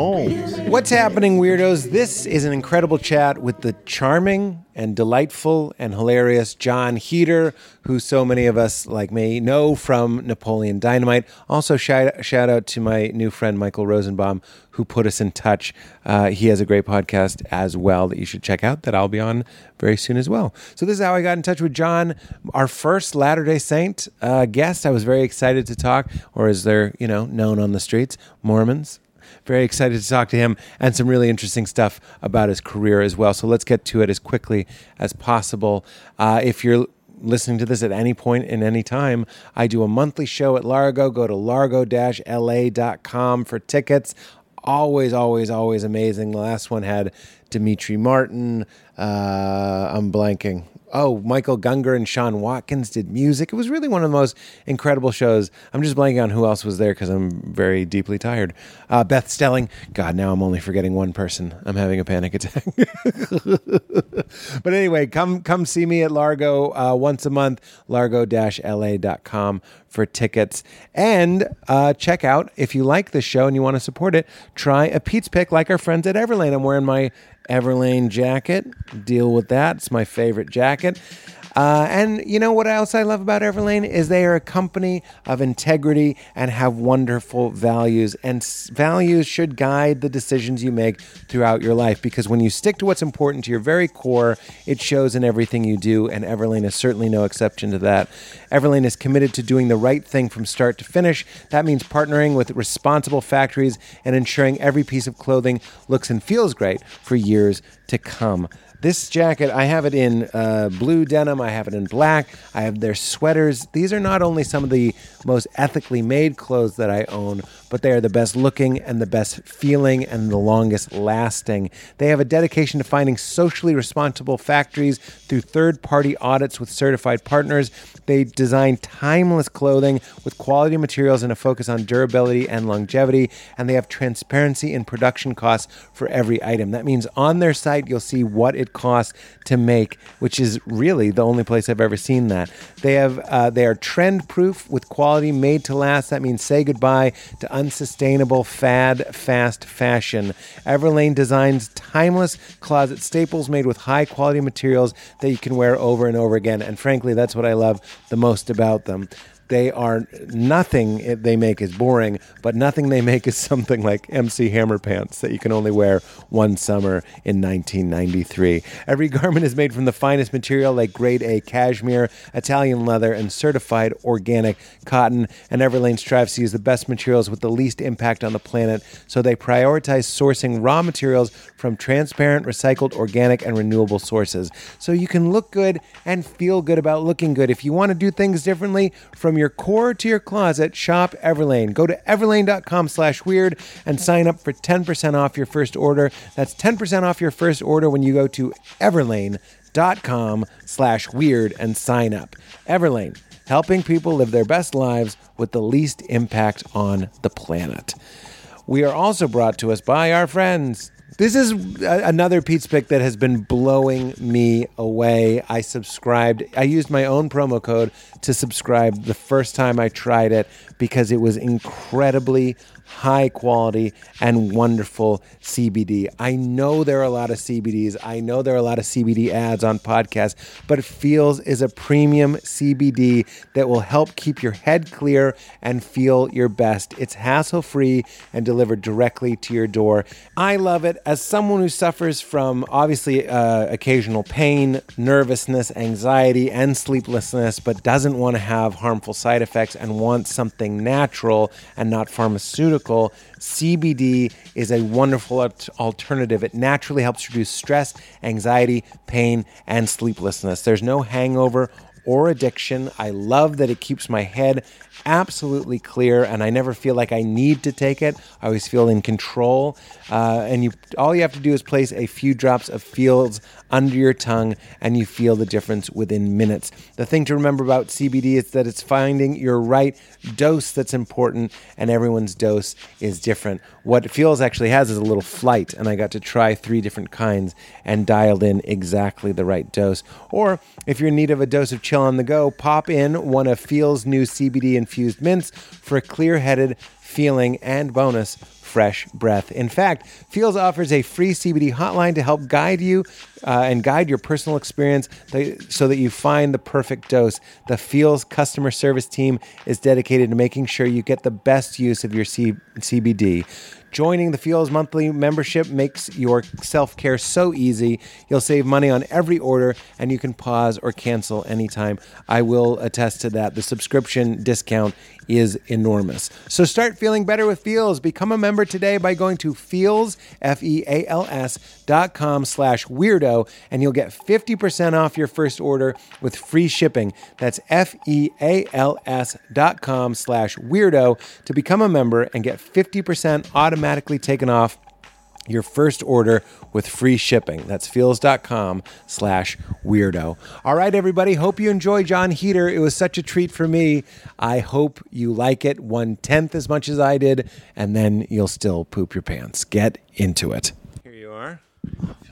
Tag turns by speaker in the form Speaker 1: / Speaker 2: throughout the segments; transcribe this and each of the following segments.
Speaker 1: What's happening, weirdos? This is an incredible chat with the charming and delightful and hilarious John Heater, who so many of us, like me, know from Napoleon Dynamite. Also, shout, shout out to my new friend, Michael Rosenbaum, who put us in touch. Uh, he has a great podcast as well that you should check out that I'll be on very soon as well. So, this is how I got in touch with John, our first Latter day Saint uh, guest. I was very excited to talk, or as they're, you know, known on the streets, Mormons. Very excited to talk to him and some really interesting stuff about his career as well. So let's get to it as quickly as possible. Uh, if you're listening to this at any point in any time, I do a monthly show at Largo. Go to largo la.com for tickets. Always, always, always amazing. The last one had Dimitri Martin. Uh, I'm blanking. Oh, Michael Gunger and Sean Watkins did music. It was really one of the most incredible shows. I'm just blanking on who else was there because I'm very deeply tired. Uh, Beth Stelling. God, now I'm only forgetting one person. I'm having a panic attack. but anyway, come come see me at Largo uh, once a month, largo-la.com for tickets. And uh, check out, if you like this show and you want to support it, try a Pete's Pick like our friends at Everlane. I'm wearing my Everlane jacket. Deal with that. It's my favorite jacket. Uh, and you know what else I love about Everlane is they are a company of integrity and have wonderful values. And s- values should guide the decisions you make throughout your life because when you stick to what's important to your very core, it shows in everything you do. And Everlane is certainly no exception to that. Everlane is committed to doing the right thing from start to finish. That means partnering with responsible factories and ensuring every piece of clothing looks and feels great for years to come. This jacket, I have it in uh, blue denim, I have it in black, I have their sweaters. These are not only some of the most ethically made clothes that I own, but they are the best looking and the best feeling and the longest lasting. They have a dedication to finding socially responsible factories through third party audits with certified partners. They design timeless clothing with quality materials and a focus on durability and longevity, and they have transparency in production costs for every item. That means on their site, you'll see what it costs to make, which is really the only place I've ever seen that. They have uh, they are trend proof with quality made to last. That means say goodbye to unsustainable fad fast fashion. Everlane designs timeless closet staples made with high quality materials that you can wear over and over again. And frankly, that's what I love the most about them they are nothing it- they make is boring, but nothing they make is something like MC Hammer pants that you can only wear one summer in 1993. Every garment is made from the finest material like grade A cashmere, Italian leather, and certified organic cotton. And Everlane strives to use the best materials with the least impact on the planet, so they prioritize sourcing raw materials from transparent, recycled, organic, and renewable sources. So you can look good and feel good about looking good. If you want to do things differently, from your core to your closet, shop Everlane. Go to everlane.com slash weird and sign up for 10% off your first order. That's 10% off your first order when you go to everlane.com slash weird and sign up. Everlane, helping people live their best lives with the least impact on the planet. We are also brought to us by our friends. This is a- another Pete's Pick that has been blowing me away. I subscribed, I used my own promo code to subscribe the first time I tried it because it was incredibly high quality and wonderful CBD. I know there are a lot of CBDs, I know there are a lot of CBD ads on podcasts, but Feels is a premium CBD that will help keep your head clear and feel your best. It's hassle free and delivered directly to your door. I love it. As someone who suffers from obviously uh, occasional pain, nervousness, anxiety, and sleeplessness, but doesn't want to have harmful side effects and wants something natural and not pharmaceutical, CBD is a wonderful alt- alternative. It naturally helps reduce stress, anxiety, pain, and sleeplessness. There's no hangover or addiction. I love that it keeps my head absolutely clear and I never feel like I need to take it. I always feel in control. Uh, and you all you have to do is place a few drops of fields under your tongue and you feel the difference within minutes. The thing to remember about CBD is that it's finding your right dose that's important and everyone's dose is different. What Feels actually has is a little flight and I got to try three different kinds and dialed in exactly the right dose. Or if you're in need of a dose of chill on the go, pop in one of Feel's new CBD infused mints for a clear headed feeling and bonus fresh breath. In fact, Feels offers a free CBD hotline to help guide you uh, and guide your personal experience th- so that you find the perfect dose. The Feels customer service team is dedicated to making sure you get the best use of your C- CBD. Joining the Feels monthly membership makes your self care so easy. You'll save money on every order and you can pause or cancel anytime. I will attest to that. The subscription discount is enormous. So start feeling better with Feels. Become a member today by going to Feels, F E A L S dot com slash weirdo and you'll get 50% off your first order with free shipping. That's F E A L S dot com slash weirdo to become a member and get 50% automatically taken off your first order with free shipping. That's feels.com slash weirdo. All right, everybody. Hope you enjoy John Heater. It was such a treat for me. I hope you like it one tenth as much as I did, and then you'll still poop your pants. Get into it. Here you are.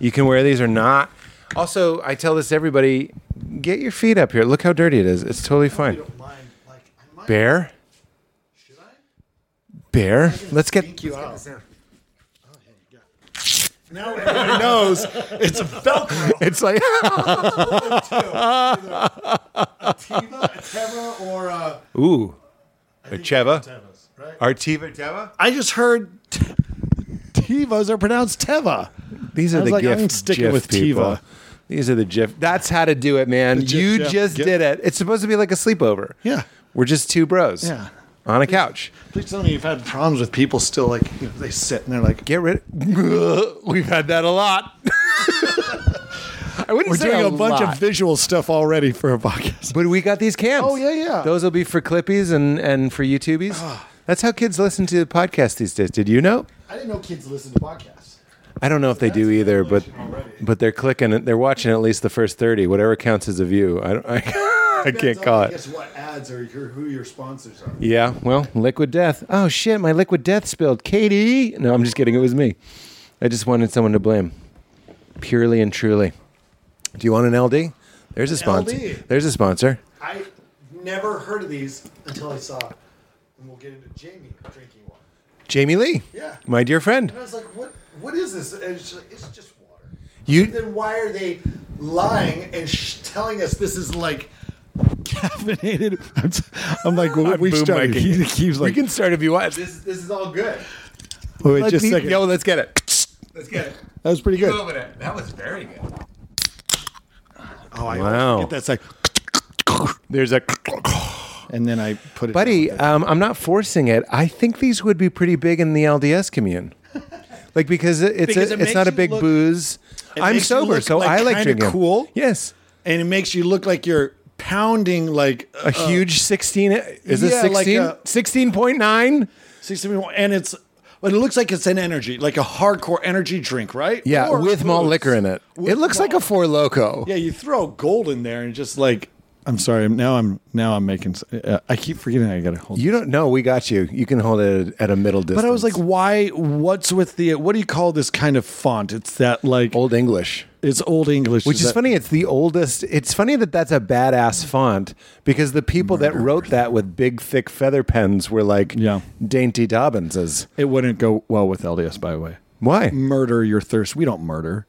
Speaker 1: You can wear these or not. Also, I tell this to everybody get your feet up here. Look how dirty it is. It's totally fine.
Speaker 2: don't mind. Like, I might
Speaker 1: Bear?
Speaker 2: should I?
Speaker 1: Bear? Let's get.
Speaker 2: Thank you out. Now everybody knows it's a Velcro.
Speaker 1: It's like.
Speaker 2: Teva, a Teva, or uh, a
Speaker 1: Ooh. A Cheva.
Speaker 2: Teva's, right?
Speaker 1: Artiva Teva?
Speaker 2: I just heard t- Tevas are pronounced Teva.
Speaker 1: These are
Speaker 2: was
Speaker 1: the
Speaker 2: like,
Speaker 1: GIF,
Speaker 2: I'm sticking
Speaker 1: GIF
Speaker 2: with
Speaker 1: people.
Speaker 2: Teva.
Speaker 1: These are the GIF. That's how to do it, man.
Speaker 2: GIF,
Speaker 1: you
Speaker 2: yeah.
Speaker 1: just
Speaker 2: GIF.
Speaker 1: did it. It's supposed to be like a sleepover.
Speaker 2: Yeah.
Speaker 1: We're just two bros.
Speaker 2: Yeah.
Speaker 1: On a couch.
Speaker 2: Please tell me you've had problems with people still like you know, they sit and they're like,
Speaker 1: Get rid. We've had that a lot. I wouldn't
Speaker 2: we're
Speaker 1: say
Speaker 2: doing
Speaker 1: a,
Speaker 2: a bunch
Speaker 1: lot,
Speaker 2: of visual stuff already for a podcast.
Speaker 1: but we got these cams.
Speaker 2: Oh, yeah, yeah. Ah.
Speaker 1: Those will be for Clippies and and for YouTubies. That's how kids listen to podcasts these days. Did you know?
Speaker 2: I didn't know kids listen to podcasts.
Speaker 1: I don't know if they do either, but
Speaker 2: already.
Speaker 1: but they're clicking. it. They're watching at least the first thirty, whatever counts as a view. I don't, I, I can't call it.
Speaker 2: Guess what ads are your, who your sponsors are.
Speaker 1: Yeah, well, liquid death. Oh shit, my liquid death spilled. Katie. No, I'm just kidding. It was me. I just wanted someone to blame, purely and truly. Do you want an LD? There's a sponsor.
Speaker 2: LD.
Speaker 1: There's a sponsor.
Speaker 2: I never heard of these until I saw it. And we'll get into Jamie drinking water.
Speaker 1: Jamie Lee.
Speaker 2: Yeah.
Speaker 1: My dear friend.
Speaker 2: And I was like, what what is this? And she's like, it's just water.
Speaker 1: You.
Speaker 2: Then why are they lying and sh- telling us this is like caffeinated? I'm, t- I'm like,
Speaker 1: I'm
Speaker 2: we
Speaker 1: boom
Speaker 2: started.
Speaker 1: micing
Speaker 2: He,
Speaker 1: it.
Speaker 2: he was
Speaker 1: We
Speaker 2: like,
Speaker 1: can start if you want.
Speaker 2: this, this is all good.
Speaker 1: Wait,
Speaker 2: just a second.
Speaker 1: Yo, let's get it. Let's get it.
Speaker 2: That was pretty good.
Speaker 1: That was very good.
Speaker 2: Oh, I
Speaker 1: Wow.
Speaker 2: get that's like,
Speaker 1: There's a.
Speaker 2: and then I put it.
Speaker 1: Buddy, um, I'm not forcing it. I think these would be pretty big in the LDS commune. Like because it- it's
Speaker 2: Because
Speaker 1: a,
Speaker 2: it
Speaker 1: it's not
Speaker 2: makes
Speaker 1: a
Speaker 2: you
Speaker 1: big
Speaker 2: look-
Speaker 1: booze.
Speaker 2: it
Speaker 1: I'm
Speaker 2: makes you
Speaker 1: sober,
Speaker 2: look,
Speaker 1: so
Speaker 2: like,
Speaker 1: I like
Speaker 2: kinda
Speaker 1: drinking.
Speaker 2: cool.
Speaker 1: Yes,
Speaker 2: and it makes you look like you're pounding like uh,
Speaker 1: a huge 16. Is this
Speaker 2: yeah, like
Speaker 1: 16?
Speaker 2: a-
Speaker 1: 16.9?
Speaker 2: Six seventy one, and it's but it looks like it's an energy, like a hardcore energy drink, right?
Speaker 1: Yeah,
Speaker 2: Or
Speaker 1: with malt
Speaker 2: booze.
Speaker 1: liquor in it. it looks like a four loco.
Speaker 2: Yeah, you throw gold in there and just like I'm sorry, I'm- now I'm now I'm making. s- Uh, I keep forgetting I got to hold.
Speaker 1: You don't know. We got you. You can hold it at, at a middle distance.
Speaker 2: but I was like, why? What's with the? What do you call this kind of font? It's that like
Speaker 1: old English.
Speaker 2: it's old English,
Speaker 1: Which is
Speaker 2: that-
Speaker 1: funny. It's the oldest. It's funny that that's a badass font because the people that wrote that with big, thick feather pens were like
Speaker 2: Yeah.
Speaker 1: dainty Dobbinses.
Speaker 2: It wouldn't go well with LDS, by the way.
Speaker 1: Why?
Speaker 2: Murder your thirst. We don't murder,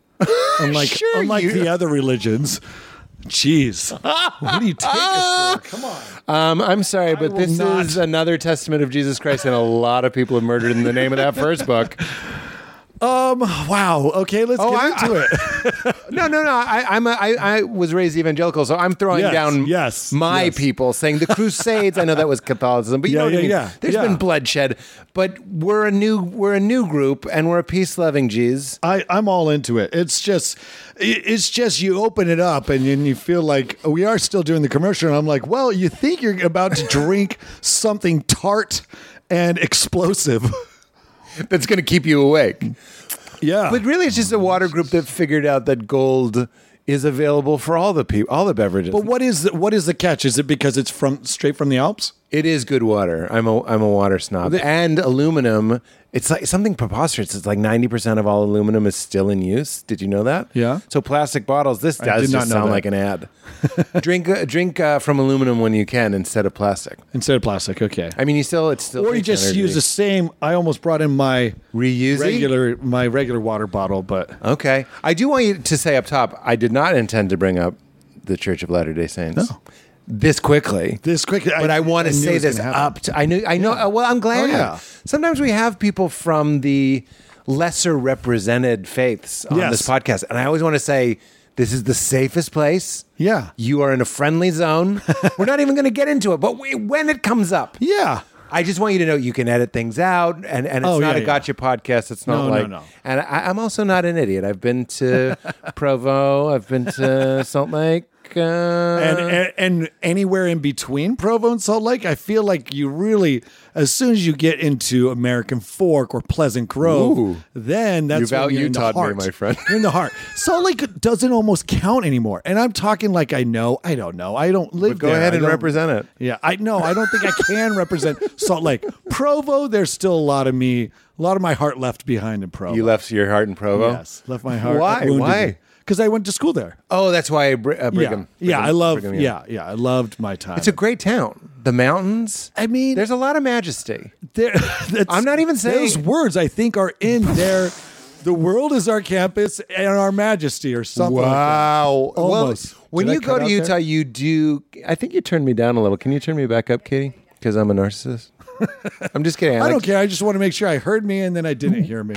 Speaker 2: unlike
Speaker 1: Sure
Speaker 2: unlike
Speaker 1: you-
Speaker 2: the other religions. Jeez, what do you take us for? Come on.
Speaker 1: Um, I'm sorry, but
Speaker 2: will
Speaker 1: this
Speaker 2: not.
Speaker 1: is another testament of Jesus Christ, and a lot of people have murdered in the name of that first book.
Speaker 2: Um. Wow. Okay. Let's
Speaker 1: Oh,
Speaker 2: get
Speaker 1: I-
Speaker 2: into it.
Speaker 1: No, no, no. I, I'm a, I, I was raised evangelical, so I'm throwing
Speaker 2: Yes,
Speaker 1: down
Speaker 2: yes,
Speaker 1: my
Speaker 2: yes.
Speaker 1: people, saying the Crusades. I know that was Catholicism, but you
Speaker 2: Yeah,
Speaker 1: know what I
Speaker 2: yeah,
Speaker 1: mean.
Speaker 2: yeah,
Speaker 1: There's
Speaker 2: yeah.
Speaker 1: been bloodshed, but we're a new we're a new group, and we're a peace loving Jews.
Speaker 2: I, I'm all into it. It's just, it- it's just you open it up and, and you feel like oh, we are still doing the commercial. And I'm like, well, you think you're about to drink something tart and explosive.
Speaker 1: That's going to keep you awake.
Speaker 2: Yeah.
Speaker 1: But really, it's just a water group that figured out that gold is available for all the people, all the beverages.
Speaker 2: but what is the, what is the catch? Is it because it's from straight from the Alps?
Speaker 1: It is good water. I'm a I'm a water snob. and aluminum It's like something preposterous. It's like 90% of all aluminum is still in use. Did you know that?
Speaker 2: Yeah.
Speaker 1: So plastic bottles, this does
Speaker 2: did not
Speaker 1: just
Speaker 2: know
Speaker 1: sound
Speaker 2: that.
Speaker 1: like an ad. drink uh, drink uh, from aluminum when you can instead of plastic.
Speaker 2: instead of plastic. Okay.
Speaker 1: I mean, you still, it's still.
Speaker 2: or you
Speaker 1: takes
Speaker 2: just
Speaker 1: energy.
Speaker 2: use the same. I almost brought in my
Speaker 1: Reusing?
Speaker 2: regular my regular water bottle, but
Speaker 1: Okay. I do want you to say up top, I did not intend to bring up the Church of Latter day Saints
Speaker 2: No.
Speaker 1: this quickly.
Speaker 2: this quick.
Speaker 1: but I, want to
Speaker 2: knew it
Speaker 1: say
Speaker 2: was
Speaker 1: this um,
Speaker 2: gonna happen.
Speaker 1: up. To, I knew. I know. uh, Well, I'm glad.
Speaker 2: Oh, yeah.
Speaker 1: Sometimes we have people from the lesser represented faiths on
Speaker 2: Yes.
Speaker 1: this podcast, and I always want to say this is the safest place.
Speaker 2: Yeah.
Speaker 1: You are in a friendly zone. We're not even going to get into it, but we, when it comes up,
Speaker 2: Yeah.
Speaker 1: I just want you to know you can edit things out, and, and it's
Speaker 2: Oh,
Speaker 1: not
Speaker 2: yeah,
Speaker 1: a
Speaker 2: yeah.
Speaker 1: gotcha podcast. It's not
Speaker 2: No, no,
Speaker 1: like,
Speaker 2: no.
Speaker 1: and I, I'm also not an idiot. I've been to Provo. I've been to Salt Lake. Uh,
Speaker 2: And, and and anywhere in between Provo and Salt Lake, I feel like you really, as soon as you get into American Fork or Pleasant Grove,
Speaker 1: Ooh.
Speaker 2: then that's
Speaker 1: You've
Speaker 2: when
Speaker 1: out
Speaker 2: you're in the
Speaker 1: Utah'd me,
Speaker 2: heart.
Speaker 1: my friend.
Speaker 2: You're in the heart. Salt Lake doesn't almost count anymore, and I'm talking like I know. I don't know. I don't live.
Speaker 1: go
Speaker 2: there.
Speaker 1: ahead
Speaker 2: I
Speaker 1: and
Speaker 2: don't-
Speaker 1: represent it.
Speaker 2: Yeah, I no, I don't think I can represent Salt Lake. Provo, there's still a lot of me, a lot of my heart left behind in Provo.
Speaker 1: You left your heart in Provo.
Speaker 2: yes, left my heart.
Speaker 1: Why? Why?
Speaker 2: Because I went to school there.
Speaker 1: Oh, that's why Br- uh, Brigham.
Speaker 2: Yeah, yeah,
Speaker 1: Brigham-
Speaker 2: I love.
Speaker 1: Brigham Young.
Speaker 2: yeah, yeah, I loved my time.
Speaker 1: it's a great town. The mountains.
Speaker 2: I mean,
Speaker 1: There's a lot of majesty.
Speaker 2: there, that's-
Speaker 1: I'm not even saying-
Speaker 2: those words. I think are in there. The world is our campus and our majesty, or something. like that. Almost.
Speaker 1: Well, when
Speaker 2: Did I
Speaker 1: you go
Speaker 2: cut
Speaker 1: to
Speaker 2: out there?
Speaker 1: Utah, you do. I think you turned me down a little. Can you turn me back up, Katie? Because I'm a narcissist. I'm just kidding.
Speaker 2: I
Speaker 1: like-
Speaker 2: don't care. I just want to make sure I heard me and then I didn't hear me.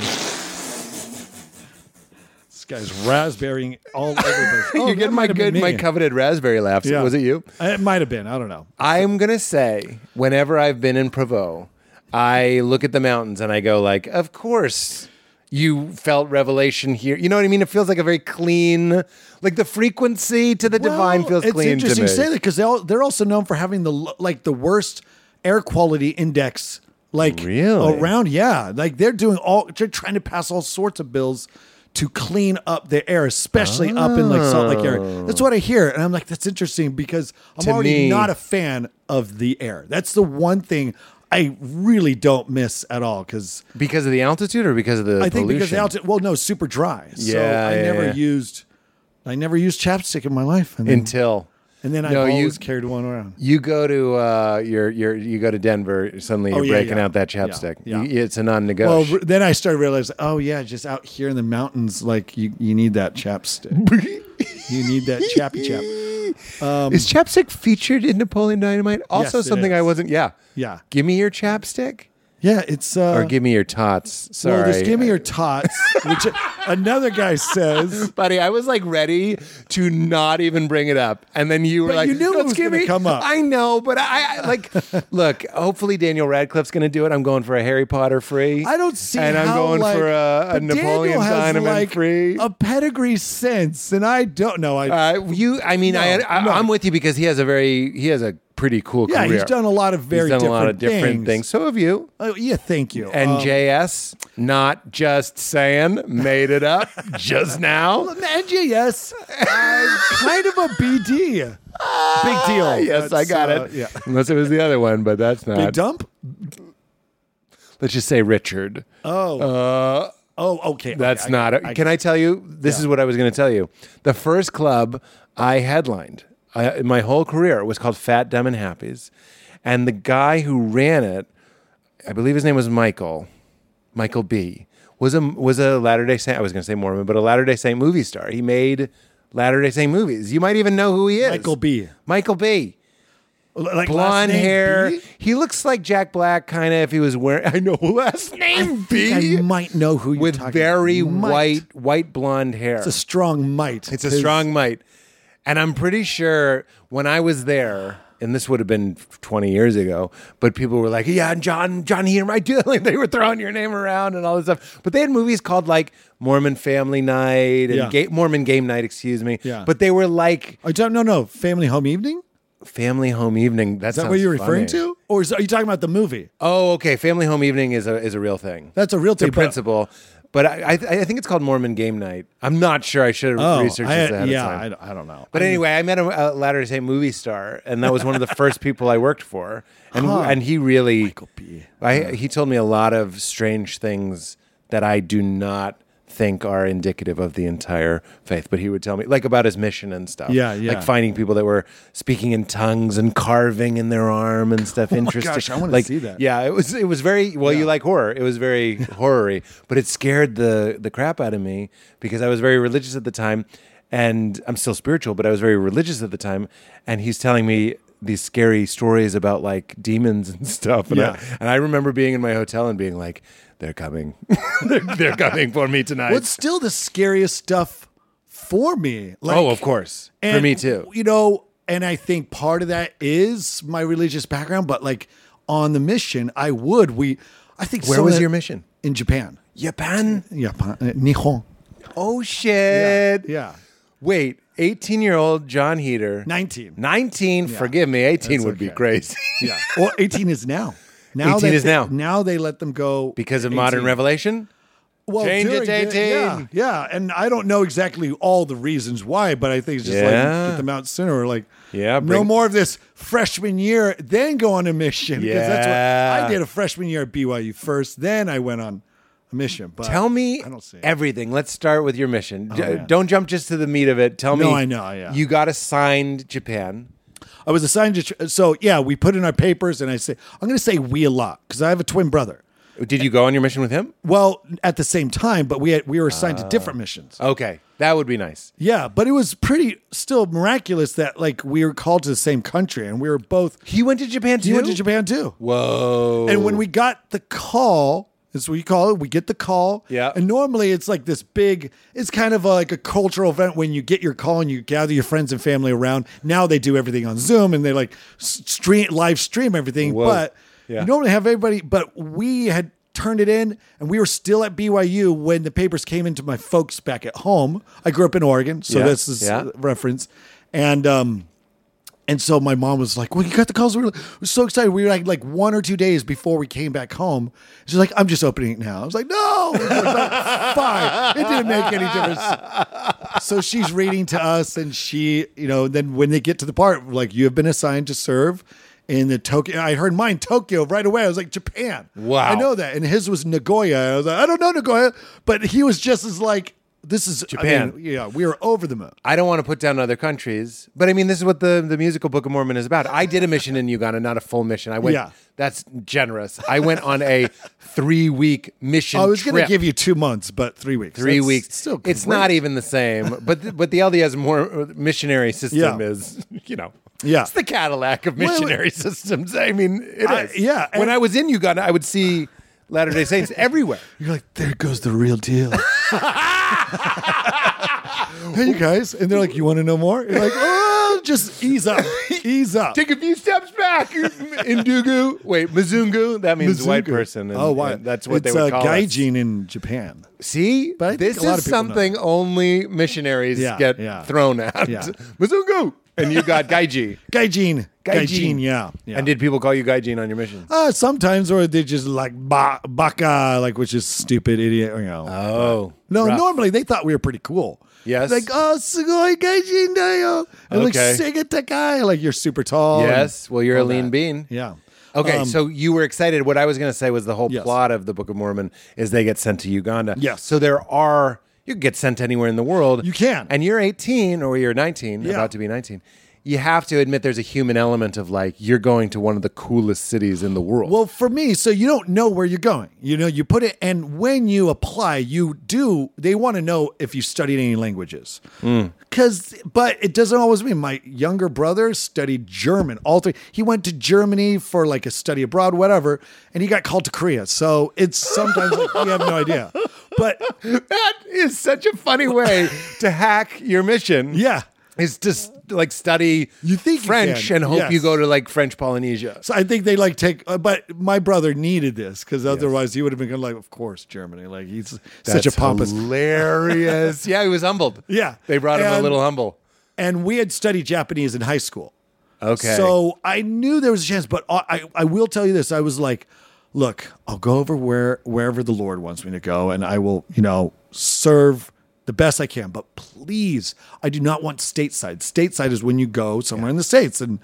Speaker 2: This guy's raspberrying all over the place. Oh,
Speaker 1: You're
Speaker 2: that might
Speaker 1: getting my
Speaker 2: have been
Speaker 1: good, my
Speaker 2: me.
Speaker 1: coveted raspberry laughs.
Speaker 2: Yeah.
Speaker 1: Was it you?
Speaker 2: It might have been. I don't know.
Speaker 1: I'm gonna say whenever I've been in Provo, I look at the mountains and I go like, of course you felt revelation here. You know what I mean? It feels like a very clean, like the frequency to the divine
Speaker 2: Well,
Speaker 1: feels
Speaker 2: it's
Speaker 1: clean to
Speaker 2: interesting
Speaker 1: me.
Speaker 2: you say that because they all, they're also known for having the l- like the worst air quality index like
Speaker 1: Really?
Speaker 2: around. Yeah, like they're doing all they're trying to pass all sorts of bills to clean up the air, especially up in like Salt Lake area. That's what I hear, and I'm like, that's interesting because I'm
Speaker 1: To
Speaker 2: already
Speaker 1: me-
Speaker 2: not a fan of the air. That's the one thing. I really don't miss at all because
Speaker 1: because of the altitude or because of the
Speaker 2: I think
Speaker 1: pollution?
Speaker 2: because the altitude. Well, no, super dry. so
Speaker 1: Yeah,
Speaker 2: I
Speaker 1: yeah,
Speaker 2: never
Speaker 1: yeah.
Speaker 2: used, I never used chapstick in my life. And then-
Speaker 1: until
Speaker 2: and then I
Speaker 1: No, you-
Speaker 2: always carried one around.
Speaker 1: you go to uh, your your you go to Denver, suddenly you're
Speaker 2: Oh, yeah,
Speaker 1: breaking
Speaker 2: yeah.
Speaker 1: out that
Speaker 2: Yeah,
Speaker 1: chapstick.
Speaker 2: yeah.
Speaker 1: You- it's a non-negotiable.
Speaker 2: Well, r- then I started realizing, oh yeah, just out here in the mountains, like you, you need that chapstick. you need that chappy chap. Um,
Speaker 1: is chapstick featured in Napoleon Dynamite? Also,
Speaker 2: it
Speaker 1: something I
Speaker 2: is.
Speaker 1: wasn't. Yeah,
Speaker 2: Yeah.
Speaker 1: Give me your chapstick,
Speaker 2: Yeah, it's uh,
Speaker 1: or give me your tots. Sorry,
Speaker 2: well, just give me your tots, which another guy says.
Speaker 1: buddy. I was like ready to not even bring it up, and then you were
Speaker 2: But
Speaker 1: like,
Speaker 2: you knew it
Speaker 1: "Let's
Speaker 2: was
Speaker 1: give
Speaker 2: gonna
Speaker 1: me."
Speaker 2: come up.
Speaker 1: I know, but I, I like. look, hopefully Daniel Radcliffe's going to do it. I'm going for a Harry Potter free.
Speaker 2: I don't see,
Speaker 1: and I'm
Speaker 2: how,
Speaker 1: going
Speaker 2: like-
Speaker 1: for a,
Speaker 2: but
Speaker 1: a
Speaker 2: Daniel
Speaker 1: Napoleon
Speaker 2: has,
Speaker 1: Dynamite
Speaker 2: like,
Speaker 1: free.
Speaker 2: a pedigree sense, and I don't know. I
Speaker 1: Uh, you, I mean, I,
Speaker 2: No,
Speaker 1: I,
Speaker 2: no.
Speaker 1: I'm with you because he has a very, he has a pretty cool
Speaker 2: yeah,
Speaker 1: career.
Speaker 2: he's done a lot of
Speaker 1: He's
Speaker 2: very
Speaker 1: done a
Speaker 2: different
Speaker 1: lot of different things. So have you.
Speaker 2: Oh, yeah, thank you.
Speaker 1: And
Speaker 2: Um,
Speaker 1: JS, not just saying, made it up just now.
Speaker 2: NGS, I'm kind of a BD. Big deal.
Speaker 1: Ah, yes, I
Speaker 2: That's,
Speaker 1: got
Speaker 2: uh,
Speaker 1: it.
Speaker 2: Yeah.
Speaker 1: Unless it was the other one, but that's
Speaker 2: Big
Speaker 1: not.
Speaker 2: dump?
Speaker 1: Let's just say Richard.
Speaker 2: Oh. oh, okay.
Speaker 1: Uh, That's
Speaker 2: okay,
Speaker 1: not.
Speaker 2: I,
Speaker 1: can I tell you? This is what I was going to tell you. The first club I headlined I, in my whole career was called Fat, Dumb, and Happy's, and the guy who ran it, I believe his name was Michael, Michael B. was a was a Latter Day Saint. I was going to say Mormon, but a Latter Day Saint movie star. He made Latter Day Saint movies. You might even know who he is.
Speaker 2: Michael B.
Speaker 1: Michael B
Speaker 2: L- Like last
Speaker 1: blonde
Speaker 2: name
Speaker 1: hair.
Speaker 2: B?
Speaker 1: He looks like Jack Black, kind of. If he was wearing, I know last name B.
Speaker 2: I might know who you're
Speaker 1: with
Speaker 2: talking
Speaker 1: very
Speaker 2: about. Might.
Speaker 1: white, white blonde hair.
Speaker 2: It's a strong might.
Speaker 1: It's a strong might, and I'm pretty sure when I was there. And this would have been 20 years ago, but people were like, "Yeah, and John, John Heaton, right?" Like they were throwing your name around and all this stuff. But they had movies called like Mormon Family Night and
Speaker 2: Yeah.
Speaker 1: Ga- Mormon Game Night, excuse me.
Speaker 2: Yeah.
Speaker 1: But they were like
Speaker 2: I Oh, don't, no, no. Family Home Evening?
Speaker 1: Family Home Evening. That's
Speaker 2: Is that what you're referring to? Or is, are you talking about the movie?
Speaker 1: Oh, okay. Family home evening is a is a real thing.
Speaker 2: That's a real
Speaker 1: It's a
Speaker 2: thing, but-
Speaker 1: principle. But I, I, I think it's called Mormon Game Night. I'm not sure. I should have researched this ahead
Speaker 2: Oh, yeah,
Speaker 1: of time.
Speaker 2: I, don't know.
Speaker 1: But anyway, I met a, a Latter Day movie star, and that was one of the first people I worked for, and and he really,
Speaker 2: B.
Speaker 1: I, he told me a lot of strange things that I do not think are indicative of the entire faith. But he would tell me, like about his mission and stuff.
Speaker 2: Yeah, yeah.
Speaker 1: Like finding people that were speaking in tongues and carving in their arm and stuff. Interesting.
Speaker 2: Oh gosh, I wanna
Speaker 1: like,
Speaker 2: see that.
Speaker 1: Yeah, it was it was very well. You like horror? It was very horror-y, but it scared the the crap out of me because I was very religious at the time, and I'm still spiritual, but I was very religious at the time. And he's telling me these scary stories about like demons and stuff. And,
Speaker 2: Yeah.
Speaker 1: I, and I remember being in my hotel and being like, "They're coming, they're, they're coming for me tonight."
Speaker 2: What's still the scariest stuff for me? Like,
Speaker 1: oh, of course, for
Speaker 2: and,
Speaker 1: me too.
Speaker 2: You know, and I think part of that is my religious background, but like on the mission, I would. We, I think.
Speaker 1: Where
Speaker 2: some of
Speaker 1: was
Speaker 2: that-
Speaker 1: your mission?
Speaker 2: In Japan.
Speaker 1: Japan.
Speaker 2: Yeah, pa- uh, Nihon.
Speaker 1: Oh shit.
Speaker 2: Yeah.
Speaker 1: Wait, 18 year old John Heater.
Speaker 2: 19.
Speaker 1: 19, forgive me, 18 would be
Speaker 2: okay.
Speaker 1: crazy.
Speaker 2: Yeah. Well, 18 is now. Now
Speaker 1: 18
Speaker 2: that
Speaker 1: is now.
Speaker 2: They, now they let them go
Speaker 1: because of
Speaker 2: 18.
Speaker 1: modern revelation?
Speaker 2: Well,
Speaker 1: Change it to
Speaker 2: during the- Yeah,
Speaker 1: 18.
Speaker 2: yeah, and I don't know exactly all the reasons why, but I think it's just
Speaker 1: Yeah.
Speaker 2: like get them out sooner, or like
Speaker 1: Yeah,
Speaker 2: no
Speaker 1: bring-
Speaker 2: more of this freshman year, then go on a mission. 'cause that's what
Speaker 1: Yeah.
Speaker 2: I did a freshman year at BYU first, then I went on a mission. But
Speaker 1: Tell me
Speaker 2: I don't see it.
Speaker 1: everything. Let's start with your mission. J-
Speaker 2: man.
Speaker 1: don't jump just to the meat of it. Tell me.
Speaker 2: No, I know, yeah.
Speaker 1: You got assigned Japan.
Speaker 2: I was assigned to tr- so yeah, we put in our papers, and I say I'm going to say we a lot because I have a twin brother.
Speaker 1: Did you go on your mission with him?
Speaker 2: Well, at the same time, but we had, we were assigned to different missions.
Speaker 1: Okay, that would be nice.
Speaker 2: Yeah, but it was pretty still miraculous that like we were called to the same country, and we were both.
Speaker 1: He went to Japan too.
Speaker 2: You went to Japan too.
Speaker 1: Whoa.
Speaker 2: And when we got the call, is what you call it. We get the call.
Speaker 1: Yeah.
Speaker 2: And normally it's like this big, it's kind of a, like a cultural event when you get your call and you gather your friends and family around. Now they do everything on Zoom and they like s- stream, live stream everything.
Speaker 1: Whoa.
Speaker 2: But
Speaker 1: Yeah.
Speaker 2: you normally have everybody, but we had turned it in and we were still at BYU when the papers came into my folks back at home. I grew up in Oregon. So
Speaker 1: Yeah.
Speaker 2: this is
Speaker 1: Yeah.
Speaker 2: reference. And, um, and so my mom was like, "Well, you got the calls. We were, we're so excited. We were like, like one or two days before we came back home. She's like, "I'm just opening it now." I was like, "No, It was like, fine. It didn't make any difference." So she's reading to us, and she, you know, then when they get to the part like you have been assigned to serve in the Tokyo, I heard mine Tokyo right away. I was like, "Japan,
Speaker 1: Wow.
Speaker 2: I know that." And his was Nagoya. I was like, "I don't know Nagoya," but he was just as like, "This is I
Speaker 1: Japan.
Speaker 2: mean, yeah, we were over the moon.
Speaker 1: I don't want to put down other countries, but I mean, this is what the, the musical Book of Mormon is about. I did a mission in Uganda, not a full mission. I went,
Speaker 2: Yeah.
Speaker 1: that's generous. I went on a three week mission.
Speaker 2: I was
Speaker 1: trip.
Speaker 2: going to give you two months, but three weeks.
Speaker 1: three
Speaker 2: That's
Speaker 1: weeks.
Speaker 2: Still,
Speaker 1: it's
Speaker 2: great.
Speaker 1: not e- even the same. But the, but the LDS more missionary system
Speaker 2: Yeah.
Speaker 1: is you know
Speaker 2: Yeah.
Speaker 1: it's the Cadillac of
Speaker 2: Well,
Speaker 1: missionary systems. I mean it is
Speaker 2: I- yeah,
Speaker 1: When
Speaker 2: and-
Speaker 1: I was in Uganda, I would see Latter Day Saints everywhere.
Speaker 2: You're like, there goes the real deal. hey, you guys, and they're like, you want to know more? You're like, oh, just ease up, ease up.
Speaker 1: Take a few steps back. Indugu, wait, Mizungu. That means white
Speaker 2: Mizungu.
Speaker 1: person. and-
Speaker 2: oh, why?
Speaker 1: and That's what
Speaker 2: it's,
Speaker 1: they would
Speaker 2: uh,
Speaker 1: call us.
Speaker 2: gaijin in Japan.
Speaker 1: See,
Speaker 2: But I think
Speaker 1: this
Speaker 2: a lot of
Speaker 1: is
Speaker 2: people know
Speaker 1: something only missionaries
Speaker 2: Yeah,
Speaker 1: get
Speaker 2: yeah.
Speaker 1: thrown at.
Speaker 2: Yeah.
Speaker 1: Mizungu, and you got Gaiji.
Speaker 2: Gaijin, gaijin, yeah, yeah.
Speaker 1: And did people call you Gaijin on your mission?
Speaker 2: uh, sometimes, or they just like ba- baka, like which is stupid, idiot, you know.
Speaker 1: Oh
Speaker 2: No,
Speaker 1: Rough.
Speaker 2: normally they thought we were pretty cool.
Speaker 1: Yes.
Speaker 2: Like, oh, sugoi gaijin da yo. And
Speaker 1: Okay.
Speaker 2: like, sing it to guy. Like, you're super tall. and-
Speaker 1: Yes. Well, you're a
Speaker 2: all
Speaker 1: lean
Speaker 2: that.
Speaker 1: bean.
Speaker 2: Yeah.
Speaker 1: Okay,
Speaker 2: Um,
Speaker 1: so you were excited. What I was going to say was the whole
Speaker 2: Yes.
Speaker 1: plot of the Book of Mormon is they get sent to Uganda.
Speaker 2: Yes.
Speaker 1: So there are you can get sent anywhere in the world.
Speaker 2: You can.
Speaker 1: And you're 18 or you're 19,
Speaker 2: Yeah.
Speaker 1: about to be 19. You have to admit there's a human element of like you're going to one of the coolest cities in the world.
Speaker 2: Well, for me, so you don't know where you're going. You know, you put it, and when you apply, you do. They want to know if you studied any languages, because. But it doesn't always mean. My younger brother studied German. All three. He went to Germany for like a study abroad, whatever, and he got called to Korea. So it's sometimes like, you have no idea. But
Speaker 1: that is such a funny way to hack your mission.
Speaker 2: yeah,
Speaker 1: Is just like study
Speaker 2: You think you
Speaker 1: French
Speaker 2: can,
Speaker 1: and hope
Speaker 2: yes.
Speaker 1: you go to like French Polynesia.
Speaker 2: So I think they like take, uh, but my brother needed this because otherwise he would have been going like, of course Germany, like he's such a
Speaker 1: That's
Speaker 2: pompous.
Speaker 1: hilarious. yeah, he was humbled.
Speaker 2: Yeah.
Speaker 1: they brought him a
Speaker 2: And-
Speaker 1: little humble.
Speaker 2: and we had studied Japanese in high school,
Speaker 1: Okay,
Speaker 2: so I knew there was a chance. But I, I, I will tell you this: I was like, look, I'll go over where wherever the Lord wants me to go, and I will, you know, serve the best I can. But please, I do not want stateside. Stateside is when you go somewhere in the states, and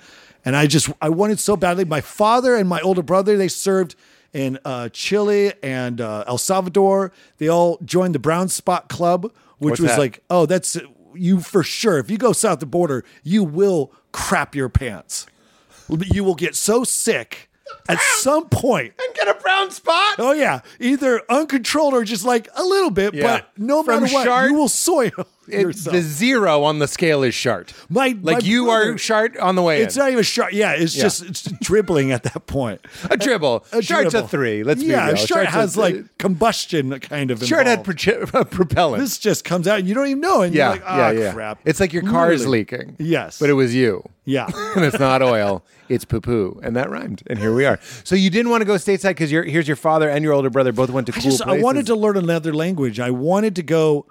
Speaker 2: and I just I wanted so badly. My father and my older brother they served in uh, Chile and uh, El Salvador. They all joined the Brown Spot Club, which
Speaker 1: What's
Speaker 2: was
Speaker 1: that?
Speaker 2: like, oh, that's you for sure. If you go south the border, you will crap your pants. You will get so sick at some point.
Speaker 1: And get a brown spot.
Speaker 2: Oh yeah, either uncontrolled or just like a little bit,
Speaker 1: Yeah.
Speaker 2: but no
Speaker 1: From
Speaker 2: matter what,
Speaker 1: shart-
Speaker 2: you will soil yourself.
Speaker 1: the zero on the scale is shart.
Speaker 2: My-
Speaker 1: like
Speaker 2: my
Speaker 1: you
Speaker 2: brother-
Speaker 1: are shart on the way
Speaker 2: it's
Speaker 1: in.
Speaker 2: not even shart. Yeah, it's just it's dribbling at that point.
Speaker 1: A, dribble.
Speaker 2: A
Speaker 1: Shart's
Speaker 2: dribble.
Speaker 1: a three. Let's
Speaker 2: yeah,
Speaker 1: be real.
Speaker 2: shart
Speaker 1: Shart's
Speaker 2: has
Speaker 1: a,
Speaker 2: like combustion kind of.
Speaker 1: shart had
Speaker 2: involved.
Speaker 1: proge- propellant.
Speaker 2: this just comes out and you don't even know, and
Speaker 1: yeah,
Speaker 2: you're like, ah,
Speaker 1: yeah, yeah.
Speaker 2: crap.
Speaker 1: It's like your car is
Speaker 2: Really.
Speaker 1: leaking.
Speaker 2: Yes.
Speaker 1: but it was you.
Speaker 2: Yeah.
Speaker 1: and it's not oil, it's poo poo. And that rhymed. And here we are. So you didn't want to go stateside because here's your father and your older brother both went to
Speaker 2: I
Speaker 1: cool
Speaker 2: just
Speaker 1: places.
Speaker 2: I wanted to learn another language. I wanted to go.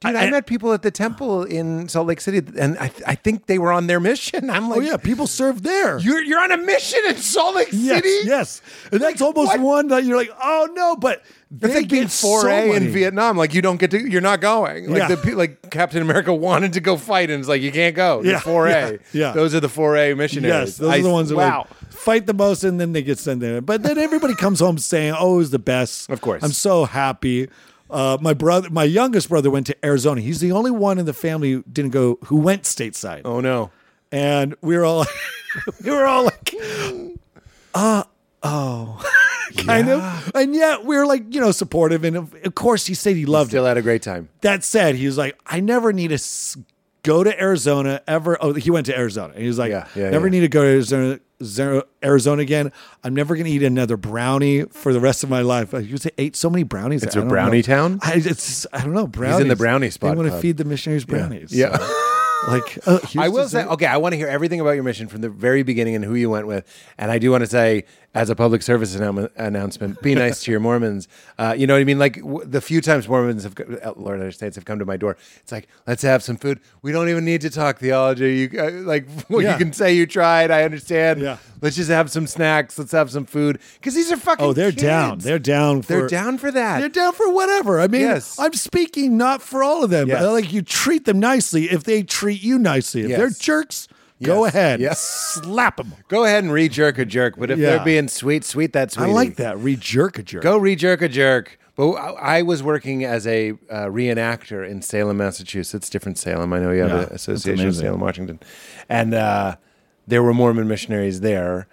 Speaker 1: Dude, I, met people at the temple in Salt Lake City, and I, I think they were on their mission. I'm like,
Speaker 2: Oh yeah, people serve there.
Speaker 1: you're, you're on a mission in Salt Lake
Speaker 2: Yes,
Speaker 1: City?
Speaker 2: yes, and that's almost
Speaker 1: What?
Speaker 2: one that you're like, oh no, but
Speaker 1: It's
Speaker 2: they
Speaker 1: like being
Speaker 2: get so
Speaker 1: 4A in
Speaker 2: many.
Speaker 1: Vietnam. Like, you don't get to, you're not going. Like,
Speaker 2: Yeah.
Speaker 1: the pe like Captain America wanted to go fight, and it's like, you can't go. You're
Speaker 2: Yeah,
Speaker 1: 4A.
Speaker 2: yeah, yeah.
Speaker 1: Those are the 4A missionaries.
Speaker 2: Yes, those
Speaker 1: I-
Speaker 2: are the ones that
Speaker 1: Wow.
Speaker 2: like, fight the most, and then they get sent there. But then everybody comes home saying, "Oh, it was the best."
Speaker 1: Of course.
Speaker 2: I'm so happy. Uh, my brother, my youngest brother, went to Arizona. He's the only one in the family who didn't go who went stateside,
Speaker 1: oh, no.
Speaker 2: and we were all we were all like, "Uh, oh." Kind of, and yet we were like, you know, supportive, and of, of course he said he loved it
Speaker 1: Still had a great time.
Speaker 2: that said, he was like, I never need to s- go to Arizona ever. Oh, he went to Arizona. And he was like,
Speaker 1: Yeah, yeah,
Speaker 2: never
Speaker 1: yeah.
Speaker 2: need to go to Arizona, Zer- Arizona again. I'm never going to eat another brownie for the rest of my life. Like, you say, ate so many brownies.
Speaker 1: It's
Speaker 2: I
Speaker 1: a
Speaker 2: don't
Speaker 1: brownie
Speaker 2: know.
Speaker 1: town?
Speaker 2: I, it's, I don't know. Brownies.
Speaker 1: the brownie spot
Speaker 2: They want to
Speaker 1: club.
Speaker 2: feed the missionaries brownies.
Speaker 1: Yeah.
Speaker 2: So, like, oh, here's
Speaker 1: I will
Speaker 2: dessert.
Speaker 1: say, okay, I want to hear everything about your mission from the very beginning and who you went with. And I do want to say, as a public service annou- announcement, be nice to your Mormons. Uh, you know what I mean? Like w- the few times Mormons have, co- uh, Lord other states have come to my door, it's like, let's have some food. We don't even need to talk theology. You uh, like, well,
Speaker 2: Yeah.
Speaker 1: you can say you tried. I understand.
Speaker 2: Yeah.
Speaker 1: Let's just have some snacks. Let's have some food because these are fucking.
Speaker 2: Oh, they're
Speaker 1: kids.
Speaker 2: down. They're down. For,
Speaker 1: They're down for that.
Speaker 2: They're down for whatever. I mean,
Speaker 1: Yes.
Speaker 2: I'm speaking not for all of them.
Speaker 1: Yes.
Speaker 2: Like you treat them nicely if they treat you nicely. If
Speaker 1: Yes.
Speaker 2: they're jerks, go ahead.
Speaker 1: Yes.
Speaker 2: Slap them.
Speaker 1: Go ahead and re-jerk a jerk, but if
Speaker 2: Yeah.
Speaker 1: they're being sweet, sweet that sweet.
Speaker 2: I like that. Re-jerk a jerk.
Speaker 1: Go re-jerk a jerk. But I I was working as a uh, reenactor in Salem, Massachusetts. Different Salem. I know you have
Speaker 2: Yeah,
Speaker 1: an
Speaker 2: that's
Speaker 1: association with
Speaker 2: amazing.
Speaker 1: Salem, Washington, and uh, there were Mormon missionaries there,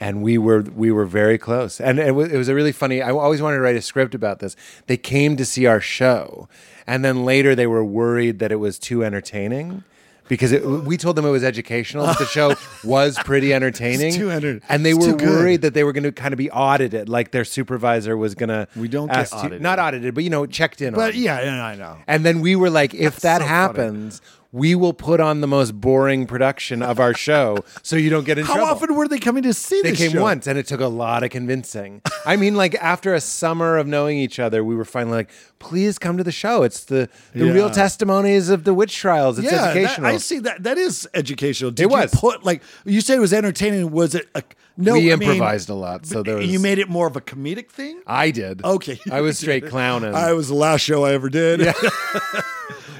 Speaker 1: and we were we were very close. And it was, it was a really funny. I always wanted to write a script about this. They came to see our show, and then later they were worried that it was too entertaining. Because it, we told them it was educational, but the show was pretty entertaining,
Speaker 2: too enter-
Speaker 1: and they
Speaker 2: it's
Speaker 1: were
Speaker 2: too good.
Speaker 1: worried that they were going to kind of be audited, like their supervisor was going to.
Speaker 2: We don't get
Speaker 1: ask you-
Speaker 2: audited.
Speaker 1: not audited, but you know, checked in.
Speaker 2: But
Speaker 1: on.
Speaker 2: yeah, yeah, I know.
Speaker 1: And then we were like, if that
Speaker 2: so funny.
Speaker 1: happens, we will put on the most boring production of our show, so you don't get in
Speaker 2: How
Speaker 1: trouble.
Speaker 2: often were they coming to see
Speaker 1: They
Speaker 2: this
Speaker 1: came
Speaker 2: show?
Speaker 1: once, and it took a lot of convincing. I mean, like after a summer of knowing each other, we were finally like, "Please come to the show. It's the the real
Speaker 2: Yeah.
Speaker 1: testimonies of the witch trials. It's
Speaker 2: Yeah, that-
Speaker 1: educational."
Speaker 2: I see that. That is educational. Did
Speaker 1: It was.
Speaker 2: You put like you said, it was entertaining. Was it? A, no,
Speaker 1: we
Speaker 2: I mean,
Speaker 1: improvised a lot, so there was.
Speaker 2: You made it more of a comedic thing.
Speaker 1: I did.
Speaker 2: Okay.
Speaker 1: I was straight clowning.
Speaker 2: I was the last show I ever did. Yeah.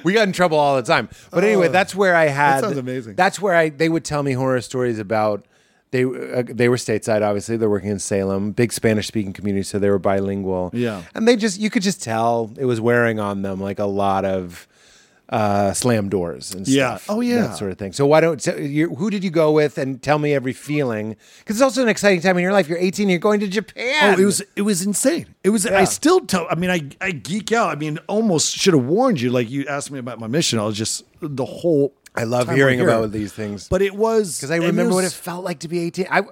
Speaker 1: We got in trouble all the time. But anyway, that's where I had.
Speaker 2: Oh, sounds amazing.
Speaker 1: That's where I. They would tell me horror stories about. They uh, they were stateside, obviously. They're working in Salem, big Spanish speaking community, so they were bilingual.
Speaker 2: Yeah.
Speaker 1: and they just you could just tell it was wearing on them like a lot of uh slam doors and
Speaker 2: Yeah.
Speaker 1: stuff
Speaker 2: Oh, yeah.
Speaker 1: that sort of thing so why don't so you, who did you go with and tell me every feeling because it's also an exciting time in your life you're 18 you're going to japan
Speaker 2: Oh, it was it was insane. It was. I still tell. I mean, I I geek out. I mean, almost should have warned you. Like you asked me about my mission. I was just the whole.
Speaker 1: i love
Speaker 2: time
Speaker 1: hearing
Speaker 2: we're here.
Speaker 1: about these things
Speaker 2: But it was
Speaker 1: because i remember what it felt like to be 18 I,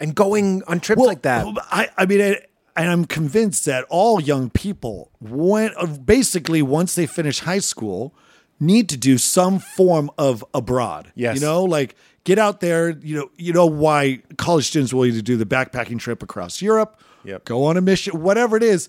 Speaker 1: and going on trips like that
Speaker 2: I, I mean, I, and I'm convinced that all young people, when uh, basically once they finish high school, need to do some form of abroad.
Speaker 1: Yes.
Speaker 2: you know, like get out there. You know, you know why college students will either do the backpacking trip across Europe,
Speaker 1: Yep.
Speaker 2: go on a mission, whatever it is.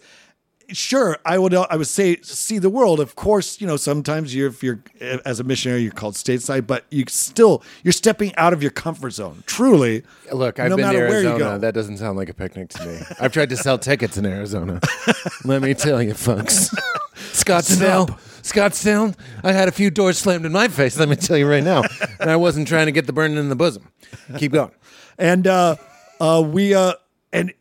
Speaker 2: sure, I would I would say see the world. Of course, you know sometimes you're if you're eh, as a missionary you're called stateside, but you still you're stepping out of your comfort zone. Truly,
Speaker 1: Look, I've
Speaker 2: no
Speaker 1: been to
Speaker 2: matter where you
Speaker 1: Arizona.
Speaker 2: go.
Speaker 1: That doesn't sound like a picnic to me. I've tried to sell tickets in Arizona. Let me tell you, folks. Scottsdale, Scottsdale. I had a few doors slammed in my face. Let me tell you right now, and I wasn't trying to get the burning in the bosom. Keep going.
Speaker 2: and uh, uh, we uh, and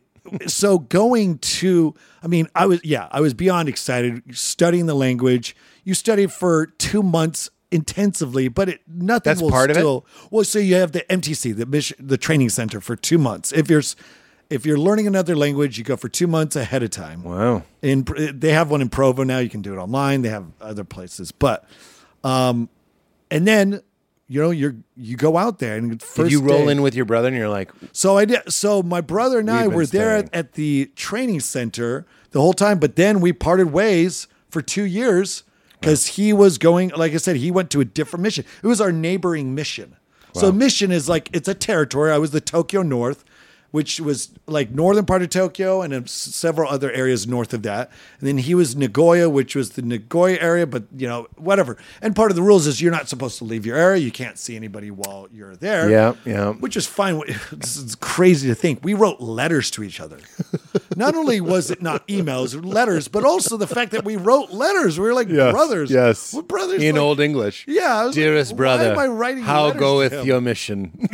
Speaker 2: so going to i mean i was yeah i was beyond excited studying the language you studied for two months intensively but it nothing
Speaker 1: That's
Speaker 2: will
Speaker 1: part of it?
Speaker 2: still well so you have the mtc the mission the training center for two months if you're s- if you're learning another language you go for two months ahead of time
Speaker 1: Wow.
Speaker 2: in they have one in Provo now. You can do it online. They have other places, but um, and then you know you're you go out there and first
Speaker 1: Did you roll
Speaker 2: day-
Speaker 1: in with your brother, and you're like,
Speaker 2: So I did. So my brother and I
Speaker 1: We've been
Speaker 2: were there
Speaker 1: studying.
Speaker 2: at, at the training center the whole time, but then we parted ways for two years because he was going. Like I said, he went to a different mission. It was our neighboring mission. So mission is like it's a territory. I was the Tokyo North, which was like northern part of Tokyo and uh, s- several other areas north of that. And then he was Nagoya, which was the Nagoya area, but you know whatever. And part of the rules is you're not supposed to leave your area. You can't see anybody while you're there
Speaker 1: Yeah, yeah.
Speaker 2: which is fine. This is crazy to think. We wrote letters to each other. Not only was it not emails, letters, but also the fact that we wrote letters. We were like brothers. we're brothers
Speaker 1: in
Speaker 2: like-
Speaker 1: old English.
Speaker 2: Yeah, I was like,
Speaker 1: dearest
Speaker 2: why
Speaker 1: brother.
Speaker 2: am I writing
Speaker 1: how
Speaker 2: letters
Speaker 1: goeth
Speaker 2: to him?
Speaker 1: your mission?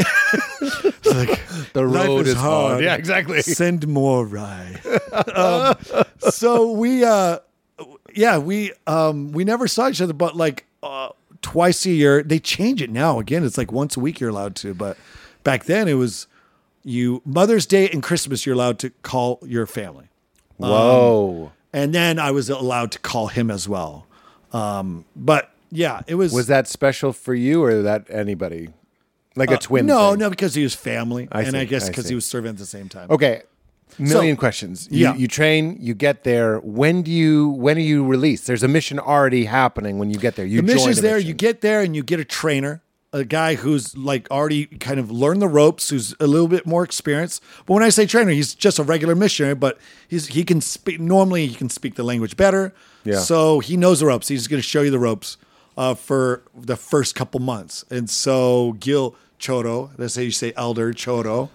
Speaker 1: the
Speaker 2: Life
Speaker 1: road is, hard. Yeah, exactly.
Speaker 2: Send more rye. Um, so we, uh, yeah, we um, we never saw each other, but like uh, twice a year. They change it now. Again, it's like once a week you're allowed to, but back then it was you Mother's Day and Christmas you're allowed to call your family.
Speaker 1: Whoa.
Speaker 2: and then I was allowed to call him as well. Um, but yeah, it was
Speaker 1: Was that special for you or that anybody? Like a twin?
Speaker 2: Uh, no,
Speaker 1: thing?
Speaker 2: no, because he was family,
Speaker 1: I
Speaker 2: and
Speaker 1: see,
Speaker 2: I guess
Speaker 1: I
Speaker 2: because
Speaker 1: see.
Speaker 2: he was serving at the same time.
Speaker 1: Okay. Million questions. You,
Speaker 2: Yeah.
Speaker 1: you train, you get there. When do you when are you released? There's a mission already happening when you get there. You
Speaker 2: the
Speaker 1: join
Speaker 2: mission's
Speaker 1: a
Speaker 2: there.
Speaker 1: mission.
Speaker 2: You get there and you get a trainer, a guy who's like already kind of learned the ropes, who's a little bit more experienced. But when I say trainer, he's just a regular missionary, but he's he can speak normally. He can speak the language better.
Speaker 1: Yeah.
Speaker 2: So he knows the ropes. He's going to show you the ropes uh, for the first couple months. And so Gil Choro, that's how you say elder Choro.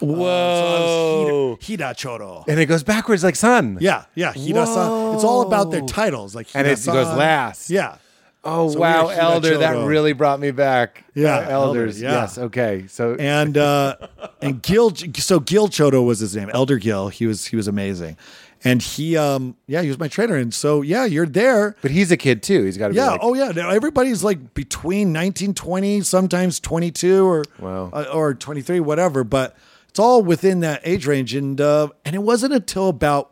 Speaker 1: Whoa.
Speaker 2: So I was Hida, Hida Choro.
Speaker 1: and it goes backwards like sun.
Speaker 2: Yeah, yeah, Hida-san. It's all about their titles, like
Speaker 1: And it
Speaker 2: Hida-san.
Speaker 1: goes last.
Speaker 2: Yeah.
Speaker 1: Oh
Speaker 2: So we
Speaker 1: wow,
Speaker 2: were Hida
Speaker 1: elder, that
Speaker 2: Chodo.
Speaker 1: really brought me back.
Speaker 2: Yeah,
Speaker 1: Uh, elders.
Speaker 2: elder, yeah.
Speaker 1: Yes. Okay. So
Speaker 2: and uh, and Gil so Gil Chodo was his name, Elder Gil. He was he was amazing, and he um yeah he was my trainer, and so yeah you're there.
Speaker 1: but he's a kid too. He's got to
Speaker 2: Yeah,
Speaker 1: be like,
Speaker 2: oh yeah. Now everybody's like between 19, 20, sometimes 22 or
Speaker 1: Wow.
Speaker 2: uh, or 23, whatever, but it's all within that age range and uh and it wasn't until about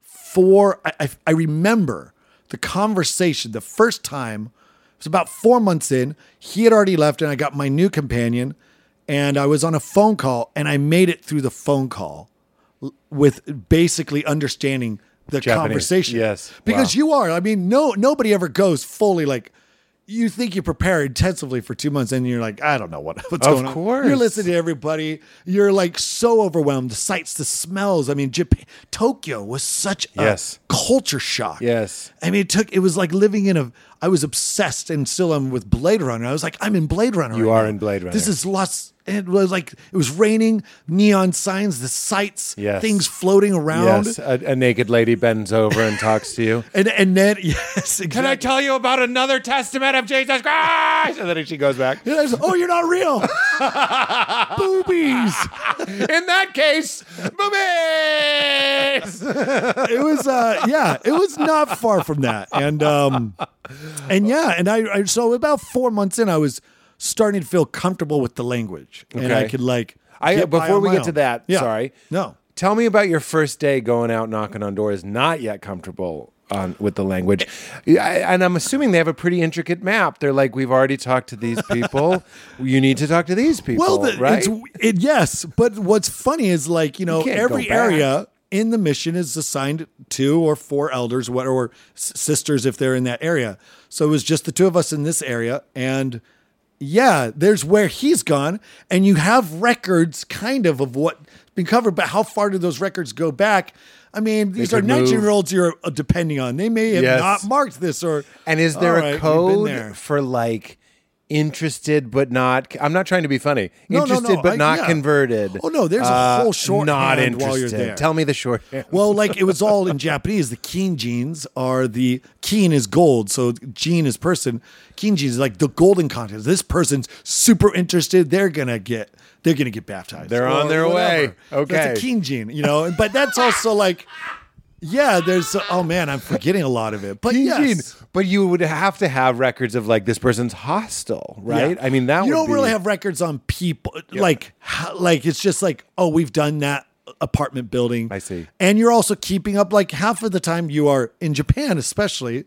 Speaker 2: four I, I, I remember the conversation the first time it was about four months in he had already left and i got my new companion and i was on a phone call and i made it through the phone call l- with basically understanding the
Speaker 1: Japanese,
Speaker 2: conversation
Speaker 1: yes.
Speaker 2: because you are i mean no nobody ever goes fully like you think you prepare intensively for two months and you're like i don't know what, what's
Speaker 1: Of
Speaker 2: going on
Speaker 1: course.
Speaker 2: you're listening to everybody. You're like so overwhelmed. The sights, the smells. I mean, Japan, Tokyo was such a
Speaker 1: Yes.
Speaker 2: culture shock.
Speaker 1: Yes.
Speaker 2: I mean, it took. It was like living in a. I was obsessed and still am with Blade Runner. I was like, I'm in Blade Runner.
Speaker 1: You
Speaker 2: right
Speaker 1: are
Speaker 2: now.
Speaker 1: in Blade Runner.
Speaker 2: This is lost. It was like it was raining, neon signs, the sights,
Speaker 1: Yes.
Speaker 2: things floating around,
Speaker 1: yes, a, a naked lady bends over and talks to you.
Speaker 2: and and then yes, exactly.
Speaker 1: tell you about another testament of Jesus Christ? And then she goes back.
Speaker 2: And I was, oh, you're not real. Boobies.
Speaker 1: In that case, boobies.
Speaker 2: it was uh yeah it was not far from that and um and yeah and I, I so about four months in i was starting to feel comfortable with the language and i
Speaker 1: Okay.
Speaker 2: could like
Speaker 1: I
Speaker 2: get by
Speaker 1: before
Speaker 2: on
Speaker 1: we
Speaker 2: my
Speaker 1: get to
Speaker 2: own.
Speaker 1: that,
Speaker 2: Yeah.
Speaker 1: sorry.
Speaker 2: no
Speaker 1: Tell me about your first day going out knocking on doors, not yet comfortable on with the language. I, and I'm assuming they have a pretty intricate map. They're like, we've already talked to these people. you need to talk to these people.
Speaker 2: well the,
Speaker 1: right?
Speaker 2: it's it, yes but what's funny is like you know
Speaker 1: can't
Speaker 2: every
Speaker 1: go back.
Speaker 2: area in the mission is assigned two or four elders what or s- sisters if they're in that area so it was just the two of us in this area and yeah, there's where he's gone, and you have records kind of of what been covered, but how far do those records go back? I mean, these are
Speaker 1: could move.
Speaker 2: 19 year olds you're uh, depending on. They may have
Speaker 1: Yes.
Speaker 2: not marked this or.
Speaker 1: And is there
Speaker 2: All right,
Speaker 1: a
Speaker 2: we've been
Speaker 1: code
Speaker 2: there.
Speaker 1: for like interested but not? I'm not trying to be funny.
Speaker 2: No, no, no.
Speaker 1: interested but
Speaker 2: I-
Speaker 1: not
Speaker 2: yeah.
Speaker 1: converted. Uh,
Speaker 2: Oh, no, there's a whole shorthand
Speaker 1: Not interested.
Speaker 2: while you're there.
Speaker 1: Tell me the short.
Speaker 2: Well, like it was all in Japanese. The keen jeans are the keen is gold, so jean is person. Keen jeans is like the golden contest. This person's super interested. They're gonna get they're gonna get baptized.
Speaker 1: They're on
Speaker 2: or
Speaker 1: their way.
Speaker 2: that's
Speaker 1: Okay.
Speaker 2: a keen jean, you know. But that's also like, yeah, there's oh man, I'm forgetting a lot of it. But yes.
Speaker 1: Eugene, But you would have to have records of like this person's hostile, right?
Speaker 2: Yeah.
Speaker 1: I mean, that
Speaker 2: you
Speaker 1: would
Speaker 2: don't
Speaker 1: be-
Speaker 2: really have records on people. Like, how, like it's just like, oh, we've done that apartment building.
Speaker 1: I see.
Speaker 2: And you're also keeping up. Like half of the time you are in Japan, especially,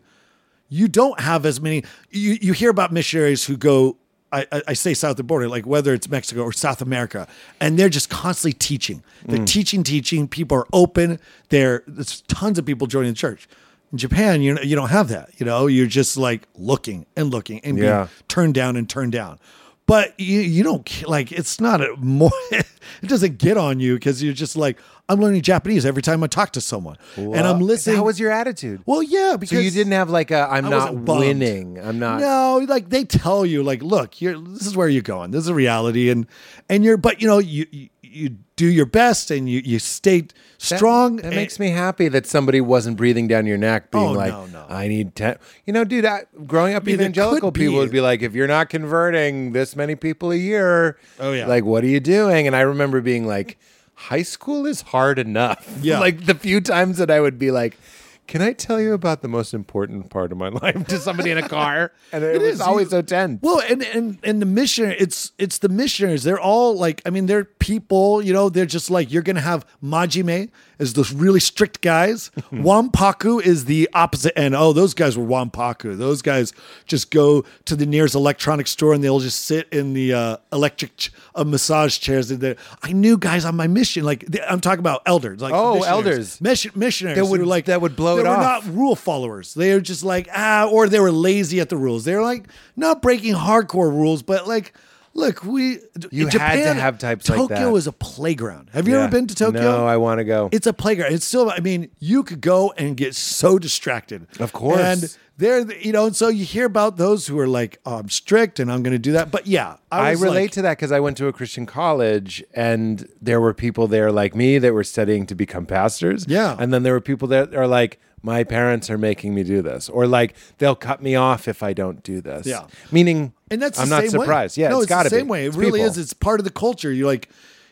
Speaker 2: you don't have as many. You you hear about missionaries who go. I, I- I say south of the border, like whether it's Mexico or South America, and they're just constantly teaching. They're
Speaker 1: Mm.
Speaker 2: teaching, teaching. People are open. There, there's tons of people joining the church. In Japan, you know, you don't have that. You know, you're just like looking and looking and being
Speaker 1: Yeah.
Speaker 2: turned down and turned down. But you, you don't ca- like it's not a more it doesn't get on you because you're just like I'm learning Japanese every time I talk to someone and I'm listening.
Speaker 1: How was your attitude?
Speaker 2: well, yeah, because
Speaker 1: So you didn't have like a I'm
Speaker 2: I
Speaker 1: not
Speaker 2: wasn't bummed.
Speaker 1: winning. I'm not.
Speaker 2: No, like they tell you, like, look, you're this is where you're going. This is reality, and and you're, but you know, you you, you do your best and you you stay strong.
Speaker 1: That
Speaker 2: and-
Speaker 1: makes me happy that somebody wasn't breathing down your neck, being
Speaker 2: Oh,
Speaker 1: like,
Speaker 2: no, no.
Speaker 1: "I need ten. You know, dude, I, growing up,
Speaker 2: mean, there
Speaker 1: evangelical
Speaker 2: could
Speaker 1: people
Speaker 2: be-
Speaker 1: would be like, "If you're not converting this many people a year,
Speaker 2: Oh, yeah.
Speaker 1: like what are you doing?" And I remember being like, "High school is hard enough."
Speaker 2: Yeah.
Speaker 1: like the few times that I would be like. Can I tell you about the most important part of my life to somebody in a car? And it, was
Speaker 2: is.
Speaker 1: always
Speaker 2: You-
Speaker 1: so tense.
Speaker 2: Well, and and and the missionary, it's it's the missionaries. They're all like, I mean, they're people. You know, they're just like you're gonna have Majime is those really strict guys. Wampaku is the opposite end. Oh, those guys were Wampaku. Those guys just go to the nearest electronics store and they'll just sit in the uh, electric ch- uh, massage chairs. And they're- I knew guys on my mission. Like they- I'm talking about elders. Like
Speaker 1: Oh,
Speaker 2: missionaries.
Speaker 1: elders.
Speaker 2: Mission- missionaries.
Speaker 1: That would-
Speaker 2: who, like
Speaker 1: that would blow
Speaker 2: they
Speaker 1: it
Speaker 2: were
Speaker 1: off.
Speaker 2: not rule followers. They are just like, ah, or they were lazy at the rules. They're like not breaking hardcore rules, but like, look, we
Speaker 1: You had to have types like
Speaker 2: Tokyo
Speaker 1: that.
Speaker 2: is a playground. Have you
Speaker 1: Yeah.
Speaker 2: ever been to Tokyo?
Speaker 1: No, I want to go.
Speaker 2: it's a playground. It's still, I mean, you could go and get so distracted.
Speaker 1: Of course.
Speaker 2: And there, you know, and so you hear about those who are like, oh, I'm strict and I'm going to do that. But yeah,
Speaker 1: I,
Speaker 2: was like-
Speaker 1: relate to that because I went to a Christian college and there were people there like me that were studying to become pastors.
Speaker 2: Yeah.
Speaker 1: And then there were people that are like, my parents are making me do this, or like they'll cut me off if I don't do this.
Speaker 2: Yeah.
Speaker 1: Meaning,
Speaker 2: And that's the
Speaker 1: I'm not
Speaker 2: same way.
Speaker 1: surprised. Yeah,
Speaker 2: no,
Speaker 1: it's
Speaker 2: it's,
Speaker 1: got to
Speaker 2: the
Speaker 1: be
Speaker 2: same way. It really
Speaker 1: people.
Speaker 2: is. It's part of the culture. You're like,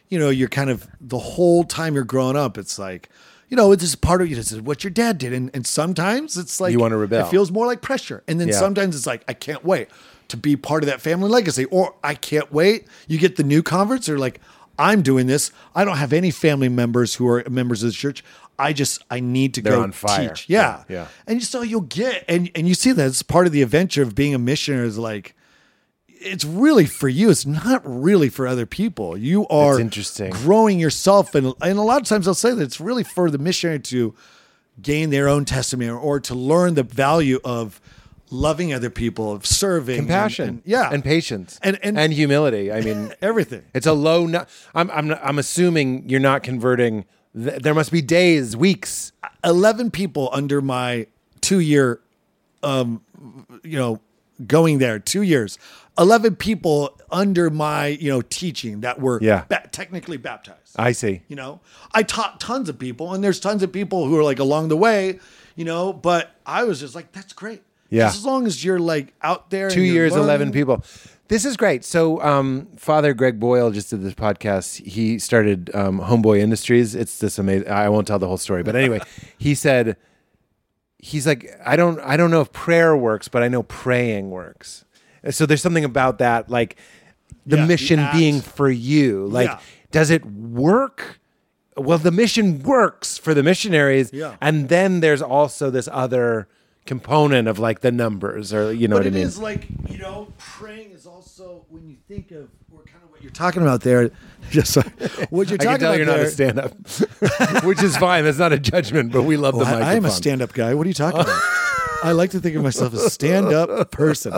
Speaker 2: you know, you're kind of the whole time you're growing up. It's like, you know, it's just part of you. This is what your dad did, and and sometimes it's like
Speaker 1: You wanna rebel.
Speaker 2: It feels more like pressure, and then
Speaker 1: Yeah.
Speaker 2: sometimes it's like I can't wait to be part of that family legacy, or I can't wait. You get the new converts, or like I'm doing this. I don't have any family members who are members of the church. I just I need to
Speaker 1: They're
Speaker 2: go
Speaker 1: on fire.
Speaker 2: teach. Yeah,
Speaker 1: Yeah.
Speaker 2: and so you'll get and and you see that it's part of the adventure of being a missionary is like it's really for you it's not really for other people you are
Speaker 1: That's interesting.
Speaker 2: growing yourself and and a lot of times they'll say that it's really for the missionary to gain their own testimony or, to learn the value of loving other people of serving and-
Speaker 1: compassion.
Speaker 2: and- yeah
Speaker 1: And patience.
Speaker 2: And- and-
Speaker 1: and humility. I mean,
Speaker 2: everything
Speaker 1: It's a low. nu- I'm, I'm, I'm assuming you're not converting. Th- There must be days, weeks.
Speaker 2: 11 people under my two year um you know going there two years 11 people under my you know teaching that were
Speaker 1: Yeah.
Speaker 2: ba- technically baptized
Speaker 1: I see.
Speaker 2: you know i taught tons of people and there's tons of people who are like along the way you know but i was just like that's great
Speaker 1: Yeah.
Speaker 2: just as long as you're like out there
Speaker 1: two years, eleven people. This is great. So, um, Father Greg Boyle just did this podcast. He started um, Homeboy Industries. It's this amazing. I won't tell the whole story, but anyway, he said he's like, I don't, I don't know if prayer works, but I know praying works. Uh, So there's something about that, like the
Speaker 2: Yeah, the
Speaker 1: mission
Speaker 2: act.
Speaker 1: being for you. Like,
Speaker 2: Yeah.
Speaker 1: does it work? Well, the mission works for the missionaries,
Speaker 2: Yeah.
Speaker 1: and then there's also this other component of like the numbers, or you know
Speaker 2: but
Speaker 1: what I
Speaker 2: it
Speaker 1: mean.
Speaker 2: is like you know praying is also when you think of or kind of what you're talking about there yes sorry. what you're
Speaker 1: I can
Speaker 2: talking
Speaker 1: tell
Speaker 2: about
Speaker 1: you're not
Speaker 2: there-
Speaker 1: a stand-up, which is fine. That's not a judgment, but we love the
Speaker 2: Well,
Speaker 1: microphone.
Speaker 2: I am a stand-up guy. What are you talking about? I like to think of myself as a stand-up person.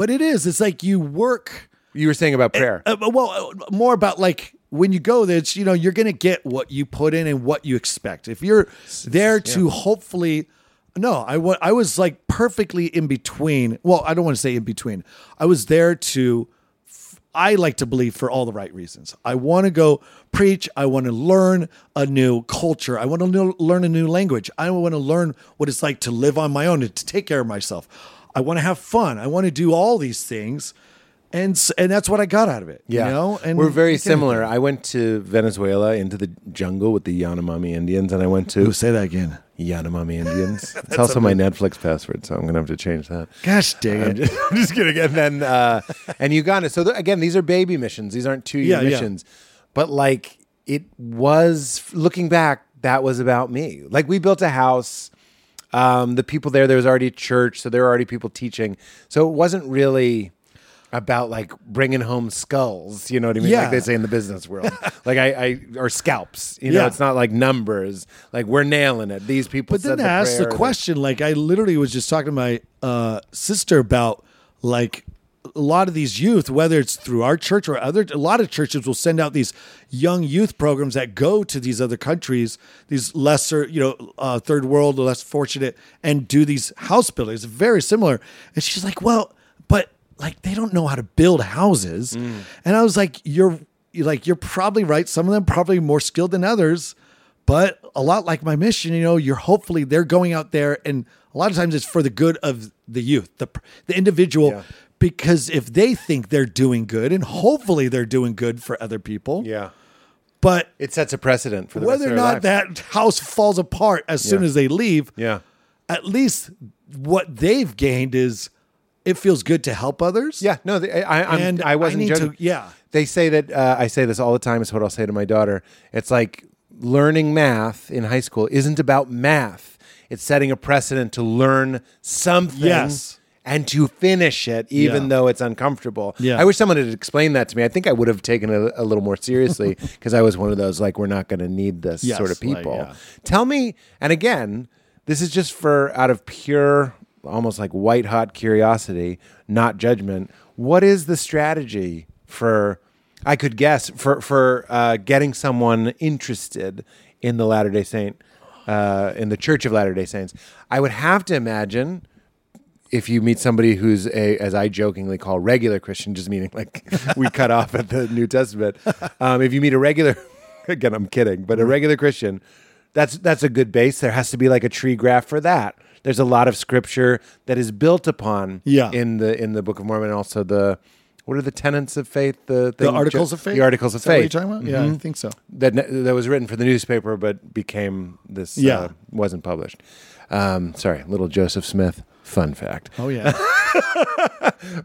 Speaker 2: But it is. It's like you work.
Speaker 1: You were saying about prayer.
Speaker 2: Uh, well, uh, more about like when you go there, it's, you know, you're going to get what you put in and what you expect. If you're there to hopefully, no, I wa- I was like perfectly in between. Well, I don't want to say in between. I was there to, f- I like to believe for all the right reasons. I want to go preach. I want to learn a new culture. I want to know- learn a new language. I want to learn what it's like to live on my own and to take care of myself. I want to have fun. I want to do all these things. And, s- and that's what I got out of it.
Speaker 1: Yeah,
Speaker 2: You know? And
Speaker 1: we're very
Speaker 2: you can-
Speaker 1: similar. I went to Venezuela into the jungle with the Yanomami Indians, and I went to
Speaker 2: say that again.
Speaker 1: Yanomami Indians. It's also my Netflix password, so I'm gonna have to change that.
Speaker 2: Gosh dang it.
Speaker 1: I'm just kidding. And then uh, and Uganda. So th- again, these are baby missions. These aren't two year
Speaker 2: Yeah, yeah.
Speaker 1: missions. But like it was looking back, that was about me. Like we built a house. Um, the people there, there was already a church, so there were already people teaching. So it wasn't really about like bringing home skulls. You know what I mean?
Speaker 2: Yeah.
Speaker 1: Like they say in the business world, like I, I or scalps. You know,
Speaker 2: Yeah.
Speaker 1: it's not like numbers. Like we're nailing it. These people.
Speaker 2: But then
Speaker 1: said
Speaker 2: I asked the
Speaker 1: prayer.
Speaker 2: question, like I literally was just talking to my uh, sister about like a lot of these youth, whether it's through our church or other, a lot of churches will send out these young youth programs that go to these other countries, these lesser, you know, uh, third world, less fortunate, and do these house buildings, very similar. And she's like, well, but like they don't know how to build houses,
Speaker 1: Mm.
Speaker 2: and I was like, you're you're like you're probably right. Some of them probably more skilled than others but a lot like my mission you know you're hopefully they're going out there and a lot of times it's for the good of the youth the the individual because if they think they're doing good and hopefully they're doing good for other people
Speaker 1: Yeah,
Speaker 2: but
Speaker 1: it sets a precedent for the rest
Speaker 2: whether or
Speaker 1: of their
Speaker 2: not
Speaker 1: life.
Speaker 2: that house falls apart as soon
Speaker 1: Yeah.
Speaker 2: as they leave
Speaker 1: Yeah.
Speaker 2: at least what they've gained is it feels good to help others
Speaker 1: Yeah, no, the, I, I, I'm,
Speaker 2: And
Speaker 1: I wasn't
Speaker 2: I need to-
Speaker 1: joking.
Speaker 2: yeah.
Speaker 1: they say that. Uh, I say this all the time. It's what I'll say to my daughter. It's like learning math in high school isn't about math. It's setting a precedent to learn something.
Speaker 2: Yes.
Speaker 1: And to finish it, even
Speaker 2: Yeah.
Speaker 1: though it's uncomfortable.
Speaker 2: Yeah.
Speaker 1: I wish someone had explained that to me. I think I would have taken it a little more seriously because I was one of those, like, we're not going to need this
Speaker 2: Yes,
Speaker 1: sort of
Speaker 2: like,
Speaker 1: people.
Speaker 2: yeah.
Speaker 1: Tell me, and again, this is just for out of pure, almost like white hot curiosity, not judgment. What is the strategy for? I could guess for for uh, getting someone interested in the Latter Day Saint, uh, in the Church of Latter Day Saints. I would have to imagine if you meet somebody who's a, as I jokingly call, regular Christian, just meaning like we cut off at the New Testament. Um, if you meet a regular, again, I'm kidding, but a
Speaker 2: Mm-hmm.
Speaker 1: regular Christian, that's that's a good base. There has to be like a tree graph for that. There's a lot of scripture that is built upon
Speaker 2: Yeah.
Speaker 1: in the in the Book of Mormon, and also the what are the tenets of faith? The,
Speaker 2: the
Speaker 1: thing-
Speaker 2: articles of faith
Speaker 1: The articles of
Speaker 2: Is
Speaker 1: Mm-hmm.
Speaker 2: that what
Speaker 1: faith
Speaker 2: you're talking about? yeah i think so
Speaker 1: that that was written for the newspaper, but became this.
Speaker 2: Yeah.
Speaker 1: uh, wasn't published. Um, sorry, little Joseph Smith. Fun fact.
Speaker 2: oh yeah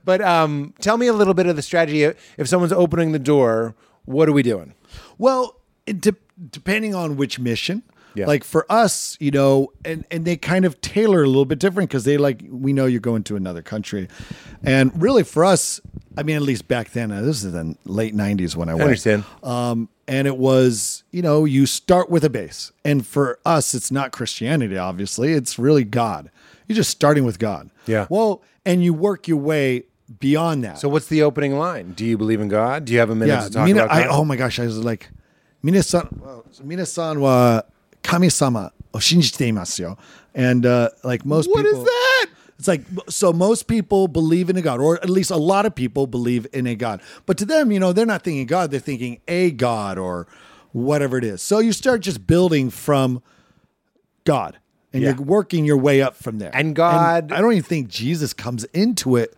Speaker 1: But um, tell me a little bit of the strategy. If someone's opening the door, what are we doing?
Speaker 2: Well, it de- depending on which mission.
Speaker 1: Yeah.
Speaker 2: Like for us, you know, and and they kind of tailor a little bit different because they like we know you're going to another country, and really for us, I mean at least back then, uh, this is the late '90s when I, went.
Speaker 1: understand.
Speaker 2: Um, and it was you know you start with a base, and for us it's not Christianity obviously, it's really God. You're just starting with God.
Speaker 1: Yeah.
Speaker 2: Well, and you work your way beyond that.
Speaker 1: So what's the opening line? Do you believe in God? Do you have a minute
Speaker 2: Yeah,
Speaker 1: to talk
Speaker 2: Mina,
Speaker 1: about
Speaker 2: I,
Speaker 1: God?
Speaker 2: oh my gosh, I was like, Minasan, well, Minasan wa kami-sama o shinjiteimasu yo. And uh, like most
Speaker 1: What is
Speaker 2: people.
Speaker 1: that?
Speaker 2: It's like, so most people believe in a God, or at least a lot of people believe in a God. But to them, you know, they're not thinking God, they're thinking a God or whatever it is. So you start just building from God and
Speaker 1: Yeah.
Speaker 2: you're working your way up from there.
Speaker 1: And God-
Speaker 2: I don't even think Jesus comes into it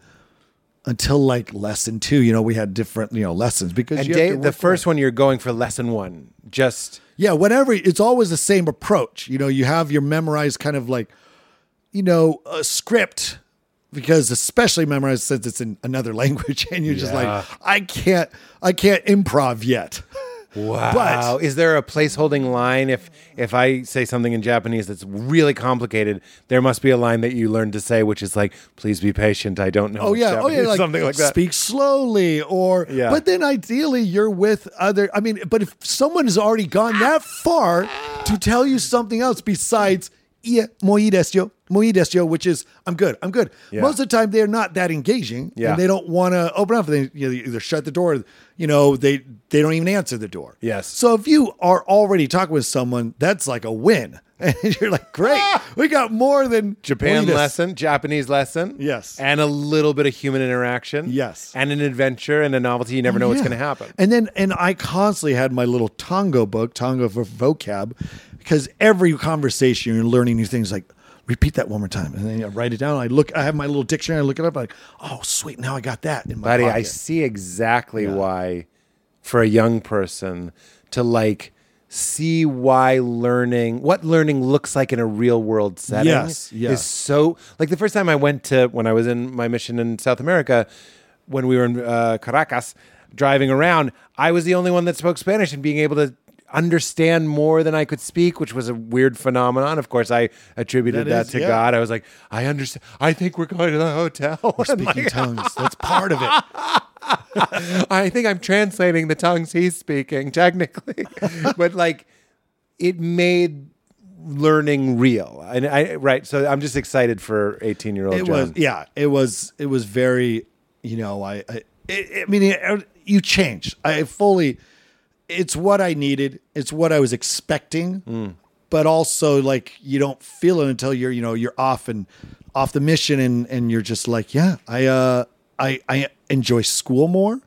Speaker 2: until like lesson two. You know, we had different you know lessons because
Speaker 1: and
Speaker 2: you have
Speaker 1: day,
Speaker 2: to
Speaker 1: the
Speaker 2: work
Speaker 1: first one you're going for lesson one. Just
Speaker 2: yeah, whenever it's always the same approach. You know, you have your memorized kind of like, you know, a script because especially memorized since it's in another language and you're just
Speaker 1: Yeah.
Speaker 2: like, I can't, I can't improv yet.
Speaker 1: wow. is there a placeholding line if if I say something in Japanese that's really complicated? There must be a line that you learn to say, which is like, "Please be patient. I don't know."
Speaker 2: Oh yeah, oh yeah, like,
Speaker 1: something like that.
Speaker 2: Speak slowly, or
Speaker 1: Yeah.
Speaker 2: But then ideally, you're with other. I mean, but if someone has already gone that far to tell you something else besides yeah, moi desyo, moi desyo, which is I'm good, I'm good.
Speaker 1: Yeah.
Speaker 2: Most of the time they're not that engaging,
Speaker 1: Yeah.
Speaker 2: and they don't want to open up. They you know, they either shut the door, you know, they they don't even answer the door.
Speaker 1: Yes.
Speaker 2: So if you are already talking with someone, that's like a win, and you're like, great, we got more than
Speaker 1: Japan
Speaker 2: moi des-
Speaker 1: lesson, Japanese lesson.
Speaker 2: Yes.
Speaker 1: And a little bit of human interaction.
Speaker 2: Yes.
Speaker 1: And an adventure and a novelty. You never know what's
Speaker 2: Yeah.
Speaker 1: going to happen.
Speaker 2: And then, and I constantly had my little Tongo book, Tongo for vocab, because every conversation you're learning new things. Like, repeat that one more time, and then I write it down. I look, I have my little dictionary. I look it up. Like, oh sweet, now I got that in my
Speaker 1: Buddy, I
Speaker 2: pocket.
Speaker 1: see exactly why, for a young person, to like see why learning, what learning looks like in a real world setting
Speaker 2: Yes, yeah.
Speaker 1: is so. Like the first time I went to, when I was in my mission in South America, when we were in uh, Caracas driving around, I was the only one that spoke Spanish and being able to understand more than I could speak, which was a weird phenomenon. Of course, I attributed that,
Speaker 2: That is-
Speaker 1: to
Speaker 2: yeah.
Speaker 1: God. I was like, I understand. I think we're going to the hotel. We're
Speaker 2: speaking tongues. That's part of it.
Speaker 1: I think I'm translating the tongues he's speaking, technically, but like it made learning real. And I right, so I'm just excited for 18 year old
Speaker 2: It was
Speaker 1: John.
Speaker 2: yeah. It was it was very you know I I, I I mean it, you changed. I fully. It's what I needed. It's what I was expecting. But also like you don't feel it until you're you know you're off and off the mission and and you're just like yeah I uh I I enjoy school more.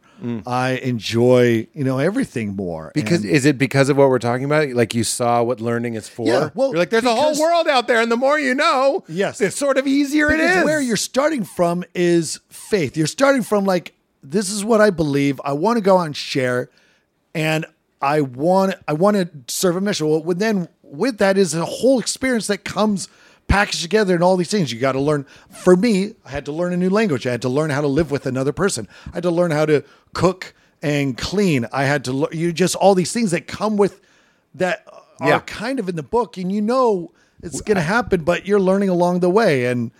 Speaker 2: I enjoy you know everything more
Speaker 1: Because
Speaker 2: And-
Speaker 1: is it because of what we're talking about? Like you saw what learning is for?
Speaker 2: Yeah, well,
Speaker 1: You're like, there's a whole
Speaker 2: because-
Speaker 1: world out there, and the more you know,
Speaker 2: Yes.
Speaker 1: the sort of easier it
Speaker 2: Because
Speaker 1: is.
Speaker 2: Where you're starting from is faith. You're starting from like this is what I believe. I want to go out and share, and I want I want to serve a mission. Well, with- then with that is a whole experience that comes packaged together and all these things. You got to learn. For me, I had to learn a new language. I had to learn how to live with another person. I had to learn how to cook and clean. I had to learn you just all these things that come with that uh, are
Speaker 1: Yeah.
Speaker 2: kind of in the book and you know it's going to happen but you're learning along the way and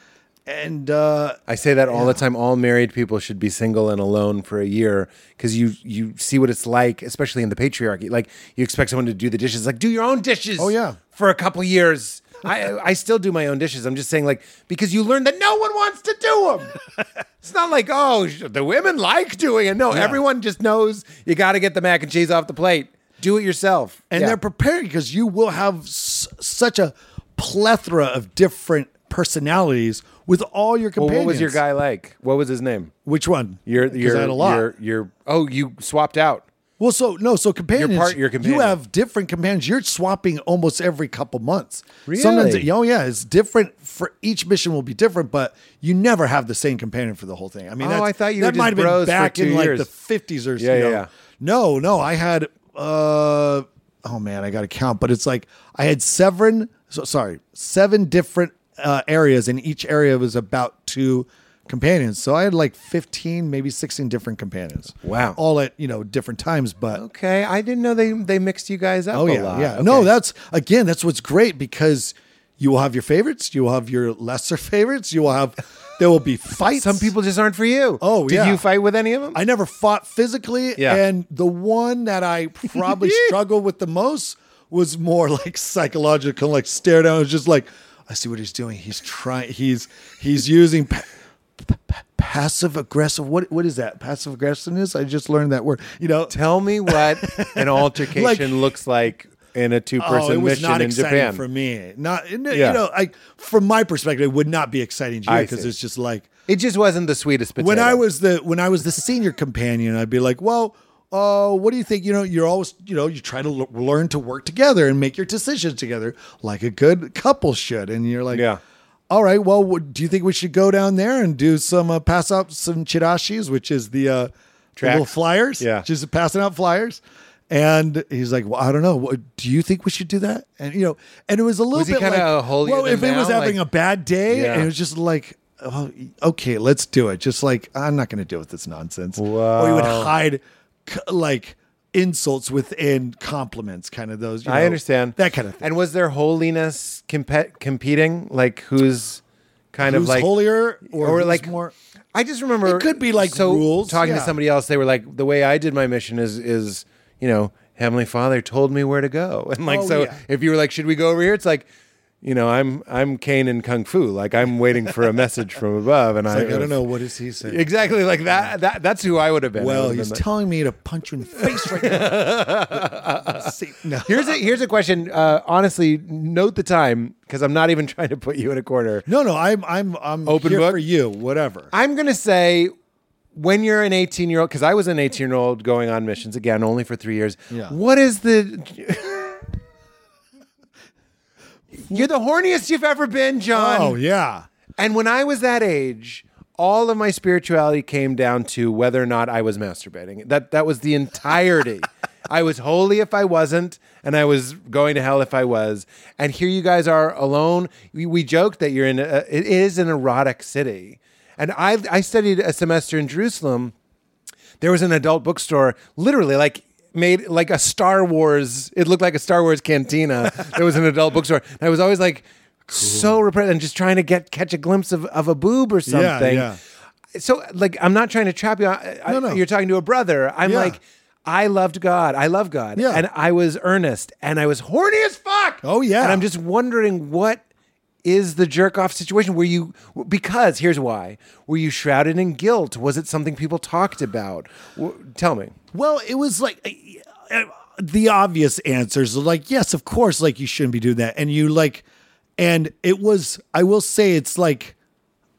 Speaker 2: and uh
Speaker 1: I say that all the time. All married people should be single and alone for a year because you you see what it's like, especially in the patriarchy. Like you expect someone to do the dishes, like do your own dishes. Oh
Speaker 2: yeah.
Speaker 1: for a couple years. I I still do my own dishes. I'm just saying, like because you learn that no one wants to do them. it's not like oh sh- the women like doing it. No, everyone just knows you got to get the mac and cheese off the plate. Do it yourself.
Speaker 2: and
Speaker 1: Yeah.
Speaker 2: they're preparing because you will have s- such a plethora of different personalities with all your
Speaker 1: well,
Speaker 2: companions
Speaker 1: what was your guy like? What was his name?
Speaker 2: which one
Speaker 1: Your
Speaker 2: 'Cause
Speaker 1: your
Speaker 2: I had a lot
Speaker 1: your your oh you swapped out.
Speaker 2: well so no so companions
Speaker 1: part- your
Speaker 2: you
Speaker 1: companion.
Speaker 2: have different companions you're swapping almost every couple months
Speaker 1: Really?
Speaker 2: oh yeah it's different for each mission will be different but you never have the same companion for the whole thing i mean
Speaker 1: Oh,
Speaker 2: that's-
Speaker 1: I thought you
Speaker 2: that
Speaker 1: were just
Speaker 2: might have
Speaker 1: bros
Speaker 2: been
Speaker 1: for
Speaker 2: back
Speaker 1: two
Speaker 2: in like
Speaker 1: years.
Speaker 2: the 50s or
Speaker 1: Yeah,
Speaker 2: you
Speaker 1: yeah,
Speaker 2: know.
Speaker 1: yeah.
Speaker 2: No, no, I had uh oh man, I got to count, but it's like I had seven so sorry, seven different uh areas and each area was about two companions. So I had like 15, maybe 16 different companions.
Speaker 1: Wow.
Speaker 2: All at, you know, different times, but
Speaker 1: Okay, I didn't know they they mixed you guys up
Speaker 2: Oh
Speaker 1: a
Speaker 2: yeah,
Speaker 1: lot.
Speaker 2: yeah.
Speaker 1: Okay.
Speaker 2: No, that's again, that's what's great because you will have your favorites, you will have your lesser favorites, you will have there will be fights.
Speaker 1: some people just aren't for you.
Speaker 2: Oh,
Speaker 1: did
Speaker 2: yeah.
Speaker 1: you fight with any of them?
Speaker 2: I never fought physically,
Speaker 1: Yeah.
Speaker 2: and the one that I probably struggled with the most was more like psychological, like stare down. It was just like, I see what he's doing. He's trying. He's he's using pa- pa- passive aggressive. What what is that? Passive aggressiveness. I just learned that word. You know,
Speaker 1: Tell me what an altercation looks like in a two
Speaker 2: oh,
Speaker 1: person
Speaker 2: it was
Speaker 1: mission
Speaker 2: not
Speaker 1: in
Speaker 2: exciting
Speaker 1: Japan.
Speaker 2: for me. Not you know,
Speaker 1: Yeah.
Speaker 2: you know, I from my perspective, it would not be exciting to you
Speaker 1: I
Speaker 2: because
Speaker 1: see.
Speaker 2: it's just like
Speaker 1: it just wasn't the sweetest potato.
Speaker 2: when I was the when I was the senior companion, I'd be like, well. Uh, what do you think? You know, you're always, you know, you try to l- learn to work together and make your decisions together like a good couple should. And you're like,
Speaker 1: Yeah.
Speaker 2: all right, well, w- do you think we should go down there and do some, uh, pass out some chirashis, which is the, uh, the little
Speaker 1: Tracks.
Speaker 2: flyers?
Speaker 1: Yeah.
Speaker 2: Just passing out flyers. And he's like, well, I don't know. What, do you think we should do that? And, you know, and it was a little
Speaker 1: Was he
Speaker 2: bit
Speaker 1: kinda
Speaker 2: like,
Speaker 1: a holier
Speaker 2: well,
Speaker 1: than
Speaker 2: if it was
Speaker 1: thou?
Speaker 2: having
Speaker 1: Like-
Speaker 2: a bad day
Speaker 1: Yeah.
Speaker 2: and it was just like oh, okay let's do it just like i'm not going to deal with this nonsense or you would
Speaker 1: Wow.
Speaker 2: hide c- like insults within compliments kind of those you
Speaker 1: I
Speaker 2: know,
Speaker 1: understand
Speaker 2: that kind of thing
Speaker 1: And was there holiness compe- competing? Like who's kind
Speaker 2: who's
Speaker 1: of like
Speaker 2: holier or,
Speaker 1: or
Speaker 2: who's
Speaker 1: like-
Speaker 2: more
Speaker 1: I just remember
Speaker 2: It could be, like,
Speaker 1: so
Speaker 2: rules,
Speaker 1: Talking to
Speaker 2: yeah.
Speaker 1: somebody else, they were like, "The way I did my mission is is you know, Heavenly Father told me where to go." And like,
Speaker 2: Oh,
Speaker 1: so
Speaker 2: yeah.
Speaker 1: if you were like, "Should we go over here?" It's like, you know, I'm I'm Kane in Kung Fu. Like I'm waiting for a message from above, and I,
Speaker 2: Like, I don't know what is he saying.
Speaker 1: exactly like that. That that's who I would have been. I
Speaker 2: Well,
Speaker 1: would've
Speaker 2: he's
Speaker 1: been like-
Speaker 2: telling me to punch you in the face right now. See, no.
Speaker 1: Here's a here's a question. Uh, honestly, note the time because I'm not even trying to put you in a corner.
Speaker 2: no, no, I'm I'm I'm
Speaker 1: Open
Speaker 2: here
Speaker 1: book?
Speaker 2: for you. Whatever.
Speaker 1: I'm gonna say when you're an 18 year old, because I was an 18 year old going on missions again, only for three years.
Speaker 2: Yeah.
Speaker 1: What is the? you're the horniest you've ever been, John.
Speaker 2: Oh yeah.
Speaker 1: And when I was that age, all of my spirituality came down to whether or not I was masturbating. That that was the entirety. I was holy if I wasn't, and I was going to hell if I was. And here you guys are alone. We, we joked that you're in a, it is an erotic city. And I I studied a semester in Jerusalem there was an adult bookstore literally like made like a Star Wars it looked like a Star Wars cantina. there was an adult bookstore. And I was always like so repressed and just trying to get catch a glimpse of, of a boob or something.
Speaker 2: yeah.
Speaker 1: So like I'm not trying to trap you I, I-
Speaker 2: No, no.
Speaker 1: you're talking to a brother. I'm
Speaker 2: Yeah.
Speaker 1: like I loved God. I love God.
Speaker 2: Yeah.
Speaker 1: And I was earnest and I was horny as fuck.
Speaker 2: Oh, yeah.
Speaker 1: And I'm just wondering what is the jerk off situation? Were you because here's why: were you shrouded in guilt? Was it something people talked about? W- tell me.
Speaker 2: Well, it was like uh, uh, the obvious answers are like, yes, of course, like you shouldn't be doing that. And you like, and it was, I will say, it's like,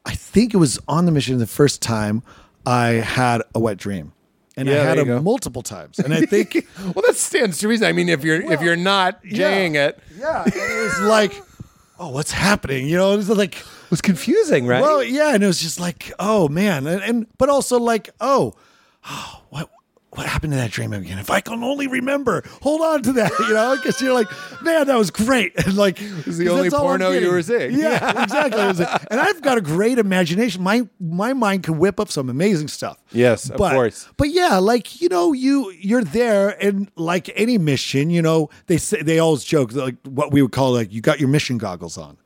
Speaker 2: I think it was on the mission the first time I had a wet dream. And
Speaker 1: Yeah,
Speaker 2: I had
Speaker 1: there
Speaker 2: it
Speaker 1: you go.
Speaker 2: multiple times. And I think,
Speaker 1: Well, that stands to reason. I mean, if you're if you're not jaying it,
Speaker 2: yeah, and it was like, oh, what's happening? You know, it was like,
Speaker 1: it was confusing, right?
Speaker 2: Well, yeah, and it was just like, oh man, and, and but also like, oh, oh, what what happened to that dream again? If I can only remember, hold on to that, you know, because you're like, man, that was great, and like, it was
Speaker 1: the only porno you were seeing.
Speaker 2: Yeah, exactly. It was like- and I've got a great imagination. My my mind can whip up some amazing stuff.
Speaker 1: Yes, of
Speaker 2: But-
Speaker 1: course.
Speaker 2: but yeah, like you know, you you're there, and like any mission, you know, they say they always joke like what we would call like you got your mission goggles on,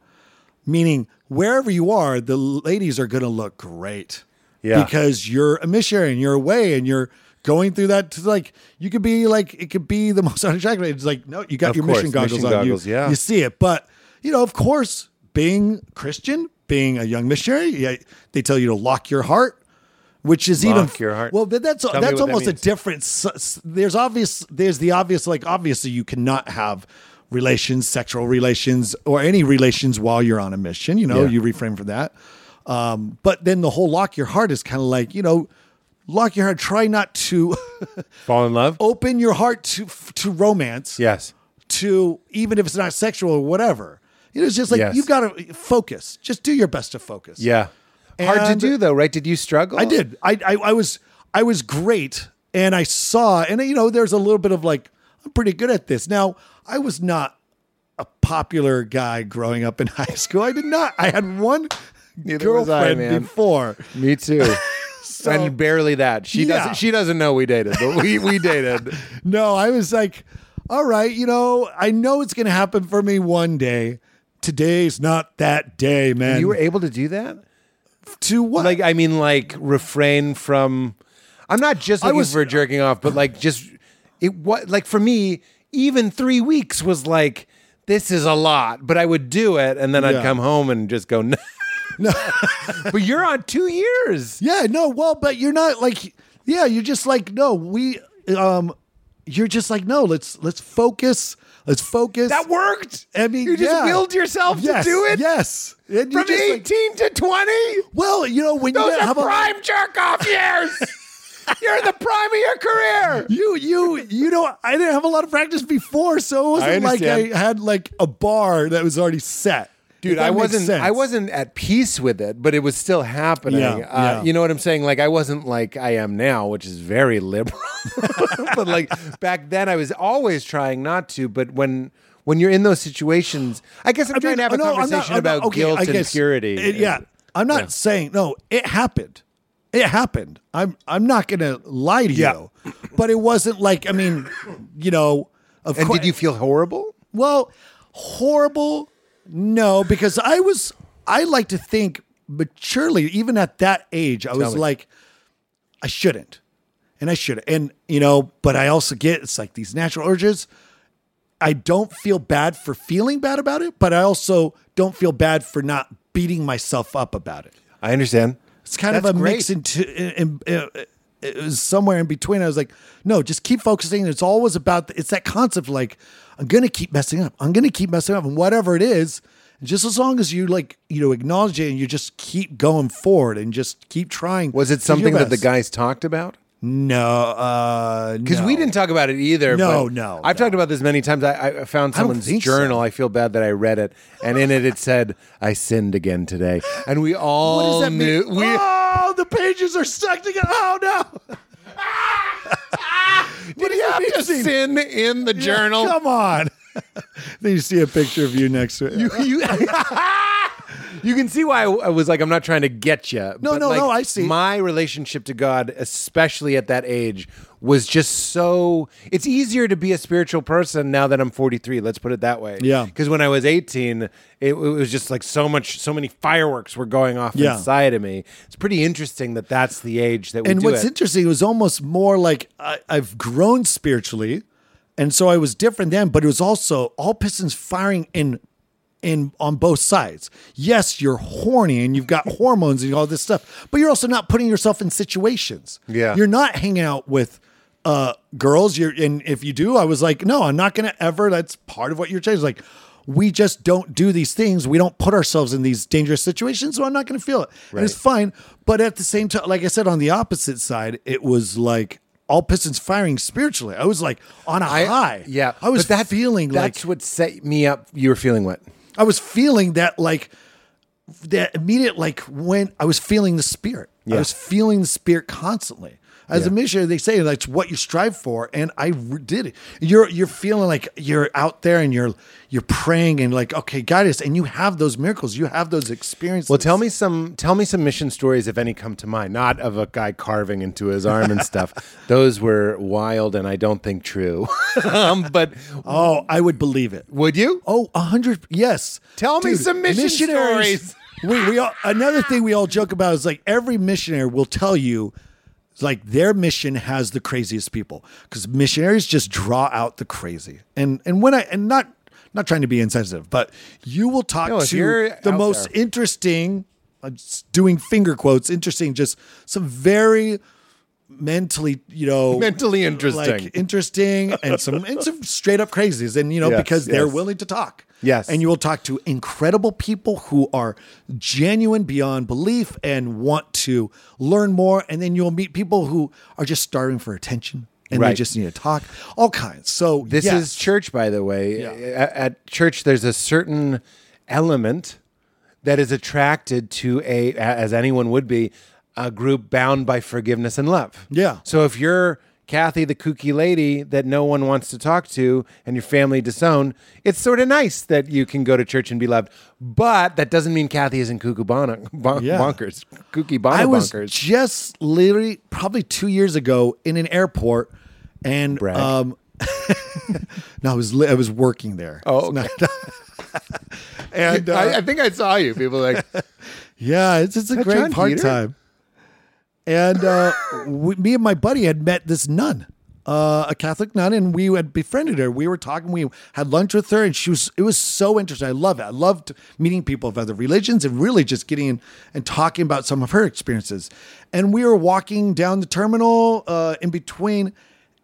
Speaker 2: meaning wherever you are, the ladies are gonna look great,
Speaker 1: Yeah.
Speaker 2: because you're a missionary and you're away and you're going through that. To like you could be like it could be the most unattractive. It's like no, you got
Speaker 1: Of
Speaker 2: your
Speaker 1: course,
Speaker 2: mission goggles
Speaker 1: mission
Speaker 2: on. You-
Speaker 1: goggles, yeah.
Speaker 2: you see it. But you know, of course, being Christian, being a young missionary, yeah, they tell you to lock your heart, which is even
Speaker 1: Lock your heart.
Speaker 2: Well, but that's
Speaker 1: me
Speaker 2: that's
Speaker 1: what that
Speaker 2: almost a
Speaker 1: means.
Speaker 2: different. s- s- There's obvious. There's the obvious. Like obviously, you cannot have relations, sexual relations, or any relations while you're on a mission. You know,
Speaker 1: Yeah.
Speaker 2: you reframe from that. Um, but then the whole lock your heart is kind of like you know. Lock your heart. Try not to
Speaker 1: fall in love.
Speaker 2: open your heart to to romance
Speaker 1: Yes.
Speaker 2: to even if it's not sexual or whatever. It was just like
Speaker 1: Yes.
Speaker 2: you got to focus. Just do your best to focus.
Speaker 1: Yeah. Hard to
Speaker 2: And-
Speaker 1: do though, right? Did you struggle?
Speaker 2: I did. I, I I was I was great, and I saw, and you know, there's a little bit of like I'm pretty good at this. Now I was not a popular guy growing up in high school. I did not. I had one
Speaker 1: Neither was I,
Speaker 2: girlfriend
Speaker 1: man.
Speaker 2: before.
Speaker 1: Me too. and barely that. She
Speaker 2: Yeah.
Speaker 1: doesn't. She doesn't know we dated, but we we dated.
Speaker 2: No, I was like, all right, you know, I know it's gonna happen for me one day. Today's not that day, man.
Speaker 1: you were able to do that.
Speaker 2: to what?
Speaker 1: Like I mean, like refrain from. I'm not just looking
Speaker 2: was-
Speaker 1: for jerking off, but like just it. What like for me, even three weeks was like this is a lot, but I would do it, and then I'd
Speaker 2: Yeah.
Speaker 1: come home and just go no. but you're on two years.
Speaker 2: Yeah, no, well, but you're not like yeah, you're just like no, we um you're just like no, let's let's focus. Let's focus.
Speaker 1: That worked.
Speaker 2: I mean,
Speaker 1: you just
Speaker 2: yeah.
Speaker 1: willed yourself
Speaker 2: yes,
Speaker 1: to do it
Speaker 2: Yes. And you
Speaker 1: from
Speaker 2: just, like-
Speaker 1: 18 to 20.
Speaker 2: well, you know, when
Speaker 1: Those
Speaker 2: you
Speaker 1: are
Speaker 2: have a
Speaker 1: prime jerk off years. You're in the prime of your career.
Speaker 2: you you you know, I didn't have a lot of practice before, so it wasn't like
Speaker 1: understand.
Speaker 2: I had like a bar that was already set. If
Speaker 1: Dude,
Speaker 2: that
Speaker 1: I
Speaker 2: makes
Speaker 1: wasn't
Speaker 2: sense.
Speaker 1: I wasn't at peace with it, but it was still happening.
Speaker 2: Yeah,
Speaker 1: uh,
Speaker 2: yeah.
Speaker 1: You know what I'm saying? Like I wasn't like I am now, which is very liberal. but like back then I was always trying not to, but when when you're in those situations, I guess I'm
Speaker 2: I
Speaker 1: trying
Speaker 2: mean,
Speaker 1: to have a
Speaker 2: no, I'm not- I'm
Speaker 1: conversation
Speaker 2: not-
Speaker 1: about
Speaker 2: okay,
Speaker 1: guilt
Speaker 2: I
Speaker 1: and
Speaker 2: guess-
Speaker 1: purity.
Speaker 2: it- yeah, I'm not saying no. It happened. It happened. I'm I'm not gonna lie to
Speaker 1: Yeah.
Speaker 2: you, but it wasn't like I mean, you know, of
Speaker 1: And
Speaker 2: cour-
Speaker 1: did you feel horrible?
Speaker 2: well, horrible. No, because I was I like to think maturely, even at that age, I was
Speaker 1: me.
Speaker 2: like, I shouldn't. And I should and you know, but I also get it's like these natural urges. I don't feel bad for feeling bad about it, but I also don't feel bad for not beating myself up about it.
Speaker 1: I understand.
Speaker 2: It's kind
Speaker 1: That's
Speaker 2: of a
Speaker 1: great.
Speaker 2: mix into in, in, it was somewhere in between. I was like, no, just keep focusing. It's always about it's that concept of like I'm gonna keep messing up. I'm gonna keep messing up, and whatever it is, just as long as you like you know acknowledge it and you just keep going forward and just keep trying.
Speaker 1: Was
Speaker 2: to do
Speaker 1: it
Speaker 2: your
Speaker 1: something that the
Speaker 2: best.
Speaker 1: guys talked about?
Speaker 2: No, uh,
Speaker 1: Because we didn't talk about it either.
Speaker 2: No,
Speaker 1: but
Speaker 2: no,
Speaker 1: I've
Speaker 2: no.
Speaker 1: talked about this many times. I, I found someone's
Speaker 2: think so.
Speaker 1: journal. I feel bad that I read it, and in it it said, "I sinned again today," and we
Speaker 2: What
Speaker 1: all
Speaker 2: does that
Speaker 1: knew.
Speaker 2: mean?
Speaker 1: We,
Speaker 2: oh, the pages are stuck together. Oh no!
Speaker 1: what does it mean to sin in the journal?
Speaker 2: Come on. then you see a picture of you next to it.
Speaker 1: you, you can see why I I was like, I'm not trying to get you.
Speaker 2: No, no, no, I see.
Speaker 1: My relationship to God, especially at that age, was just so. It's easier to be a spiritual person now that I'm 43. Let's put it that way.
Speaker 2: Yeah.
Speaker 1: Because when I was 18, it, it was just like so much, so many fireworks were going off
Speaker 2: Yeah.
Speaker 1: inside of me. It's pretty interesting that that's the age that we
Speaker 2: and
Speaker 1: do
Speaker 2: what's
Speaker 1: it.
Speaker 2: interesting was almost more like I, I've grown spiritually, and so I was different then. But it was also all pistons firing in, in on both sides. Yes, you're horny and you've got hormones and all this stuff, but you're also not putting yourself in situations.
Speaker 1: Yeah.
Speaker 2: you're not hanging out with uh girls. You're and if you do, I was like, no, I'm not gonna ever. That's part of what you're changing. Like. We just don't do these things. We don't put ourselves in these dangerous situations, so I'm not going to feel it. And it's
Speaker 1: Right.
Speaker 2: fine. But at the same time, like I said, on the opposite side, it was like all pistons firing spiritually. I was like on a high.
Speaker 1: Yeah.
Speaker 2: I was
Speaker 1: But that-
Speaker 2: feeling like
Speaker 1: That's what set me up. You were feeling what?
Speaker 2: I was feeling that like that immediate like when I was feeling the spirit. I was feeling the spirit constantly. As a missionary, they say that's what you strive for, and I re- did it. You're you're feeling like you're out there and you're you're praying and like okay, guide us, and you have those miracles, you have those experiences.
Speaker 1: Well, tell me some tell me some mission stories if any come to mind. Not of a guy carving into his arm and stuff. Those were wild and I don't think true. um, but
Speaker 2: oh, I would believe it.
Speaker 1: would you?
Speaker 2: Oh, a hundred. Yes.
Speaker 1: Tell me some mission
Speaker 2: missionaries-
Speaker 1: stories.
Speaker 2: We, we all, another thing we all joke about is like every missionary will tell you, like their mission has the craziest people because missionaries just draw out the crazy. And and when I and not not trying to be insensitive, but you will talk
Speaker 1: No, if you're
Speaker 2: to the
Speaker 1: out
Speaker 2: most
Speaker 1: there.
Speaker 2: interesting. I'm just doing finger quotes. Interesting, just some very mentally, you know,
Speaker 1: Mentally interesting.
Speaker 2: like interesting, and some and some straight up crazies, and you know
Speaker 1: Yes,
Speaker 2: because they're
Speaker 1: yes.
Speaker 2: willing to talk.
Speaker 1: Yes.
Speaker 2: and you will talk to incredible people who are genuine beyond belief and want to learn more, and then you'll meet people who are just starving for attention and they
Speaker 1: Right.
Speaker 2: just need to talk, all kinds. So
Speaker 1: This
Speaker 2: yes.
Speaker 1: is church, by the way.
Speaker 2: Yeah.
Speaker 1: At, at church, there's a certain element that is attracted to a, as anyone would be, a group bound by forgiveness and love.
Speaker 2: Yeah.
Speaker 1: So if you're Kathy, the kooky lady that no one wants to talk to, and your family disown, it's sort of nice that you can go to church and be loved. But that doesn't mean Kathy isn't cuckoo bon- bon-
Speaker 2: Yeah.
Speaker 1: bonkers, kooky bono
Speaker 2: I was
Speaker 1: bonkers.
Speaker 2: just literally probably two years ago in an airport, and
Speaker 1: Brag.
Speaker 2: um, no, I was li- I was working there.
Speaker 1: Oh,
Speaker 2: It's not- and uh,
Speaker 1: I, I think I saw you. People were like,
Speaker 2: yeah, it's it's a
Speaker 1: John
Speaker 2: great part
Speaker 1: Peter?
Speaker 2: time. And uh, we, me and my buddy had met this nun, uh, a Catholic nun, and we had befriended her. We were talking, we had lunch with her, and she was. It was so interesting. I love it. I loved meeting people of other religions and really just getting in and talking about some of her experiences. And we were walking down the terminal uh, in between,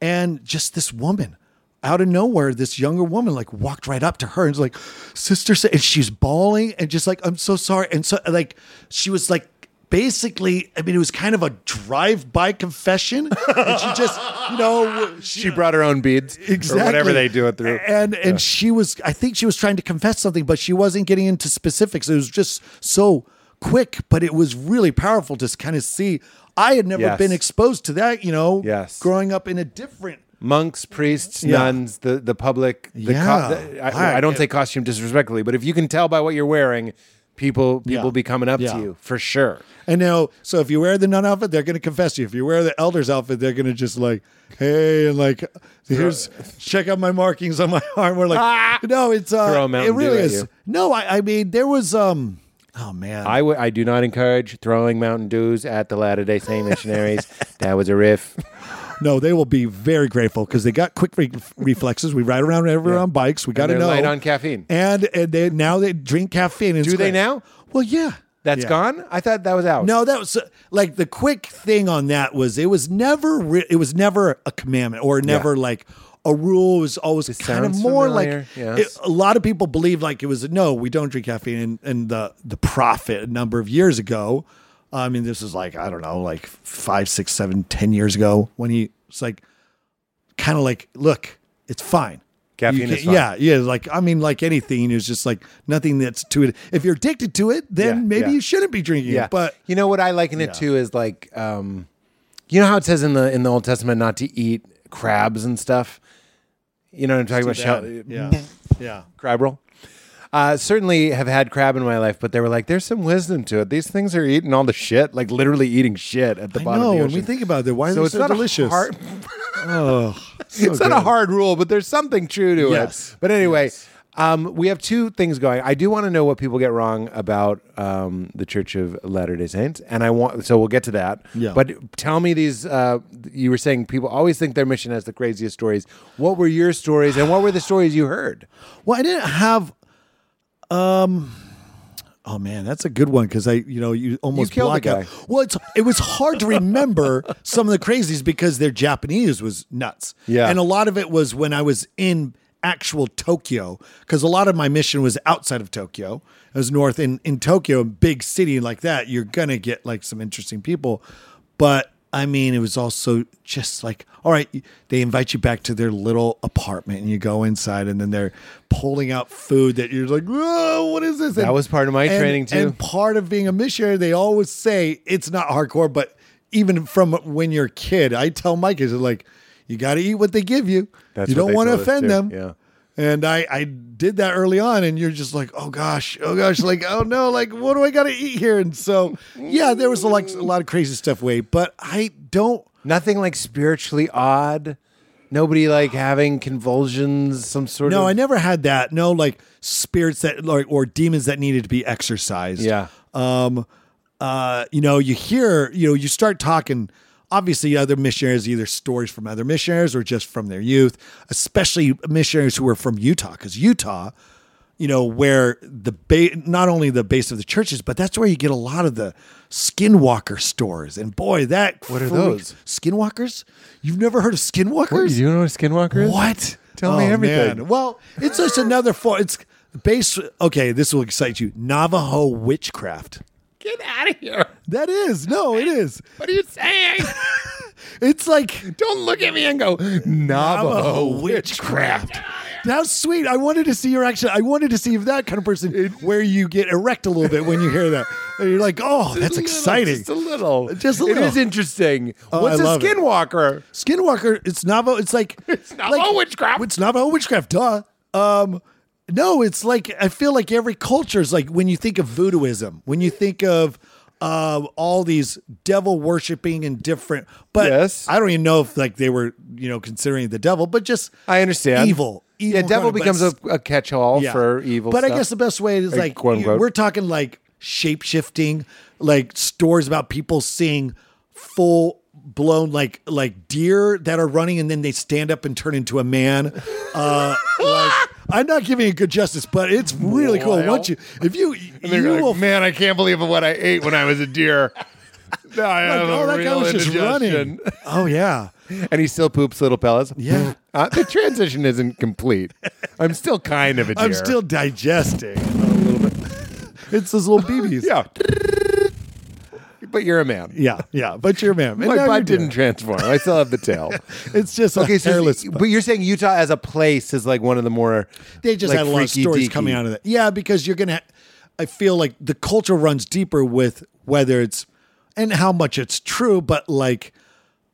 Speaker 2: and just this woman out of nowhere, this younger woman like walked right up to her and was like, "Sister," Sa-" and she's bawling and just like, "I'm so sorry." And so like, she was like, basically, I mean, it was kind of a drive-by confession. and she just, you know, she
Speaker 1: she brought her own beads
Speaker 2: exactly
Speaker 1: or whatever they do it through.
Speaker 2: And and she was, I think she was trying to confess something, but she wasn't getting into specifics. It was just so quick, but it was really powerful to kind of see. I had never
Speaker 1: Yes.
Speaker 2: been exposed to that, you know,
Speaker 1: Yes.
Speaker 2: growing up in a different
Speaker 1: monks, priests,
Speaker 2: Yeah.
Speaker 1: nuns, the the public. The co-
Speaker 2: Yeah.
Speaker 1: the- I,
Speaker 2: Wow.
Speaker 1: I don't say costume disrespectfully, but if you can tell by what you're wearing, people people
Speaker 2: Yeah.
Speaker 1: be coming up
Speaker 2: Yeah.
Speaker 1: to you for sure.
Speaker 2: And now, so if you wear the nun outfit, they're going to confess to you. If you wear the elder's outfit, they're going to just like, hey, and like, here's, check out my markings on my arm. We're like,
Speaker 1: Ah!
Speaker 2: no, it's, uh,
Speaker 1: Throw a Mountain
Speaker 2: it really
Speaker 1: Dew at
Speaker 2: is.
Speaker 1: you.
Speaker 2: No, I, I mean, there was, um, oh man.
Speaker 1: I would- I do not encourage throwing Mountain Dews at the Latter Day Saint missionaries. that was a riff.
Speaker 2: No, they will be very grateful because they got quick re- reflexes. We ride around everywhere on bikes. We got to
Speaker 1: they're
Speaker 2: know
Speaker 1: light on caffeine.
Speaker 2: and and they now they drink caffeine. and it's
Speaker 1: Do they
Speaker 2: great.
Speaker 1: now?
Speaker 2: Well, yeah,
Speaker 1: That's
Speaker 2: Yeah.
Speaker 1: gone. I thought that was out.
Speaker 2: No, that was uh, like the quick thing on that was it was never re- it was never a commandment or never like a rule. It was always kind of
Speaker 1: sounds
Speaker 2: more
Speaker 1: familiar,
Speaker 2: like
Speaker 1: yes.
Speaker 2: it- a lot of people believe like it was no, we don't drink caffeine. And, and the the prophet a number of years ago, I mean, this is like I don't know, like five, six, seven, ten years ago when he was like kind of like look, it's fine.
Speaker 1: Caffeine
Speaker 2: You can't-
Speaker 1: is fine.
Speaker 2: Yeah, yeah. Like I mean, like anything is just like nothing that's to it. If you're addicted to it, then
Speaker 1: Yeah,
Speaker 2: maybe
Speaker 1: yeah.
Speaker 2: you shouldn't be drinking.
Speaker 1: Yeah.
Speaker 2: it. But
Speaker 1: you know what I liken it to is like um you know how it says in the in the Old Testament not to eat crabs and stuff? You know what I'm talking about? Shall-
Speaker 2: Yeah. yeah.
Speaker 1: crab roll. Uh, certainly have had crab in my life, but they were like, there's some wisdom to it. These things are eating all the shit, like literally eating shit at the
Speaker 2: I
Speaker 1: bottom
Speaker 2: know.
Speaker 1: of the
Speaker 2: When
Speaker 1: ocean.
Speaker 2: we think about that, why
Speaker 1: so
Speaker 2: are they
Speaker 1: it's
Speaker 2: so
Speaker 1: not
Speaker 2: delicious?
Speaker 1: a hard,
Speaker 2: oh, so
Speaker 1: it's not a
Speaker 2: good.
Speaker 1: hard rule, but there's something true to
Speaker 2: Yes.
Speaker 1: it. But anyway, um, we have two things going. I do want to know what people get wrong about um, the Church of Latter Day Saints, and I want so we'll get to that.
Speaker 2: Yeah.
Speaker 1: But tell me these. Uh, you were saying people always think their mission has the craziest stories. What were your stories, and what were the stories you heard?
Speaker 2: Well, I didn't have. Um. Oh man, that's a good one because I, you know, you almost
Speaker 1: You killed
Speaker 2: block
Speaker 1: the
Speaker 2: out.
Speaker 1: guy.
Speaker 2: Well, it's, it was hard to remember some of the crazies because their Japanese was nuts.
Speaker 1: Yeah.
Speaker 2: and a lot of it was when I was in actual Tokyo because a lot of my mission was outside of Tokyo. I was north in in Tokyo, a big city like that. You're gonna get like some interesting people, but I mean, it was also just like, all right, they invite you back to their little apartment and you go inside and then they're pulling out food that you're like, whoa, what is this?
Speaker 1: That was part of my
Speaker 2: and-
Speaker 1: training, too.
Speaker 2: And part of being a missionary, they always say it's not hardcore, but even from when you're a kid, I tell my kids like, you got to eat what they give you.
Speaker 1: That's
Speaker 2: you
Speaker 1: what
Speaker 2: don't
Speaker 1: they
Speaker 2: want to
Speaker 1: told us,
Speaker 2: offend
Speaker 1: too.
Speaker 2: them.
Speaker 1: Yeah.
Speaker 2: And I, I did that early on, and you're just like, oh gosh, oh gosh, like, oh no, like, what do I got to eat here? And so, yeah, there was a lot, a lot of crazy stuff way, but I don't.
Speaker 1: Nothing like spiritually odd. Nobody like having convulsions, some sort
Speaker 2: No,
Speaker 1: of.
Speaker 2: I never had that. No, like spirits that like or demons that needed to be exorcised.
Speaker 1: Yeah.
Speaker 2: Um uh you know, you hear, you know, you start talking obviously other missionaries either stories from other missionaries or just from their youth, especially missionaries who were from Utah cuz Utah you know where the ba- not only the base of the churches, but that's where you get a lot of the skinwalker stores. And boy, that what
Speaker 1: are those?
Speaker 2: skinwalkers? You've never heard of skinwalkers?
Speaker 1: Do you know what a skinwalker is?
Speaker 2: What?
Speaker 1: Tell me everything.
Speaker 2: Oh, Well, it's just another form. It's based. Okay, this will excite you. Navajo witchcraft.
Speaker 1: Get out of here.
Speaker 2: That is no, it is.
Speaker 1: What are you saying?
Speaker 2: It's like
Speaker 1: Don't look at me and go, Navajo witchcraft.
Speaker 2: How sweet! I wanted to see your action. I wanted to see if that kind of person where you get erect a little bit when you hear that, and you're like, "Oh, that's exciting."
Speaker 1: Just a little.
Speaker 2: Just a
Speaker 1: It
Speaker 2: little. Oh,
Speaker 1: is interesting. What's
Speaker 2: I
Speaker 1: a
Speaker 2: love it.
Speaker 1: skinwalker?
Speaker 2: Skinwalker, it's Navajo. It's like it's
Speaker 1: Navajo witchcraft.
Speaker 2: It's Navajo witchcraft, duh. Um, no, it's like I feel like every culture is like when you think of voodooism, when you think of um, all these devil worshiping and different. But
Speaker 1: Yes.
Speaker 2: I don't even know if like they were you know considering the devil, but just
Speaker 1: I understand.
Speaker 2: evil. evil
Speaker 1: yeah, devil
Speaker 2: kind of- but
Speaker 1: becomes a, a catch all
Speaker 2: yeah.
Speaker 1: for evil.
Speaker 2: But I
Speaker 1: stuff.
Speaker 2: guess the best way is like
Speaker 1: quote,
Speaker 2: you-
Speaker 1: unquote.
Speaker 2: we're talking like shape shifting, like stories about people seeing full blown like like deer that are running and then they stand up and turn into a man. Uh, like, I'm not giving it good justice, but it's really cool.
Speaker 1: Wow.
Speaker 2: Once you if you
Speaker 1: They're
Speaker 2: you
Speaker 1: like,
Speaker 2: will
Speaker 1: man, I can't believe what I ate when I was a deer. No, I have
Speaker 2: oh
Speaker 1: a
Speaker 2: that guy
Speaker 1: real
Speaker 2: was just running.
Speaker 1: indigestion.
Speaker 2: Oh yeah.
Speaker 1: and he still poops little pellets.
Speaker 2: Yeah.
Speaker 1: Uh, the transition isn't complete. I'm still kind of a deer.
Speaker 2: I'm still digesting a little bit. It's those little BBs.
Speaker 1: Yeah. But you're a man.
Speaker 2: Yeah, yeah, but you're a man. And
Speaker 1: My
Speaker 2: now you're
Speaker 1: butt didn't
Speaker 2: dead.
Speaker 1: transform. I still have the tail.
Speaker 2: It's just okay.
Speaker 1: Okay,
Speaker 2: A
Speaker 1: so
Speaker 2: hairless
Speaker 1: but you're saying Utah as a place is like one of the more
Speaker 2: they just
Speaker 1: like,
Speaker 2: had a lot of
Speaker 1: freaky
Speaker 2: stories
Speaker 1: deaky.
Speaker 2: coming out of that. Yeah, because you're gonna. I feel like the culture runs deeper with whether it's and how much it's true, but like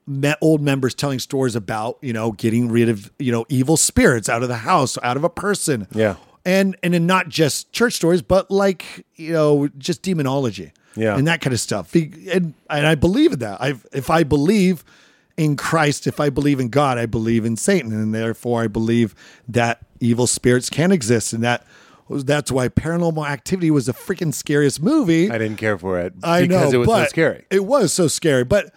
Speaker 2: me- old members telling stories about you know getting rid of you know evil spirits out of the house, out of a person.
Speaker 1: Yeah.
Speaker 2: and and then not just church stories, but like you know just demonology.
Speaker 1: Yeah.
Speaker 2: and that kind of stuff. Be- And and I believe in that. I if I believe in Christ, if I believe in God, I believe in Satan, and therefore I believe that evil spirits can exist, and that that's why Paranormal Activity was the freaking scariest movie.
Speaker 1: I didn't care for it
Speaker 2: I know
Speaker 1: because it was
Speaker 2: but
Speaker 1: so scary.
Speaker 2: It was so scary, but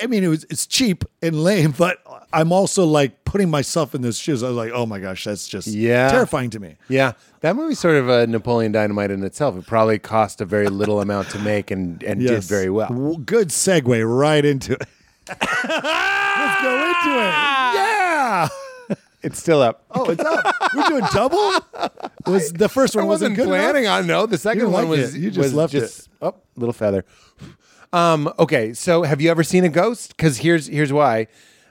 Speaker 2: I mean, it was it's cheap and lame, but I'm also like putting myself in those shoes. I was like, oh my gosh, that's just
Speaker 1: Yeah.
Speaker 2: terrifying to me.
Speaker 1: Yeah, that movie's sort of a Napoleon Dynamite in itself. It probably cost a very little amount to make and, and did
Speaker 2: Yes.
Speaker 1: very well.
Speaker 2: W- Good segue right into it. Let's go into it. Yeah.
Speaker 1: It's still up.
Speaker 2: Oh, it's up. We're doing double. Was the first
Speaker 1: I
Speaker 2: one
Speaker 1: wasn't
Speaker 2: wasn't good
Speaker 1: planning
Speaker 2: enough?
Speaker 1: on no. The second
Speaker 2: didn't
Speaker 1: one
Speaker 2: like
Speaker 1: was
Speaker 2: it. You just
Speaker 1: was
Speaker 2: left
Speaker 1: just, it. Oh, little feather. Um, okay, so have you ever seen a ghost? Because here's here's why.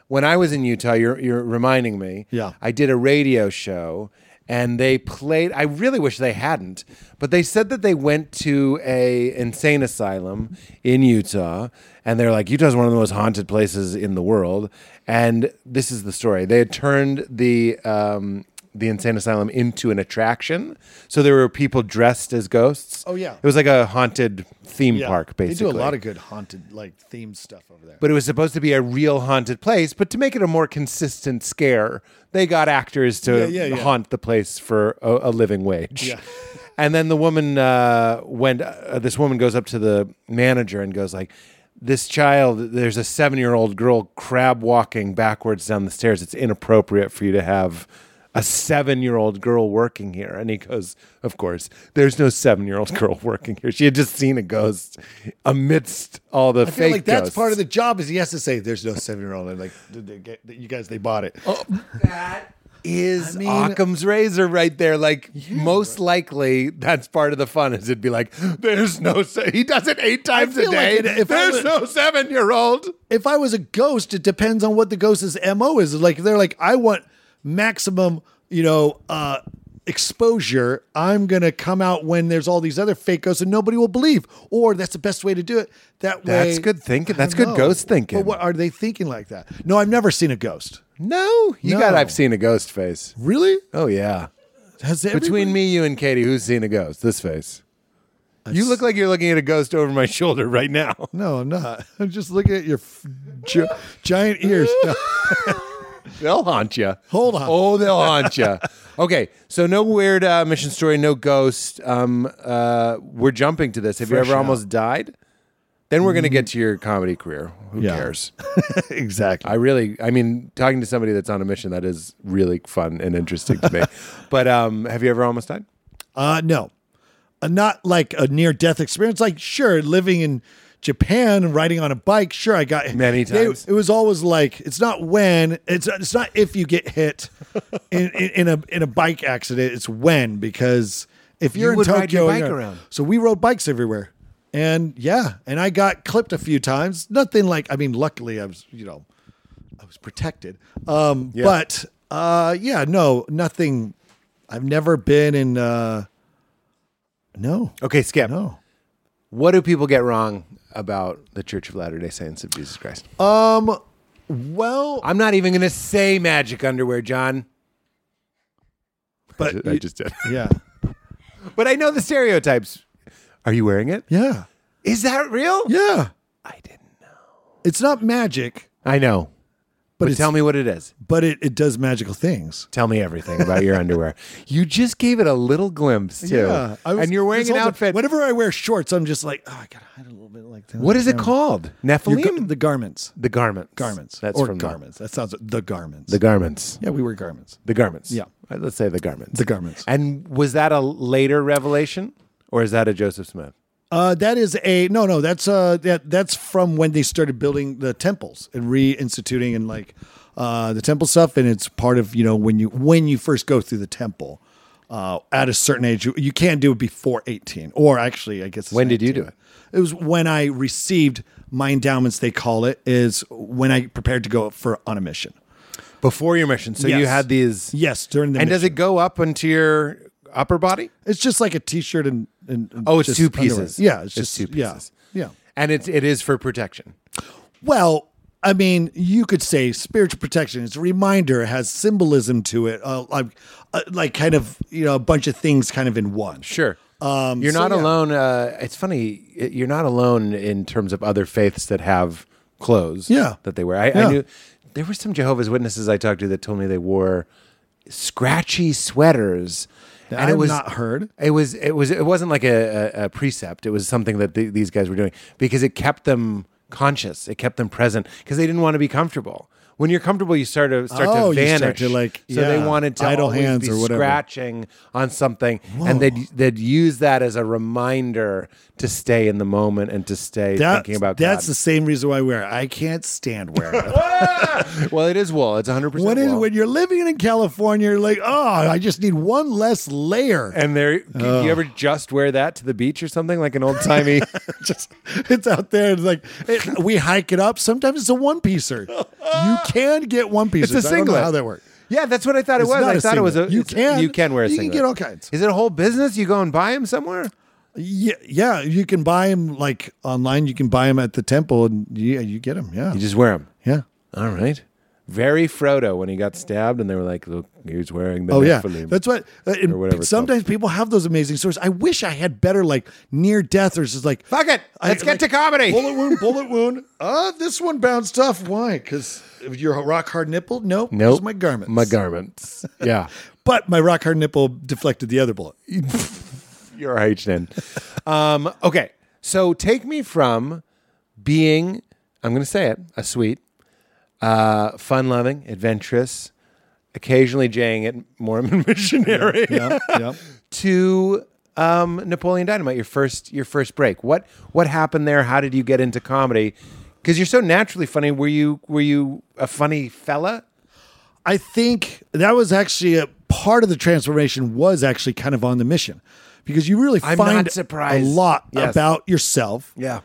Speaker 1: When I was in Utah, you're you're reminding me.
Speaker 2: Yeah.
Speaker 1: I did a radio show, and they played. I really wish they hadn't, but they said that they went to a insane asylum in Utah, and they're like, Utah's one of the most haunted places in the world. And this is the story. They had turned the um, the insane asylum into an attraction, so there were people dressed as ghosts.
Speaker 2: Oh, yeah.
Speaker 1: it was like a haunted theme
Speaker 2: Yeah.
Speaker 1: park. Basically,
Speaker 2: They do a lot of good haunted like themed stuff over there.
Speaker 1: but it was supposed to be a real haunted place. But to make it a more consistent scare, they got actors to
Speaker 2: Yeah, yeah, yeah.
Speaker 1: haunt the place for a, a living wage.
Speaker 2: Yeah.
Speaker 1: and then the woman uh, went. Uh, this woman goes up to the manager and goes like. This child, there's a seven year old girl crab walking backwards down the stairs. It's inappropriate for you to have a seven year old girl working here. And he goes, Of course, there's no seven year old girl working here. She had just seen a ghost amidst all the
Speaker 2: I feel
Speaker 1: fake
Speaker 2: like that's
Speaker 1: ghosts.
Speaker 2: part of the job is he has to say there's no seven year old and like did they get you guys they bought it.
Speaker 1: is
Speaker 2: I mean-
Speaker 1: Occam's razor right there. Like most likely, that's part of the fun. Is it'd be like, there's no se- he does it eight times a
Speaker 2: feel
Speaker 1: day.
Speaker 2: like it- if I
Speaker 1: there's
Speaker 2: was-
Speaker 1: no seven year old.
Speaker 2: if I was a ghost, it depends on what the ghost's MO is. Like if they're like, I want maximum, you know, uh exposure. I'm gonna come out when there's all these other fake ghosts and nobody will believe. Or that's the best way to do it. That way
Speaker 1: That's good thinking.
Speaker 2: I
Speaker 1: That's
Speaker 2: don't
Speaker 1: good ghost thinking.
Speaker 2: But what are they thinking like that? No, I've never seen a ghost.
Speaker 1: No, you
Speaker 2: No.
Speaker 1: got. I've seen a ghost face.
Speaker 2: Really?
Speaker 1: Oh yeah.
Speaker 2: Has
Speaker 1: Between me, you, and Katie, who's seen a ghost? This face. You look like you're looking at a ghost over my shoulder right now.
Speaker 2: No, I'm not. I'm just looking at your f- gi- giant ears. No.
Speaker 1: They'll haunt you.
Speaker 2: Hold on.
Speaker 1: Oh, they'll haunt you. Okay, so no weird uh, mission story, no ghost. Um, uh, we're jumping to this. Have you
Speaker 2: Fresh
Speaker 1: ever
Speaker 2: out. Mm.
Speaker 1: almost died? Then we're gonna get to your comedy career. Who
Speaker 2: Yeah.
Speaker 1: cares?
Speaker 2: exactly.
Speaker 1: I really, I mean, talking to somebody that's on a mission that is really fun and interesting to me. but um, have you ever almost died?
Speaker 2: Uh, no, uh, not like a near death experience. Like, sure, living in Japan and riding on a bike. Sure, I got
Speaker 1: Many
Speaker 2: They-
Speaker 1: times.
Speaker 2: it was always like it's not when it's it's not if you get hit in, in, in a in a bike accident. It's when because if you're in
Speaker 1: would
Speaker 2: Tokyo,
Speaker 1: ride
Speaker 2: and
Speaker 1: your bike
Speaker 2: you're-
Speaker 1: around.
Speaker 2: So we rode bikes everywhere, and yeah, and I got clipped a few times. Nothing like I mean, luckily I was you know I was protected. Um, but uh, yeah, no, nothing. I've never been in. Uh, no,
Speaker 1: Okay, Skip.
Speaker 2: no.
Speaker 1: What do people get wrong about the Church of Latter Day Saints of Jesus Christ?
Speaker 2: Um, well,
Speaker 1: I'm not even gonna say magic underwear, John.
Speaker 2: but
Speaker 1: I just did.
Speaker 2: yeah,
Speaker 1: But I know the stereotypes. Are you wearing it?
Speaker 2: yeah,
Speaker 1: Is that real?
Speaker 2: yeah.
Speaker 1: I didn't. know.
Speaker 2: It's not magic,
Speaker 1: I know.
Speaker 2: but,
Speaker 1: But,
Speaker 2: it's,
Speaker 1: tell me what it is.
Speaker 2: but it, it does magical things.
Speaker 1: Tell me everything about your underwear. You just gave it a little glimpse too.
Speaker 2: I was-
Speaker 1: and you're wearing
Speaker 2: this
Speaker 1: an
Speaker 2: whole time-
Speaker 1: outfit. What,
Speaker 2: Whenever I wear shorts, I'm just like, oh, I gotta hide a little bit like that.
Speaker 1: what is it called?
Speaker 2: Your gar-
Speaker 1: Nephilim?
Speaker 2: the garments.
Speaker 1: the garments.
Speaker 2: Garments.
Speaker 1: That's
Speaker 2: or
Speaker 1: from the-
Speaker 2: garments. That sounds the garments.
Speaker 1: The, garments.
Speaker 2: yeah, we wear garments.
Speaker 1: The garments.
Speaker 2: Yeah.
Speaker 1: Uh, Let's say the garments.
Speaker 2: The garments.
Speaker 1: And was that a later revelation or is that a Joseph Smith?
Speaker 2: Uh, that is a no, no. That's uh, that that's from when they started building the temples and reinstituting and like uh, the temple stuff. And it's part of you know when you when you first go through the temple uh, at a certain age, you, you can't do it before eighteen. Or actually, I guess it's
Speaker 1: When did you do
Speaker 2: 19. It was when I received my endowments. They call it is when I prepared to go for on a mission.
Speaker 1: Before your mission. So you
Speaker 2: Yes.
Speaker 1: had these
Speaker 2: Yes, during the
Speaker 1: And
Speaker 2: mission.
Speaker 1: does it go up into your upper body?
Speaker 2: It's just like a t-shirt and, and and
Speaker 1: Oh, it's
Speaker 2: just
Speaker 1: two
Speaker 2: underwear.
Speaker 1: pieces.
Speaker 2: Yeah, it's
Speaker 1: It's
Speaker 2: just
Speaker 1: two pieces.
Speaker 2: Yeah, yeah.
Speaker 1: And it's it is for protection.
Speaker 2: Well, I mean, you could say spiritual protection. It's a reminder. It has symbolism to it. Uh, like, uh, like kind of you know a bunch of things kind of in one.
Speaker 1: Sure.
Speaker 2: Um,
Speaker 1: you're
Speaker 2: so,
Speaker 1: not
Speaker 2: yeah.
Speaker 1: alone. Uh, it's funny. y- You're not alone in terms of other faiths that have clothes.
Speaker 2: Yeah.
Speaker 1: That they wear. I, I
Speaker 2: Yeah.
Speaker 1: knew there were some Jehovah's Witnesses I talked to that told me they wore scratchy sweaters. and it
Speaker 2: I've
Speaker 1: was
Speaker 2: not heard.
Speaker 1: It was it was it wasn't like a, a, a precept. It was something that the, these guys were doing because it kept them conscious. It kept them present because they didn't want to be comfortable. When you're comfortable, you start to start
Speaker 2: Oh,
Speaker 1: to
Speaker 2: you start
Speaker 1: vanish.
Speaker 2: to, like,
Speaker 1: so they
Speaker 2: yeah,
Speaker 1: wanted to
Speaker 2: idle
Speaker 1: always
Speaker 2: hands
Speaker 1: be
Speaker 2: or whatever.
Speaker 1: scratching on something, and they'd they'd use that as a reminder to stay in the moment and to stay thinking about
Speaker 2: that's
Speaker 1: God.
Speaker 2: the same reason why I wear it. I can't stand wearing it.
Speaker 1: well, it is wool. It's 100 percent
Speaker 2: when,
Speaker 1: wool.
Speaker 2: it, when you're living in California, you're like, oh, I just need one less layer.
Speaker 1: and there, you ever just wear that to the beach or something like an old timey?
Speaker 2: just it's out there. It's like it, we hike it up. Sometimes it's a one piecer. You can get one pieces.
Speaker 1: It's a
Speaker 2: I don't know
Speaker 1: singlet.
Speaker 2: how that works.
Speaker 1: yeah, that's what I thought it
Speaker 2: It's
Speaker 1: was.
Speaker 2: not
Speaker 1: I
Speaker 2: a
Speaker 1: thought it was a
Speaker 2: singlet. You
Speaker 1: it's-
Speaker 2: can.
Speaker 1: you can wear a
Speaker 2: You can
Speaker 1: singlet.
Speaker 2: get all kinds.
Speaker 1: Is it a whole business? You go and buy them somewhere?
Speaker 2: Yeah, yeah. You can buy them like online. You can buy them at the temple, and yeah, you get them. Yeah,
Speaker 1: You just wear them.
Speaker 2: yeah.
Speaker 1: All right. Very Frodo when he got stabbed, and they were like, "Look, he's wearing the
Speaker 2: Oh yeah,
Speaker 1: Nephilim."
Speaker 2: that's what. Uh, and
Speaker 1: Or whatever it's called.
Speaker 2: sometimes people have those amazing stories. I wish I had better like near death or just like
Speaker 1: Fuck it.
Speaker 2: I-
Speaker 1: Let's get
Speaker 2: like,
Speaker 1: to comedy.
Speaker 2: bullet wound, bullet wound. Uh, this one bounced off. Why? Because your rock hard nipple? Nope.
Speaker 1: Nope.
Speaker 2: It's my garments.
Speaker 1: My garments. Yeah.
Speaker 2: But my rock hard nipple deflected the other bullet.
Speaker 1: You're H-N. Um, okay. So take me from being, I'm going to say it, a sweet, uh, fun loving, adventurous, occasionally jaying at Mormon missionary
Speaker 2: Yeah, yeah.
Speaker 1: to um, Napoleon Dynamite, your first your first break. What what happened there? How did you get into comedy? Because you're so naturally funny. Were you were you a funny fella?
Speaker 2: I think that was actually a part of the transformation was actually kind of on the mission because you really
Speaker 1: I'm
Speaker 2: find
Speaker 1: not surprised.
Speaker 2: a lot
Speaker 1: Yes.
Speaker 2: about yourself.
Speaker 1: Yeah.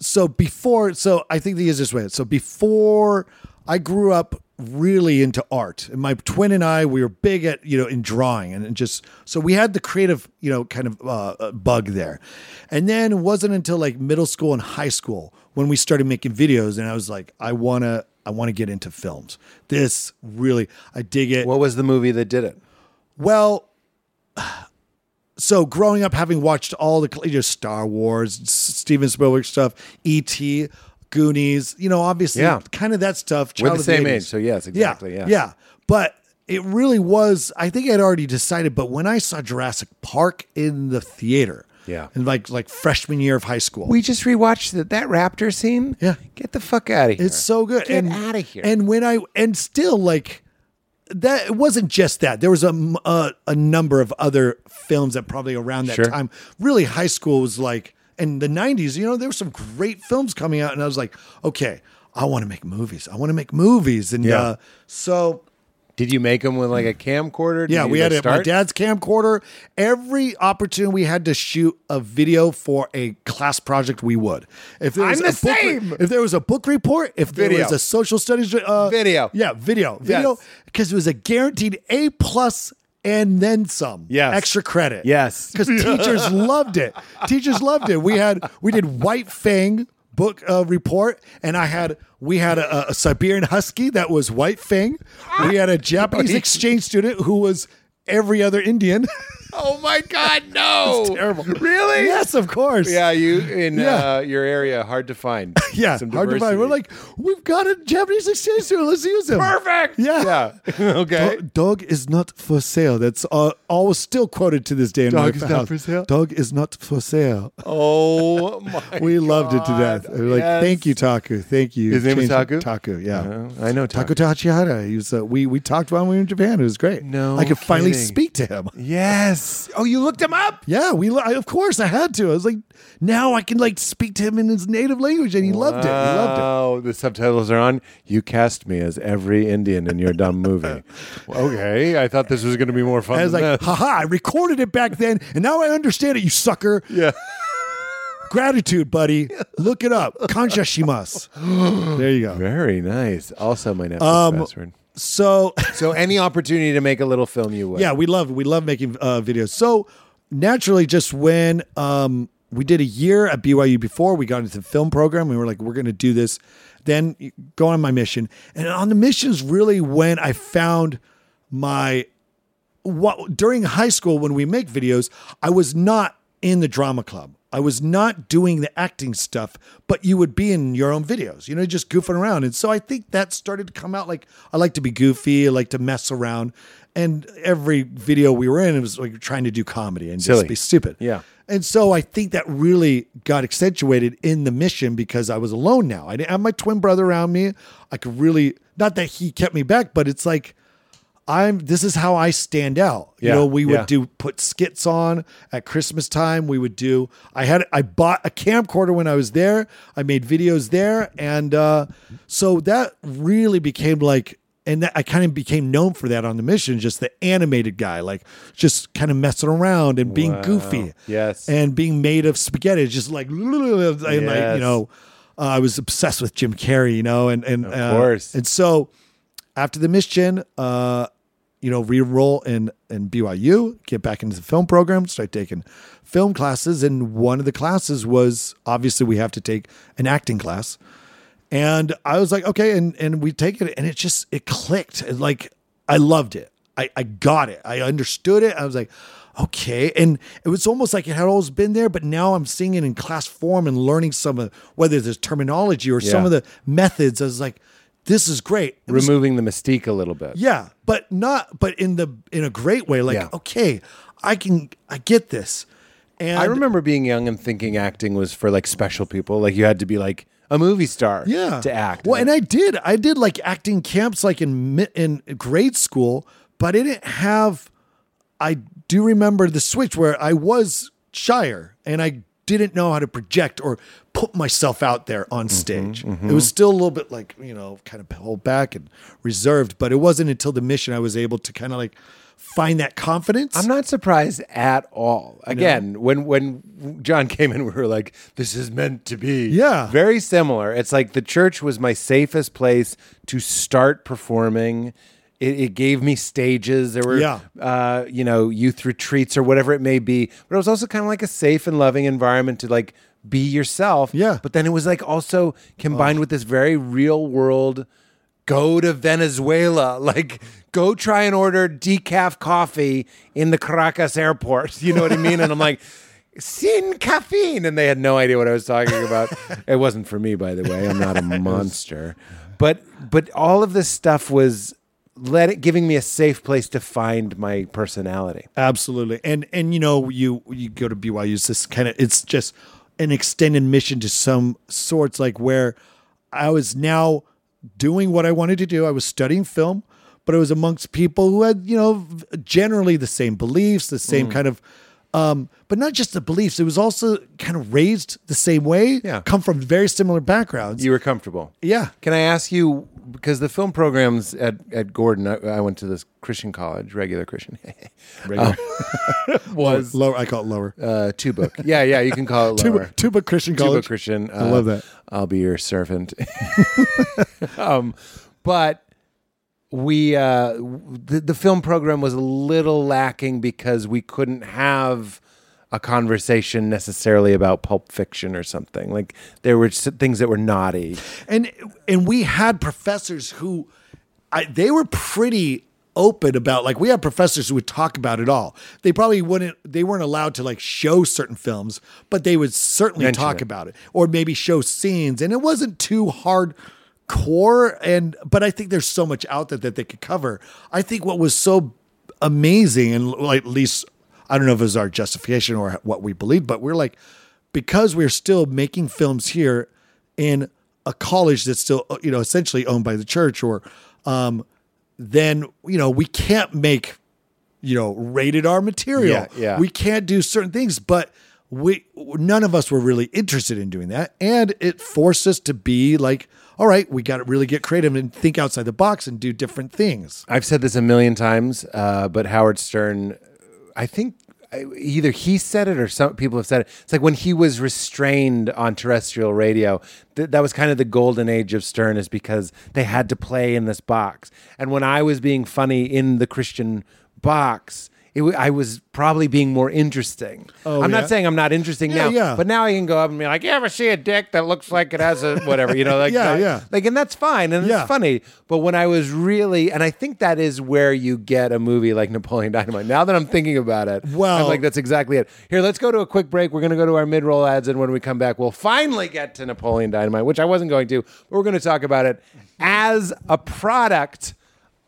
Speaker 2: So before, so I think the easiest way. So before I grew up really into art and my twin and I, we were big at, you know, in drawing and, and just, so we had the creative, you know, kind of uh, uh, bug there. And then it wasn't until like middle school and high school when we started making videos and I was like, I want to, I want to get into films. This really, I dig it.
Speaker 1: What was the movie that did it?
Speaker 2: Well, so growing up, having watched all the you know, Star Wars, S- Steven Spielberg stuff, E.T., Goonies, you know, obviously,
Speaker 1: Yeah.
Speaker 2: kind of that stuff.
Speaker 1: We're
Speaker 2: child
Speaker 1: the
Speaker 2: of the
Speaker 1: same
Speaker 2: 80s.
Speaker 1: age, so yes, exactly.
Speaker 2: yeah, But it really was. I think I'd already decided. But when I saw Jurassic Park in the theater,
Speaker 1: Yeah.
Speaker 2: and like like freshman year of high school,
Speaker 1: We just rewatched that that raptor scene.
Speaker 2: Yeah.
Speaker 1: Get the fuck out of here.
Speaker 2: It's so good.
Speaker 1: Get
Speaker 2: and,
Speaker 1: outta here.
Speaker 2: And when I and still like that, it wasn't just that. There was a m- a, a number of other films that probably around that
Speaker 1: Sure.
Speaker 2: time. Really, high school was like in the '90s. You know, there were some great films coming out, and I was like, okay, I want to make movies. I want to make movies, and
Speaker 1: Yeah.
Speaker 2: uh, so
Speaker 1: Did you make them with like a camcorder? Did
Speaker 2: yeah,
Speaker 1: you
Speaker 2: we
Speaker 1: guys
Speaker 2: had it. My
Speaker 1: start?
Speaker 2: dad's camcorder. Every opportunity we had to shoot a video for a class project, we would. If there was
Speaker 1: I'm the
Speaker 2: a book re-
Speaker 1: same!
Speaker 2: if there was a book report, if there
Speaker 1: Video.
Speaker 2: was a social studies uh,
Speaker 1: Video.
Speaker 2: yeah, video, video, because it was a guaranteed A plus and then some.
Speaker 1: Yes.
Speaker 2: extra credit.
Speaker 1: Yes.
Speaker 2: because teachers loved it. Teachers loved it. We had we did White Fang book uh, report, and I had. We had a, a Siberian Husky that was White Fang. We had a Japanese exchange student who was every other Indian.
Speaker 1: Oh my god, no!
Speaker 2: It's terrible.
Speaker 1: Really?
Speaker 2: yes, of course.
Speaker 1: Yeah, you in
Speaker 2: Yeah.
Speaker 1: Uh, your area hard to find.
Speaker 2: Yeah,
Speaker 1: Some
Speaker 2: hard to find. We're
Speaker 1: diversity.
Speaker 2: like, we've got a Japanese exchange student. Let's use him.
Speaker 1: perfect.
Speaker 2: Yeah.
Speaker 1: Yeah. okay.
Speaker 2: Do- dog is not for sale. That's uh, always still quoted to this day. In
Speaker 1: Dog
Speaker 2: my
Speaker 1: is not
Speaker 2: house.
Speaker 1: for sale?
Speaker 2: Dog is not for sale.
Speaker 1: Oh my.
Speaker 2: we loved it to death.
Speaker 1: God,
Speaker 2: We We're like,
Speaker 1: yes.
Speaker 2: thank you, Taku. Thank you.
Speaker 1: His name was
Speaker 2: Changed-
Speaker 1: Taku?
Speaker 2: Taku. Yeah.
Speaker 1: Uh, I know
Speaker 2: Taku
Speaker 1: Taku.
Speaker 2: Tachihara. He was. Uh, we we talked while we were in Japan. It was great.
Speaker 1: No
Speaker 2: I could finally
Speaker 1: kidding.
Speaker 2: speak to him.
Speaker 1: Yes. Oh, you looked him up.
Speaker 2: Yeah, we. lo- I, of course, I had to. I was like, now I can like speak to him in his native language, and he loved it. He loved it.
Speaker 1: Oh, the subtitles are on. You cast me as every Indian in your dumb movie. okay, I thought this was going to be more fun.
Speaker 2: I was
Speaker 1: than
Speaker 2: like,
Speaker 1: this.
Speaker 2: haha, I recorded it back then, and now I understand it, you sucker.
Speaker 1: yeah.
Speaker 2: Gratitude, buddy. Look it up. Kanjashimas. There you go.
Speaker 1: Very nice. Also, my Netflix
Speaker 2: Um,
Speaker 1: password.
Speaker 2: So,
Speaker 1: So, any opportunity to make a little film, you would.
Speaker 2: yeah, we love we love making uh, videos. So naturally, just when um, we did a year at BYU before we got into the film program, we were like, we're going to do this. Then go on my mission, and on the missions, really when I found my what during high school when we make videos, I was not in the drama club. I was not doing the acting stuff, but you would be in your own videos, you know, just goofing around. And so I think that started to come out like I like to be goofy, I like to mess around. And every video we were in, it was like trying to do comedy and
Speaker 1: Silly.
Speaker 2: just be stupid.
Speaker 1: Yeah.
Speaker 2: And so I think that really got accentuated in the mission because I was alone now. I didn't have my twin brother around me. I could really, not that he kept me back, but it's like, I'm this is how I stand out. You
Speaker 1: Yeah,
Speaker 2: know, we would
Speaker 1: yeah.
Speaker 2: do put skits on at Christmas time. We would do I had I bought a camcorder when I was there. I made videos there and uh so that really became like and that, I kind of became known for that on the mission, just the animated guy, like just kind of messing around and being goofy.
Speaker 1: Yes.
Speaker 2: And being made of spaghetti, just like, and like
Speaker 1: Yes.
Speaker 2: you know, uh, I was obsessed with Jim Carrey, you know, and and of
Speaker 1: course.
Speaker 2: and so after the mission, uh, you know, re-enroll in in BYU, get back into the film program, start taking film classes, and one of the classes was obviously we have to take an acting class, and I was like, okay, and and we take it, and it just it clicked, It, like I loved it, I I got it, I understood it, I was like. Okay, and it was almost like it had always been there, but now I'm seeing it in class form and learning some of whether there's terminology or some
Speaker 1: Yeah.
Speaker 2: of the methods. I was like, "This is great." It was
Speaker 1: Removing the mystique a little bit.
Speaker 2: yeah, but not but in the in a great way. Like,
Speaker 1: Yeah.
Speaker 2: okay, I can I get this. And
Speaker 1: I remember being young and thinking acting was for like special people. Like you had to be like a movie star
Speaker 2: yeah
Speaker 1: to act.
Speaker 2: Well, and I did I did like acting camps like in mi- in grade school, but I didn't have. I do remember the switch where I was shyer and I didn't know how to project or put myself out there on
Speaker 1: Mm-hmm,
Speaker 2: stage. It was still a little bit like, you know, kind of held back and reserved, but it wasn't until the mission I was able to kind of like find that confidence.
Speaker 1: I'm not surprised at all. Again, when when John came in, we were like, "This is meant to be."
Speaker 2: Yeah.
Speaker 1: very similar. It's like the church was my safest place to start performing. It, it gave me stages. There were,
Speaker 2: Yeah.
Speaker 1: uh, you know, youth retreats or whatever it may be. But it was also kind of like a safe and loving environment to like be yourself.
Speaker 2: Yeah.
Speaker 1: But then it was like also combined with this very real world go to Venezuela, like go try and order decaf coffee in the Caracas airport. You know what I mean? And I'm like, sin caffeine. And they had no idea what I was talking about. it wasn't for me, by the way. I'm not a monster. But but all of this stuff was let it giving me a safe place to find my personality.
Speaker 2: Absolutely, and and you know you you go to BYU. It's this kind of it's just an extended mission to some sorts, like where I was now doing what I wanted to do. I was studying film, but I was amongst people who had you know generally the same beliefs, the same
Speaker 1: Mm.
Speaker 2: kind of. Um, but not just the beliefs; it was also kind of raised the same way.
Speaker 1: Yeah.
Speaker 2: come from very similar backgrounds.
Speaker 1: You were comfortable.
Speaker 2: yeah,
Speaker 1: Can I ask you because the film programs at at Gordon, I, I went to this Christian college, regular Christian,
Speaker 2: regular.
Speaker 1: was
Speaker 2: lower. I call it lower.
Speaker 1: uh, two book. Yeah, yeah, you can call it lower.
Speaker 2: Tuba, Tuba Christian
Speaker 1: Tuba
Speaker 2: College.
Speaker 1: Christian. uh,
Speaker 2: I love that.
Speaker 1: I'll be your servant. um, but we uh, w- the, the film program was a little lacking because we couldn't have a conversation necessarily about Pulp Fiction or something. Like there were s- things that were naughty.
Speaker 2: and and we had professors who I, they were pretty open about like we had professors who would talk about it all they probably wouldn't they weren't allowed to like show certain films but they would certainly
Speaker 1: Mention
Speaker 2: talk
Speaker 1: it.
Speaker 2: about it or maybe show scenes and it wasn't too hard core and but i think there's so much out there that they could cover i think what was so amazing and like at least i don't know if it was our justification or what we believed but we're like because we're still making films here in a college that's still you know essentially owned by the church or um then you know we can't make you know rated R material
Speaker 1: Yeah, yeah.
Speaker 2: we can't do certain things but we none of us were really interested in doing that and it forced us to be like all right we got to really get creative and think outside the box and do different things
Speaker 1: I've said this a million times, uh, but Howard Stern, I think I- either he said it or some people have said it. It's like when he was restrained on terrestrial radio, th- that was kind of the golden age of Stern, is because they had to play in this box. And when I was being funny in the Christian box, it, w- I was probably being more interesting.
Speaker 2: Oh,
Speaker 1: I'm
Speaker 2: yeah?
Speaker 1: not saying I'm not interesting
Speaker 2: Yeah,
Speaker 1: now,
Speaker 2: yeah.
Speaker 1: but now I can go up and be like, "You ever see a dick that looks like it has a whatever?" You know, like
Speaker 2: Yeah,
Speaker 1: that-
Speaker 2: yeah.
Speaker 1: like, and that's fine and
Speaker 2: Yeah.
Speaker 1: it's funny. But when I was really, and I think that is where you get a movie like Napoleon Dynamite. Now that I'm thinking about it,
Speaker 2: Well-
Speaker 1: I'm like, that's exactly it. Here, let's go to a quick break. We're going to go to our mid roll ads, and when we come back, we'll finally get to Napoleon Dynamite, which I wasn't going to, but we're going to talk about it as a product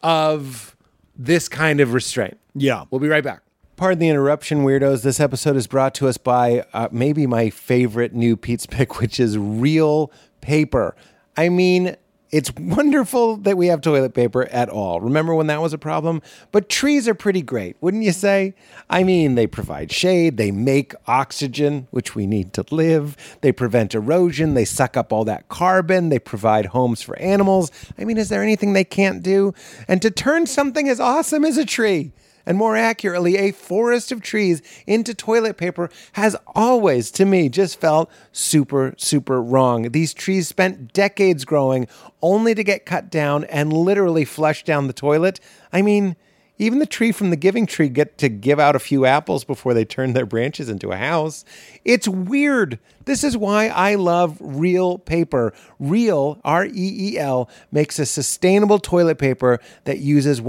Speaker 1: of this kind of restraint.
Speaker 2: Yeah.
Speaker 1: We'll be right back. Pardon the interruption, weirdos. This episode is brought to us by uh, maybe my favorite new Pete's pick, which is real paper. I mean, it's wonderful that we have toilet paper at all. Remember when that was a problem? But trees are pretty great, wouldn't you say? I mean, they provide shade, they make oxygen, which we need to live, they prevent erosion, they suck up all that carbon, they provide homes for animals. I mean, is there anything they can't do? And to turn something as awesome as a tree and more accurately, a forest of trees into toilet paper has always, to me, just felt super, super wrong. These trees spent decades growing only to get cut down and literally flushed down the toilet. I mean, even the tree from the giving tree get to give out a few apples before they turn their branches into a house. It's weird. This is why I love real paper. Real, R E E L, makes a sustainable toilet paper that uses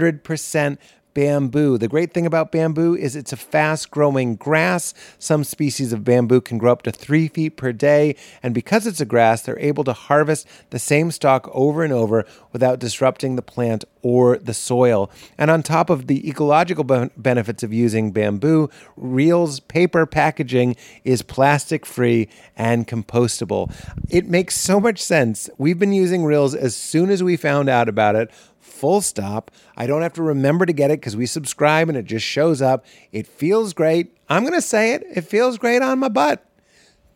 Speaker 1: 100% bamboo. The great thing about bamboo is it's a fast growing grass. Some species of bamboo can grow up to three feet per day. And because it's a grass, they're able to harvest the same stalk over and over without disrupting the plant or the soil. And on top of the ecological ben- benefits of using bamboo, Reels paper packaging is plastic free and compostable. It makes so much sense. We've been using Reels as soon as we found out about it full stop. I don't have to remember to get it because we subscribe and it just shows up. It feels great. I'm going to say it. It feels great on my butt.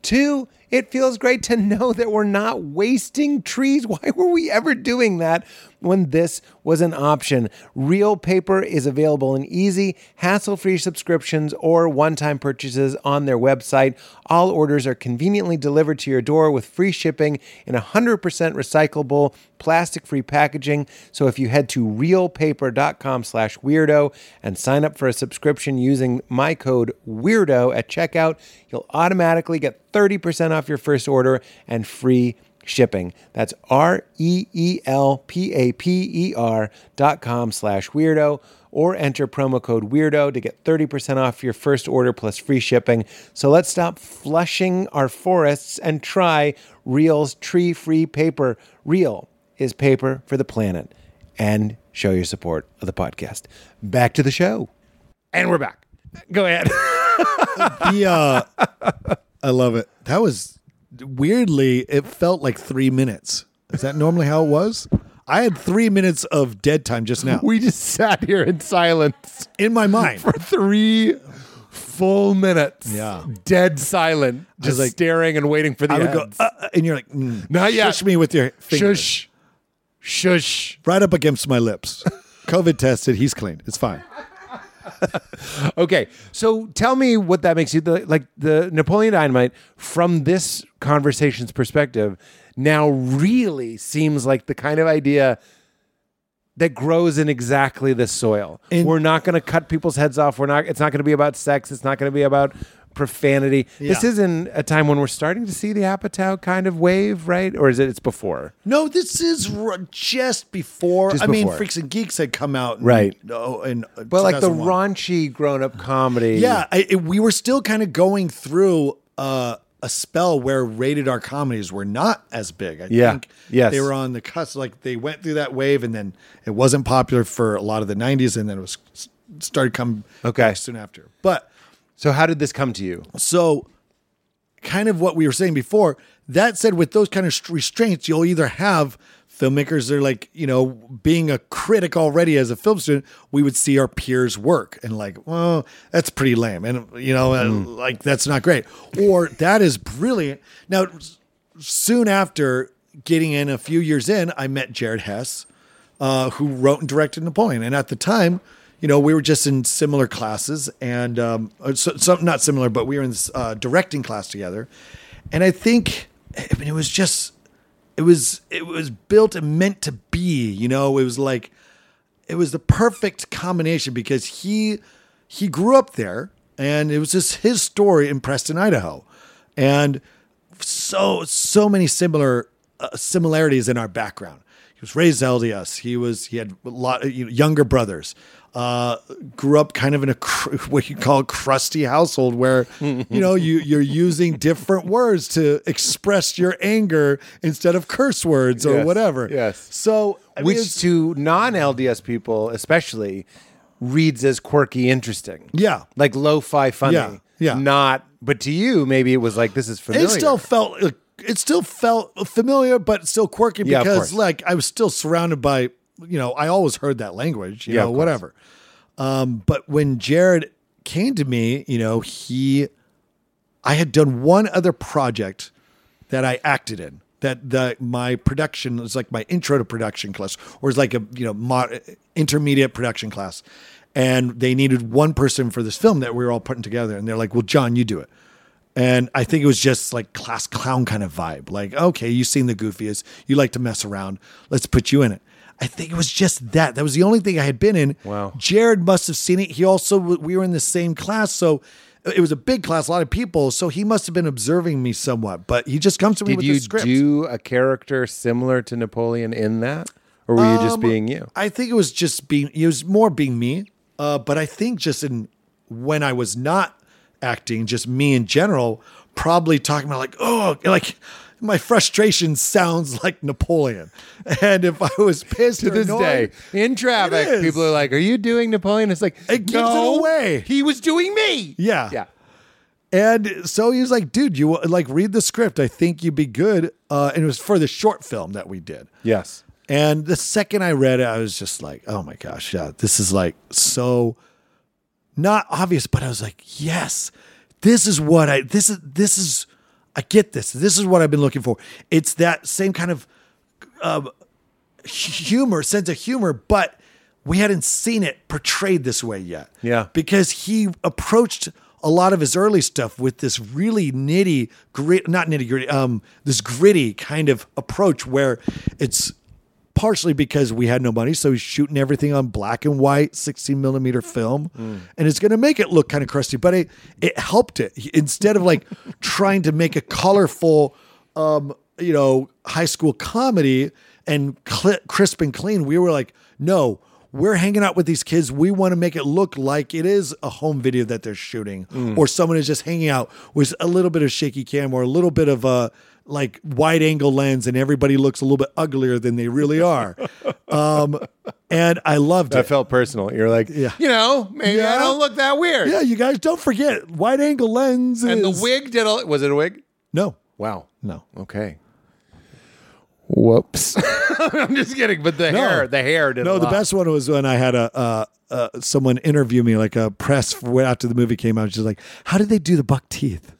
Speaker 1: Two, it feels great to know that we're not wasting trees. Why were we ever doing that when this was an option? Real paper is available in easy, hassle free subscriptions or one time purchases on their website. All orders are conveniently delivered to your door with free shipping in 100% recyclable, plastic free packaging. So if you head to realpaper.com slash weirdo and sign up for a subscription using my code weirdo at checkout, you'll automatically get 30% off your first order and free shipping. That's R E E L P A P E R dot com slash weirdo or enter promo code weirdo to get 30% off your first order plus free shipping. So let's stop flushing our forests and try Real's tree free paper. Real is paper for the planet and show your support of the podcast. Back to the show. And we're back. Go ahead.
Speaker 2: Yeah. I love it. That was weirdly, it felt like three minutes. Is that normally how it was? I had three minutes of dead time just now
Speaker 1: we just sat here in silence
Speaker 2: in my mind.
Speaker 1: for three full minutes.
Speaker 2: Yeah.
Speaker 1: Dead silent.
Speaker 2: was
Speaker 1: Just
Speaker 2: like-
Speaker 1: staring and waiting for the
Speaker 2: I would go,
Speaker 1: ads.
Speaker 2: uh, uh, and you're like, mm,
Speaker 1: Not yet.
Speaker 2: shush me with your fingers.
Speaker 1: Shush. Shush.
Speaker 2: Right up against my lips. COVID tested. He's clean. It's fine.
Speaker 1: Okay. So tell me what that makes you the, like the Napoleon Dynamite from this conversation's perspective now really seems like the kind of idea that grows in exactly this soil.
Speaker 2: And-
Speaker 1: We're not going to cut people's heads off. We're not it's not going to be about sex. It's not going to be about profanity. This
Speaker 2: Yeah.
Speaker 1: is in a time when we're starting to see the Apatow kind of wave, right? Or is it it's before?
Speaker 2: No, this is r- just before.
Speaker 1: Just
Speaker 2: I mean,
Speaker 1: before.
Speaker 2: Freaks and Geeks had come out. in-
Speaker 1: Right.
Speaker 2: Oh, and uh,
Speaker 1: But like the
Speaker 2: 2001.
Speaker 1: raunchy grown-up comedy.
Speaker 2: Yeah, I, it- we were still kind of going through uh, a spell where rated R comedies were not as big. I
Speaker 1: Yeah,
Speaker 2: think
Speaker 1: yes.
Speaker 2: they were on the cusp. Like they went through that wave, and then it wasn't popular for a lot of the '90s, and then it was started coming
Speaker 1: Okay.
Speaker 2: back soon after. But
Speaker 1: So how did this come to you?
Speaker 2: so, kind of what we were saying before. That said, with those kind of st- restraints, you'll either have filmmakers that are like, you know, being a critic already as a film student, we would see our peers' work and like, well, that's pretty lame, and you know, and, like that's not great, or that is brilliant. Now, s- soon after getting in, a few years in, I met Jared Hess uh, who wrote and directed Napoleon. And at the time, you know, we were just in similar classes and um, uh, so, so not similar, but we were in this uh, directing class together. And I think, I mean, it was just, it was, it was built and meant to be, you know, it was like, it was the perfect combination because he he grew up there, and it was just his story in Preston, Idaho, and so so many similar uh, similarities in our background. He was raised LDS. He was he had a lot you know, younger brothers. Uh, grew up kind of in a cr- what you call crusty household where you know you you're using different words to express your anger instead of curse words or
Speaker 1: Yes,
Speaker 2: whatever.
Speaker 1: yes.
Speaker 2: So I mean,
Speaker 1: Which
Speaker 2: it's-
Speaker 1: to non LDS people, especially, reads as quirky, interesting.
Speaker 2: yeah.
Speaker 1: Like lo fi funny.
Speaker 2: Yeah, yeah.
Speaker 1: Not, but to you, maybe it was like, this is familiar.
Speaker 2: It still felt uh, it still felt familiar, but still quirky
Speaker 1: Yeah, of
Speaker 2: because
Speaker 1: course.
Speaker 2: like I was still surrounded by you know I always heard that language, you
Speaker 1: Yeah,
Speaker 2: know
Speaker 1: of course.
Speaker 2: whatever. Um, but when Jared came to me, you know he, I had done one other project that I acted in that that my production was like my intro to production class or it's like a you know mod, intermediate production class and they needed one person for this film that we were all putting together and they're like well John you do it and I think it was just like class clown kind of vibe. Like, okay, you've seen the goofiest. You like to mess around. Let's put you in it. I think it was just that. That was the only thing I had been in.
Speaker 1: Wow.
Speaker 2: Jared must have seen it. He also, we were in the same class. So it was a big class, a lot of people. So he must have been observing me somewhat. But he just comes to me
Speaker 1: Did
Speaker 2: with
Speaker 1: you
Speaker 2: the script.
Speaker 1: do a character similar to Napoleon in that? Or were you
Speaker 2: Um,
Speaker 1: just being you?
Speaker 2: I think it was just being, it was more being me. Uh, but I think just in when I was not acting, just me in general, probably talking about like, oh, like my frustration sounds like Napoleon. And if I was pissed
Speaker 1: To
Speaker 2: or
Speaker 1: this
Speaker 2: annoyed-
Speaker 1: day, in
Speaker 2: It
Speaker 1: traffic,
Speaker 2: is.
Speaker 1: people are like, "Are you doing Napoleon?" It's like,
Speaker 2: It gives it
Speaker 1: "No,
Speaker 2: away."
Speaker 1: He was doing me.
Speaker 2: Yeah.
Speaker 1: yeah.
Speaker 2: And so he was like, dude, you like read the script. I think you'd be good. Uh, and it was for the short film that we did.
Speaker 1: Yes.
Speaker 2: And the second I read it, I was just like, oh my gosh, yeah, this is like so not obvious, but I was like, yes, this is what I this is this is I get this. This is what I've been looking for. It's that same kind of humor, sense of humor, but we hadn't seen it portrayed this way yet.
Speaker 1: Yeah.
Speaker 2: Because he approached a lot of his early stuff with this really nitty grit not nitty gritty, um, this gritty kind of approach where it's partially because we had no money, so he's shooting everything on black and white, 16 millimeter film, and it's gonna make it look kind of crusty, but it it helped it. He- Instead of like trying to make a colorful um, you know, high school comedy and cl- crisp and clean, we were like, no, we're hanging out with these kids. We want to make it look like it is a home video that they're shooting,
Speaker 1: Mm.
Speaker 2: or someone is just hanging out with a little bit of shaky cam or a little bit of a like wide angle lens, and everybody looks a little bit uglier than they really are. um, and I loved
Speaker 1: That
Speaker 2: it.
Speaker 1: felt personal. You're like, you know, maybe I
Speaker 2: Yeah.
Speaker 1: don't look that weird.
Speaker 2: Yeah, you guys don't forget wide angle lens
Speaker 1: And the
Speaker 2: is-
Speaker 1: wig did all. Was it a wig?
Speaker 2: No,
Speaker 1: Wow.
Speaker 2: no.
Speaker 1: Okay. Whoops. I'm just kidding. But the hair, the hair did.
Speaker 2: No,
Speaker 1: a
Speaker 2: the
Speaker 1: lot.
Speaker 2: best one was when I had a uh, uh, someone interview me, like a press for when after the movie came out. She's like, "How did they do the buck teeth?"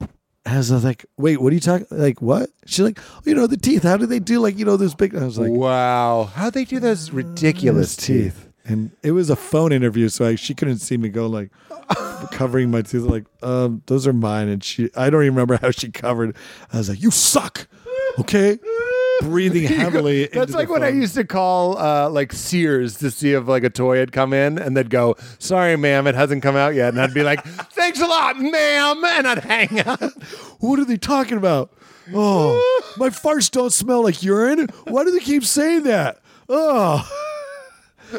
Speaker 2: And I was like, "Wait, what are you talking? Like what?" She's like, "Oh, "You know the teeth. How did they do like you know those big?" I was like,
Speaker 1: Wow. How they do those ridiculous
Speaker 2: "Those teeth." And it was a phone interview, so I, she couldn't see me go like covering my teeth. Like um, those are mine, and she I don't even remember how she covered. I was like, "You suck." Okay, breathing heavily. into
Speaker 1: That's
Speaker 2: the
Speaker 1: like what I
Speaker 2: phone.
Speaker 1: used to call uh, like Sears to see if like a toy had come in, and they'd go, "Sorry, ma'am, it hasn't come out yet," and I'd be like, "Thanks a lot, ma'am," and I'd hang up.
Speaker 2: What are they talking about? Oh, my farts don't smell like urine. Why do they keep saying that? Oh,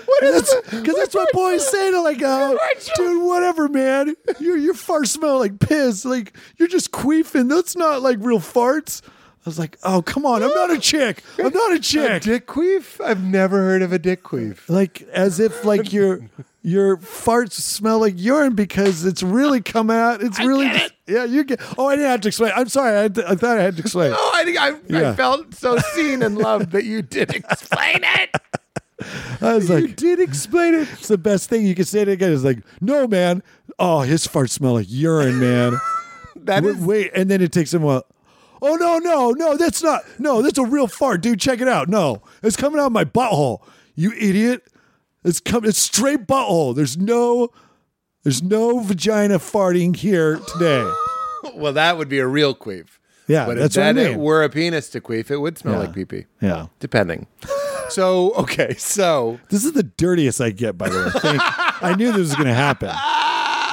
Speaker 1: What is
Speaker 2: that's because that's what boys say to like, uh, dude, whatever, man. Your your farts smell like piss. Like you're just queefing. That's not like real farts. I was like, oh, come on. I'm not a chick. I'm not a
Speaker 1: a
Speaker 2: chick.
Speaker 1: dick queef? I've never heard of a dick queef.
Speaker 2: Like as if like your your farts smell like urine because it's really come out. It's really yeah. You get. Oh, I didn't have to explain. I'm sorry. I, had to- I thought I had to explain.
Speaker 1: Oh, I think I, I
Speaker 2: Yeah.
Speaker 1: felt so seen and loved that you did explain it.
Speaker 2: I was
Speaker 1: you
Speaker 2: like,
Speaker 1: did explain it.
Speaker 2: It's the best thing you can say to a guy is like, no, man. Oh, his farts smell like urine, man.
Speaker 1: That
Speaker 2: wait,
Speaker 1: is
Speaker 2: wait. And then it takes him a while. Oh, no, no, no. That's not. No, that's a real fart, dude. Check it out. No, it's coming out of my butthole. You idiot. It's coming. It's straight butthole. There's no, there's no vagina farting here today.
Speaker 1: well, that would be a real queef.
Speaker 2: Yeah,
Speaker 1: but
Speaker 2: that's
Speaker 1: if
Speaker 2: what I
Speaker 1: that
Speaker 2: mean.
Speaker 1: were a penis to queef, it would smell
Speaker 2: Yeah.
Speaker 1: like pee pee.
Speaker 2: Yeah.
Speaker 1: Depending. so okay, so
Speaker 2: This is the dirtiest I get, by the way. Thank, I knew this was going to happen.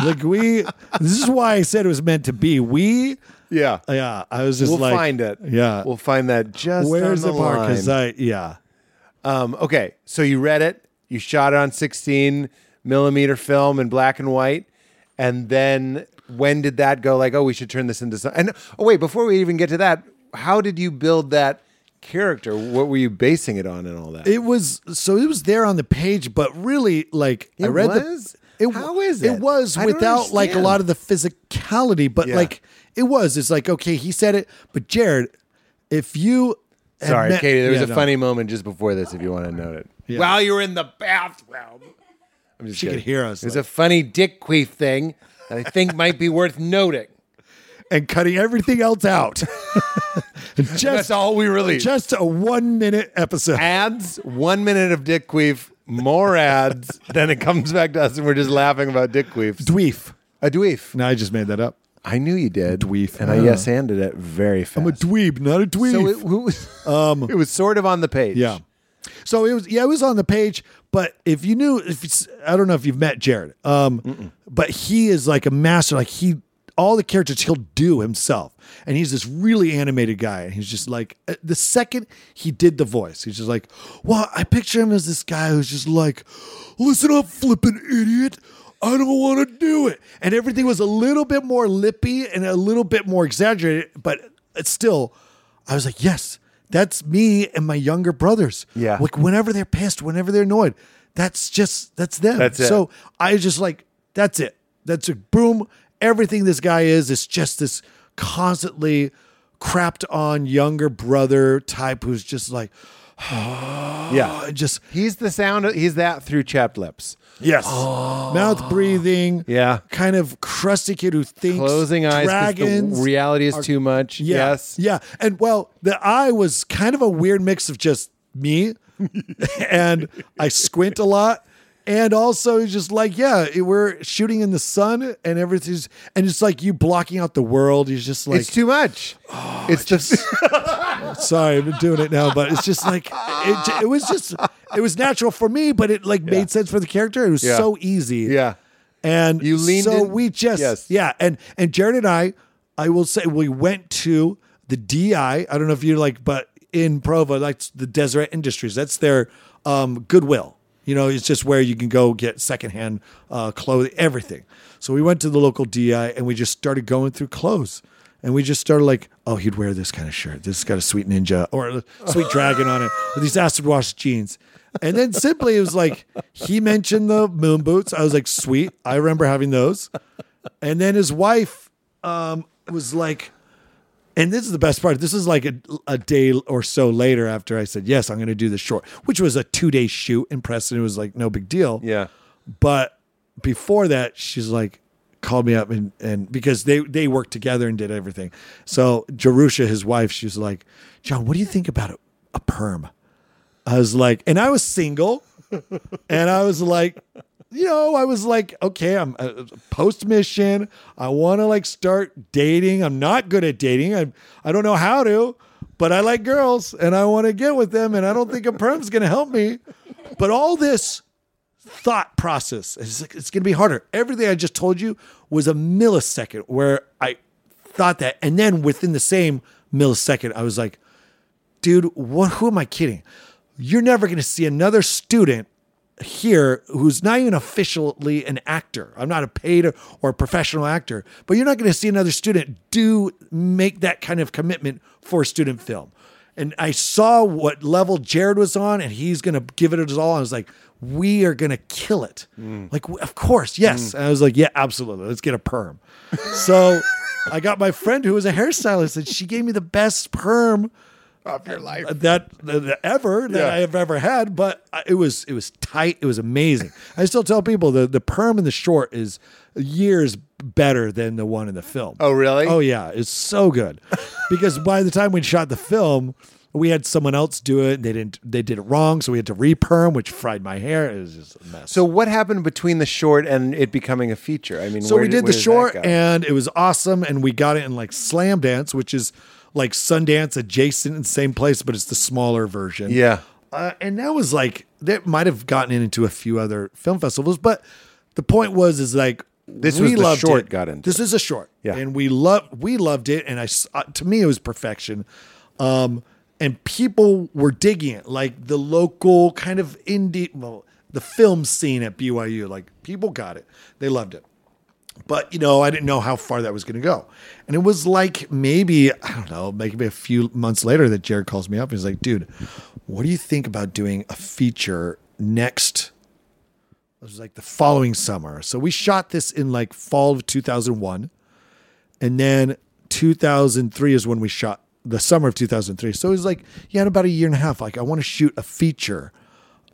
Speaker 2: Like we, this is why I said it was meant to be. We,
Speaker 1: Yeah.
Speaker 2: yeah. I was just
Speaker 1: We'll
Speaker 2: like,
Speaker 1: find it.
Speaker 2: Yeah.
Speaker 1: We'll find that just
Speaker 2: Where's the,
Speaker 1: on the,
Speaker 2: part?
Speaker 1: line.
Speaker 2: Because I, yeah,
Speaker 1: Um, okay, so you read it, you shot it on 16 millimeter film in black and white, and then when did that go? Like, oh, we should turn this into something. And oh, wait, before we even get to that, how did you build that character? What were you basing it on, and all that?
Speaker 2: it was. So it was there on the page, but really, like I
Speaker 1: It
Speaker 2: read
Speaker 1: was?
Speaker 2: the. It,
Speaker 1: How is it?
Speaker 2: It was
Speaker 1: I don't
Speaker 2: without like a
Speaker 1: understand.
Speaker 2: lot of the physicality, but
Speaker 1: Yeah.
Speaker 2: like it was. It's like okay, he said it, but Jared, if you. had
Speaker 1: Sorry,
Speaker 2: met-
Speaker 1: Katie, there was
Speaker 2: Yeah,
Speaker 1: a
Speaker 2: no.
Speaker 1: funny moment just before this, if you want to note it. While you were in the bathroom. I'm just
Speaker 2: She could
Speaker 1: kidding.
Speaker 2: hear us,
Speaker 1: There's
Speaker 2: like-
Speaker 1: a funny dick queef thing that I think might be worth noting.
Speaker 2: and cutting everything else out.
Speaker 1: That's
Speaker 2: just
Speaker 1: all we released.
Speaker 2: just a one minute episode.
Speaker 1: ads, one minute of Dick Queef, more ads, then it comes back to us and we're just laughing about Dick Queefs.
Speaker 2: Dweef.
Speaker 1: A dweef.
Speaker 2: No, I just made that up.
Speaker 1: I knew you did.
Speaker 2: Dweef.
Speaker 1: And I
Speaker 2: Ah.
Speaker 1: yes handed it very fast.
Speaker 2: I'm a dweeb, not a dweeb.
Speaker 1: so it, was, it was sort of on the page.
Speaker 2: yeah. So it was yeah, it was on the page, but if you knew if it's, I don't know if you've met Jared. Um but he is like a master like he all the characters he'll do himself. And he's this really animated guy and he's just like uh, the second he did the voice, he's just like, "Well, I picture him as this guy who's just like, listen up flippin' idiot. I don't want to do it." And everything was a little bit more lippy and a little bit more exaggerated, but it's still I was like, yes, that's me and my younger brothers.
Speaker 1: Yeah.
Speaker 2: Like whenever they're pissed, whenever they're annoyed, that's just that's them.
Speaker 1: That's it.
Speaker 2: So I was just like, that's it. That's a boom. Everything this guy is is just this constantly crapped on younger brother type who's just like
Speaker 1: Yeah.
Speaker 2: uh, just
Speaker 1: He's the sound of, he's that through chapped lips.
Speaker 2: yes mouth breathing
Speaker 1: Yeah.
Speaker 2: kind of crusty kid who thinks
Speaker 1: Closing eyes because
Speaker 2: dragons
Speaker 1: the reality is too much.
Speaker 2: Yeah.
Speaker 1: Yes.
Speaker 2: Yeah. And well, the eye was kind of a weird mix of just me and I squint a lot. And also just like, yeah, it- we're shooting in the sun and everything's and it's like you blocking out the world. You're just like
Speaker 1: It's too much. it's Oh, just
Speaker 2: sorry, I've been doing it now, but it's just like it, j- it was just it was natural for me, but it like made sense for the character. It was
Speaker 1: Yeah.
Speaker 2: so easy.
Speaker 1: yeah.
Speaker 2: And
Speaker 1: You leaned
Speaker 2: so
Speaker 1: in-
Speaker 2: we just
Speaker 1: Yes.
Speaker 2: yeah, and and Jared and I, I will say we went to the DI. I don't know if you like, but in Provo, like the Deseret Industries, that's their um, Goodwill. You know, it's just where you can go get secondhand uh, clothing, everything. So we went to the local DI and we just started going through clothes. And we just started like, oh, he'd wear this kind of shirt. This has got a sweet ninja or a sweet dragon on it, or these acid wash jeans. And then simply it was like, he mentioned the moon boots. I was like, sweet. I remember having those. And then his wife um, was like, and this is the best part. This is like a, a day or so later after I said, yes, I'm going to do the short, which was a two day shoot in Preston. It was like, no big deal.
Speaker 1: Yeah.
Speaker 2: But before that, she's like called me up and, and because they they worked together and did everything. So Jerusha, his wife, she's like, John, what do you think about a, a perm? I was like, and I was single, and I was like, you know, I was like, okay, I'm uh, post mission. I want to like start dating. I'm not good at dating. I I don't know how to, but I like girls and I want to get with them. And I don't think a perm's gonna help me. But all this thought process. It's like it's gonna be harder. Everything I just told you was a millisecond where I thought that, and then within the same millisecond, I was like, dude, what? Who am I kidding? You're never gonna see another student here who's not even officially an actor. I'm not a paid or, or a professional actor, but you're not going to see another student do make that kind of commitment for student film. And I saw what level Jared was on, and he's going to give it his all. I was like, we are going to kill it. Like, w- of course, yes. And I was like, yeah, absolutely. Let's get a perm. so I got my friend who was a hairstylist, and she gave me the best perm
Speaker 1: Of your life.
Speaker 2: that, that ever that
Speaker 1: Yeah.
Speaker 2: I have ever had, but I- it was it was tight. It was amazing. I still tell people the the perm and the short is years better than the one in the film.
Speaker 1: Oh, really?
Speaker 2: Oh yeah, it's so good because by the time we shot the film, we had someone else do it. And they didn't. They did it wrong, so we had to reperm, which fried my hair. It was just a mess.
Speaker 1: So what happened between the short and it becoming a feature? I mean,
Speaker 2: So
Speaker 1: where
Speaker 2: we did
Speaker 1: where
Speaker 2: the
Speaker 1: does that
Speaker 2: short
Speaker 1: go?
Speaker 2: and it was awesome. And we got it in like Slam Dance, which is like Sundance adjacent in the same place, but it's the smaller version.
Speaker 1: Yeah.
Speaker 2: Uh, and that was like, that might have gotten into a few other film festivals, but the point was is like
Speaker 1: This
Speaker 2: we
Speaker 1: was the
Speaker 2: loved
Speaker 1: short
Speaker 2: it.
Speaker 1: got into
Speaker 2: This is a short,
Speaker 1: Yeah.
Speaker 2: and we love we loved it, and I s- uh, to me it was perfection. Um, and people were digging it, like the local kind of indie, well, the film scene at BYU. Like people got it, they loved it but you know i didn't know how far that was going to go and it was like maybe i don't know maybe a few months later that jared calls me up and he's like dude what do you think about doing a feature next it was like the following summer so we shot this in like fall of 2001 and then 2003 is when we shot the summer of 2003 so it was like you had about a year and a half like i want to shoot a feature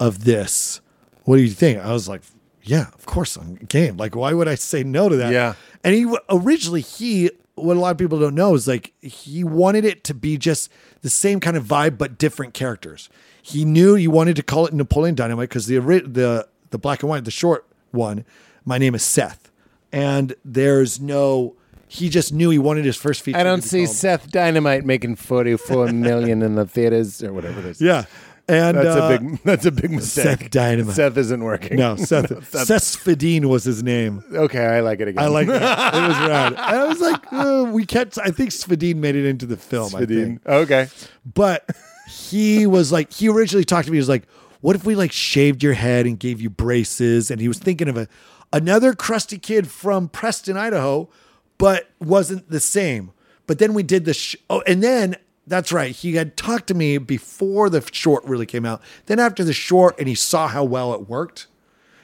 Speaker 2: of this what do you think i was like yeah of course i'm game like why would i say no to that
Speaker 1: Yeah.
Speaker 2: and he originally he what a lot of people don't know is like he wanted it to be just the same kind of vibe but different characters. He knew he wanted to call it Napoleon Dynamite because the ori- the the black and white the short one, my name is Seth, and there's no. He just knew he wanted his first feature.
Speaker 1: I don't
Speaker 2: to be
Speaker 1: see
Speaker 2: called-
Speaker 1: Seth Dynamite making 44 million in the theaters or whatever it is.
Speaker 2: Yeah, and
Speaker 1: That's
Speaker 2: uh,
Speaker 1: a big that's a big mistake.
Speaker 2: Seth Dynamite.
Speaker 1: Seth isn't working.
Speaker 2: no. Seth Sesfidine was his name.
Speaker 1: Okay, I like it again.
Speaker 2: I like that. it was rad. And I was like, uh, we kept. I think Svedine made it into the film. I think.
Speaker 1: Okay.
Speaker 2: but he was like he originally talked to me he was like what if we like shaved your head and gave you braces and he was thinking of a another crusty kid from preston idaho but wasn't the same but then we did the sh- oh and then that's right he had talked to me before the short really came out then after the short and he saw how well it worked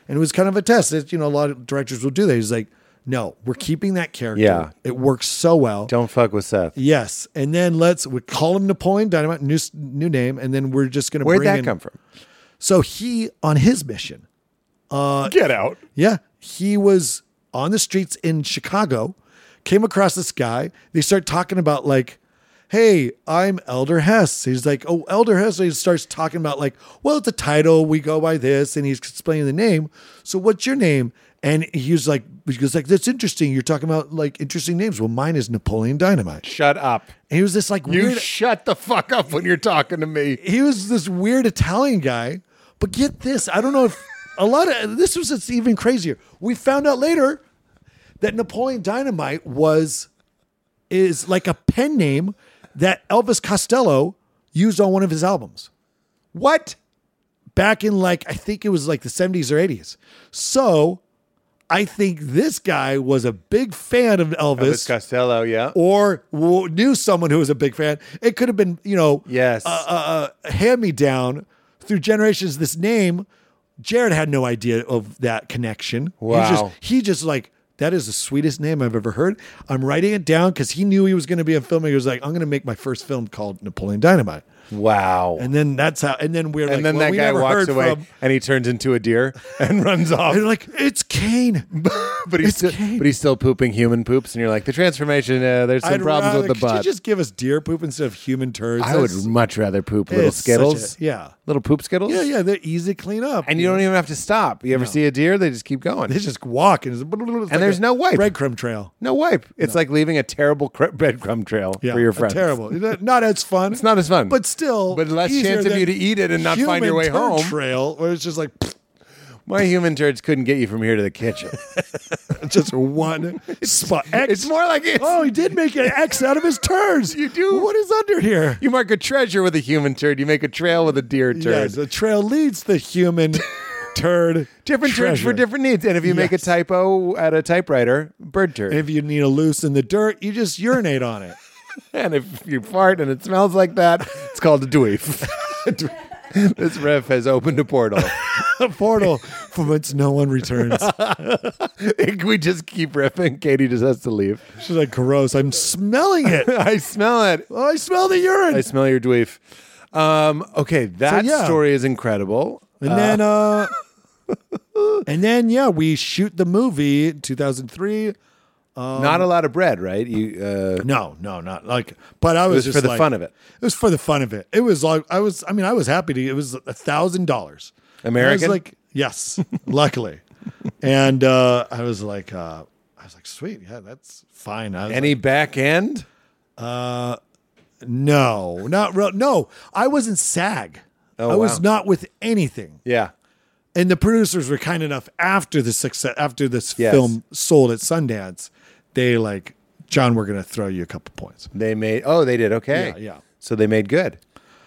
Speaker 2: and it was kind of a test It's you know a lot of directors will do that he's like no we're keeping that character
Speaker 1: Yeah.
Speaker 2: it works so well
Speaker 1: Don't fuck with Seth.
Speaker 2: Yes, and then let's we call him Napoleon Dynamite, new s- new name, and then we're just gonna
Speaker 1: Where'd
Speaker 2: bring
Speaker 1: that
Speaker 2: in-
Speaker 1: come from?
Speaker 2: So he on his mission,
Speaker 1: Get out.
Speaker 2: yeah, he was on the streets in Chicago, came across this guy. They start talking about like, "Hey, I'm Elder Hess." He's like, "Oh, Elder Hess." So he starts talking about like, "Well, it's a title we go by this," and he's explaining the name. So what's your name? And he was like, he was like, that's interesting. You're talking about like interesting names. Well, mine is Napoleon Dynamite.
Speaker 1: Shut up.
Speaker 2: And he was this like
Speaker 1: You
Speaker 2: weird
Speaker 1: shut the fuck up when you're talking to me.
Speaker 2: he was this weird Italian guy. But get this, I don't know if a lot of this was it's even crazier. We found out later that Napoleon Dynamite was is like a pen name that Elvis Costello used on one of his albums
Speaker 1: What?
Speaker 2: back in like I think it was like the 70s or 80s. So I think this guy was a big fan of Elvis,
Speaker 1: Elvis Costello, yeah.
Speaker 2: or w- knew someone who was a big fan. It could have been, you know,
Speaker 1: Yes.
Speaker 2: a, a, a hand me down through generations. This name, Jared had no idea of that connection.
Speaker 1: Wow.
Speaker 2: He just, he just like, that is the sweetest name I've ever heard. I'm writing it down because he knew he was going to be a filmmaker. He was like, I'm going to make my first film called Napoleon Dynamite.
Speaker 1: Wow. And,
Speaker 2: And then that's how, and then we're like,
Speaker 1: then
Speaker 2: well,
Speaker 1: that
Speaker 2: we
Speaker 1: guy
Speaker 2: never
Speaker 1: walks
Speaker 2: heard
Speaker 1: away
Speaker 2: From,
Speaker 1: and he turns into a deer and runs off.
Speaker 2: and they're like, it's Kane.
Speaker 1: But he's,
Speaker 2: It's
Speaker 1: still,
Speaker 2: Kane.
Speaker 1: but he's still pooping human poops, and you're like, the transformation, uh, there's some
Speaker 2: I'd
Speaker 1: problems
Speaker 2: rather-
Speaker 1: with the
Speaker 2: could
Speaker 1: butt.
Speaker 2: you just give us deer poop instead of human turds?
Speaker 1: I would
Speaker 2: That's-
Speaker 1: much rather poop little
Speaker 2: it's such a-
Speaker 1: Skittles.
Speaker 2: yeah.
Speaker 1: Little poop Skittles?
Speaker 2: Yeah, yeah, they're easy to clean up.
Speaker 1: And you don't even have to stop. You ever see a deer? They just keep going.
Speaker 2: they just walk and, it's and
Speaker 1: there's no wipe.
Speaker 2: breadcrumb trail.
Speaker 1: No wipe. It's like leaving a terrible cr- breadcrumb trail
Speaker 2: Yeah,
Speaker 1: for your
Speaker 2: a
Speaker 1: friends.
Speaker 2: Terrible. Not as fun.
Speaker 1: It's not as fun.
Speaker 2: but still,
Speaker 1: But less
Speaker 2: easier
Speaker 1: chance of
Speaker 2: than
Speaker 1: you to eat it and not find your
Speaker 2: human
Speaker 1: way
Speaker 2: turd
Speaker 1: home.
Speaker 2: Trail where it's just like
Speaker 1: My human turds couldn't get you from here to the kitchen.
Speaker 2: just one spot. X.
Speaker 1: it's more like it's,
Speaker 2: oh, he did make an X out of his turds.
Speaker 1: You do?
Speaker 2: What is under here?
Speaker 1: you mark a treasure with a human turd. You make a trail with a deer turd.
Speaker 2: Yes, the trail leads the human turd.
Speaker 1: different turds for
Speaker 2: treasure.
Speaker 1: different needs. And if you make a
Speaker 2: Yes.
Speaker 1: typo at a typewriter, bird turd.
Speaker 2: If you need to loosen the dirt, you just urinate on it.
Speaker 1: and if you fart and it smells like that, it's called a dweef. this ref has opened a portal.
Speaker 2: A portal from which no one returns.
Speaker 1: we just keep riffing. Katie just has to leave.
Speaker 2: She's like, gross. I'm smelling it.
Speaker 1: I smell it.
Speaker 2: Oh, I smell the urine.
Speaker 1: I smell your dweef. Um, okay, that
Speaker 2: yeah.
Speaker 1: story is incredible.
Speaker 2: And then, uh, and then, yeah, we shoot the movie 2003. Um,
Speaker 1: Not a lot of bread, right? You uh,
Speaker 2: No, no, not like, but I was,
Speaker 1: was
Speaker 2: just
Speaker 1: for the
Speaker 2: like-
Speaker 1: fun of it.
Speaker 2: It was for the fun of it. It was like, I was, I mean, I was happy to, it was a thousand dollars. And I was
Speaker 1: American?
Speaker 2: like, yes, luckily. And, uh, I was like, uh, I was like, sweet. Yeah, that's fine. I was
Speaker 1: any
Speaker 2: like,
Speaker 1: back end?
Speaker 2: no, not real. No, I wasn't SAG.
Speaker 1: Oh,
Speaker 2: I was
Speaker 1: wow.
Speaker 2: not with anything.
Speaker 1: Yeah,
Speaker 2: and the producers were kind enough after the success after this
Speaker 1: Yes.
Speaker 2: film sold at Sundance, they like John, we're gonna throw you a couple points.
Speaker 1: They made. Oh, they did. Okay.
Speaker 2: Yeah, yeah.
Speaker 1: So they made good.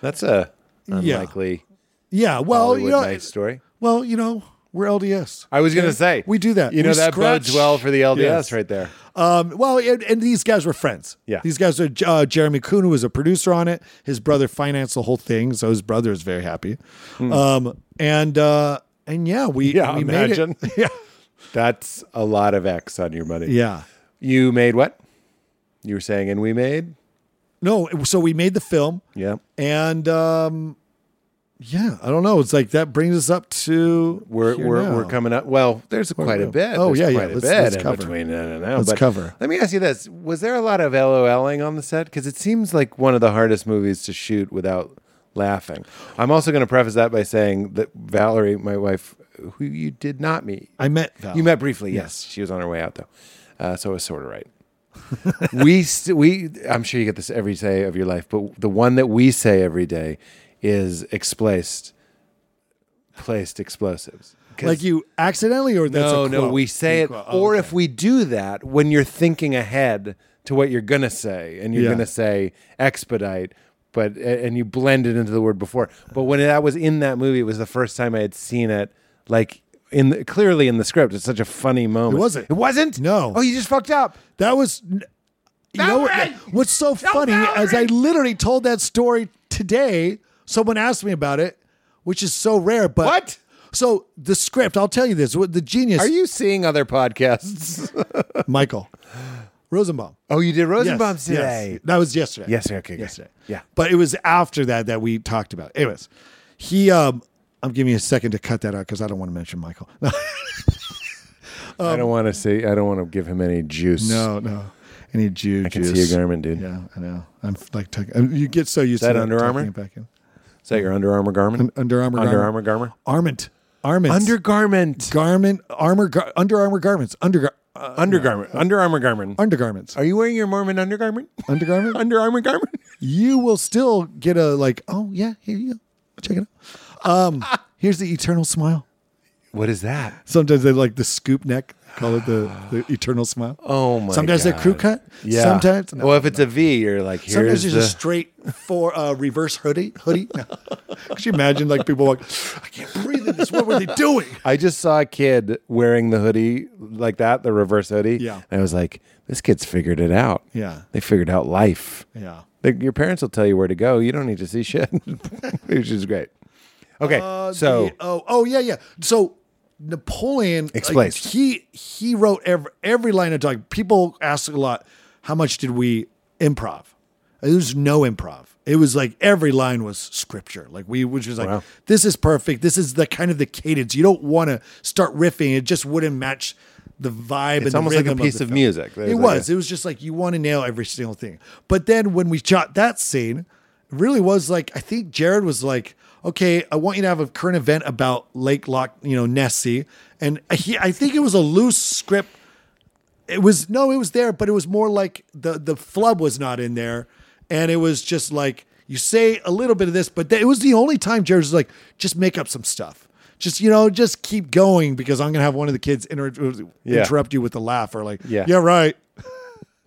Speaker 1: That's a
Speaker 2: Yeah.
Speaker 1: unlikely
Speaker 2: Oh, Yeah, well,
Speaker 1: Hollywood
Speaker 2: you know,
Speaker 1: night story.
Speaker 2: well, you know, we're LDS.
Speaker 1: I was gonna say
Speaker 2: we do that.
Speaker 1: You know
Speaker 2: We
Speaker 1: that bodes
Speaker 2: scratch-
Speaker 1: well for the LDS
Speaker 2: Yes.
Speaker 1: right there.
Speaker 2: Um, well, and, and these guys were friends.
Speaker 1: Yeah.
Speaker 2: these guys are uh, Jeremy Kuhn, who was a producer on it. His brother financed the whole thing, so his brother is very happy. Um, and uh, and yeah, we
Speaker 1: Hmm. Yeah,
Speaker 2: we
Speaker 1: imagine.
Speaker 2: made it. yeah,
Speaker 1: That's a lot of X on your money.
Speaker 2: yeah.
Speaker 1: You made what? You were saying, and we made.
Speaker 2: No, so we made the film,
Speaker 1: Yeah.
Speaker 2: and um, yeah, I don't know. It's like that brings us up to
Speaker 1: We're
Speaker 2: here
Speaker 1: we're,
Speaker 2: now.
Speaker 1: we're coming up. Well, there's quite a
Speaker 2: we-
Speaker 1: bit.
Speaker 2: oh,
Speaker 1: There's
Speaker 2: yeah, yeah.
Speaker 1: quite a
Speaker 2: Let's-
Speaker 1: bit
Speaker 2: let's
Speaker 1: in
Speaker 2: cover.
Speaker 1: between then and now.
Speaker 2: Let's
Speaker 1: but
Speaker 2: cover.
Speaker 1: Let me ask you this: Was there a lot of LOLing on the set? Because it seems like one of the hardest movies to shoot without laughing. I'm also going to preface that by saying that Valerie, my wife, who you did not meet,
Speaker 2: I met Val.
Speaker 1: You met briefly, yes. She was on her way out though, uh, so I was sort of right. we st- we I'm sure you get this every day of your life, but the one that we say every day is explaced, placed explosives. 'Cause-
Speaker 2: like you accidentally or that's
Speaker 1: no,
Speaker 2: a
Speaker 1: no,
Speaker 2: quote?
Speaker 1: we say
Speaker 2: You
Speaker 1: it.
Speaker 2: quote- oh,
Speaker 1: or
Speaker 2: okay.
Speaker 1: if we do that, when you're thinking ahead to what you're gonna say, and you're
Speaker 2: Yeah.
Speaker 1: gonna say expedite, but a- and you blend it into the word before. But when that was in that movie, it was the first time I had seen it. Like in the, clearly in the script, it's such a funny moment.
Speaker 2: It wasn't.
Speaker 1: It wasn't.
Speaker 2: No.
Speaker 1: Oh, you just fucked up.
Speaker 2: That was. You know what,
Speaker 1: Valerie!
Speaker 2: what's so funny is I literally told that story today. Someone asked me about it, which is so rare. But
Speaker 1: What?
Speaker 2: So the script, I'll tell you this: what the genius,
Speaker 1: Are you seeing other podcasts?
Speaker 2: Michael Rosenbaum.
Speaker 1: oh, you did
Speaker 2: Yes,
Speaker 1: Rosenbaum's
Speaker 2: yes.
Speaker 1: today.
Speaker 2: That was yesterday.
Speaker 1: Yesterday, okay, good.
Speaker 2: yesterday.
Speaker 1: Yeah.
Speaker 2: but it was after that that we talked about. It. Anyways, he. um I'm giving you a second to cut that out because I don't want to mention Michael. No,
Speaker 1: I don't want to say. I don't want to give him any juice.
Speaker 2: Um, no, no. Any Jew
Speaker 1: I can
Speaker 2: juice.
Speaker 1: see your garment, dude.
Speaker 2: Yeah, I know. I'm like, tuck- I'm- you get so used
Speaker 1: that
Speaker 2: to
Speaker 1: Under
Speaker 2: tucking
Speaker 1: Armour?
Speaker 2: it back in.
Speaker 1: Is that your Under Armour garment?
Speaker 2: Under Armour.
Speaker 1: Under
Speaker 2: garment.
Speaker 1: Armour garment.
Speaker 2: Armament. Armaments.
Speaker 1: Undergarment.
Speaker 2: garment. Armor. Gar- under Armour garments. Under. Uh,
Speaker 1: Undergarment. Under Armour garment.
Speaker 2: undergarments.
Speaker 1: Are you wearing your Mormon undergarment?
Speaker 2: Undergarment.
Speaker 1: Under Armour garment?
Speaker 2: you will still get a like. Oh yeah, here you go. Check it out. Um, here's the eternal smile.
Speaker 1: What is that?
Speaker 2: Sometimes they like the scoop neck. Call it the, the eternal smile.
Speaker 1: Oh my
Speaker 2: Sometimes
Speaker 1: God.
Speaker 2: they're crew cut.
Speaker 1: Yeah.
Speaker 2: Sometimes. no.
Speaker 1: well, if it's a V, you're like, here's
Speaker 2: Sometimes
Speaker 1: the,
Speaker 2: it's a straight for uh, reverse hoodie. Hoodie. No. Could you imagine like people like, I can't breathe in this. What were they doing?
Speaker 1: I just saw a kid wearing the hoodie like that, the reverse hoodie.
Speaker 2: Yeah.
Speaker 1: And I was like, this kid's figured it out.
Speaker 2: Yeah.
Speaker 1: They figured out life.
Speaker 2: Yeah.
Speaker 1: They- your parents will tell you where to go. You don't need to see shit, which is great. Okay.
Speaker 2: Uh,
Speaker 1: so,
Speaker 2: the- oh oh yeah yeah. So Napoleon like,
Speaker 1: Explains.
Speaker 2: he he wrote every every line of dialogue. People ask a lot, how much did we improv? There's no improv. It was like every line was scripture. Like we which was like
Speaker 1: Wow.
Speaker 2: this is perfect. This is the kind of the cadence. You don't want to start riffing. It just wouldn't match the vibe. and
Speaker 1: it's
Speaker 2: the
Speaker 1: almost like a
Speaker 2: rhythm
Speaker 1: piece
Speaker 2: the
Speaker 1: of
Speaker 2: film.
Speaker 1: music. There's
Speaker 2: It
Speaker 1: like
Speaker 2: was.
Speaker 1: a-
Speaker 2: It was just like you want to nail every single thing. But then when we shot that scene, it really was like I think Jared was like, "Okay, I want you to have a current event about Lake Lock, you know, Nessie." And he, I think it was a loose script. It was no, it was there, but it was more like the the flub was not in there, and it was just like you say a little bit of this, but th- it was the only time Jared was like, "Just make up some stuff." Just you know, just keep going because I'm gonna have one of the kids inter-
Speaker 1: Yeah.
Speaker 2: interrupt you with a laugh or like,
Speaker 1: Yeah.
Speaker 2: yeah right.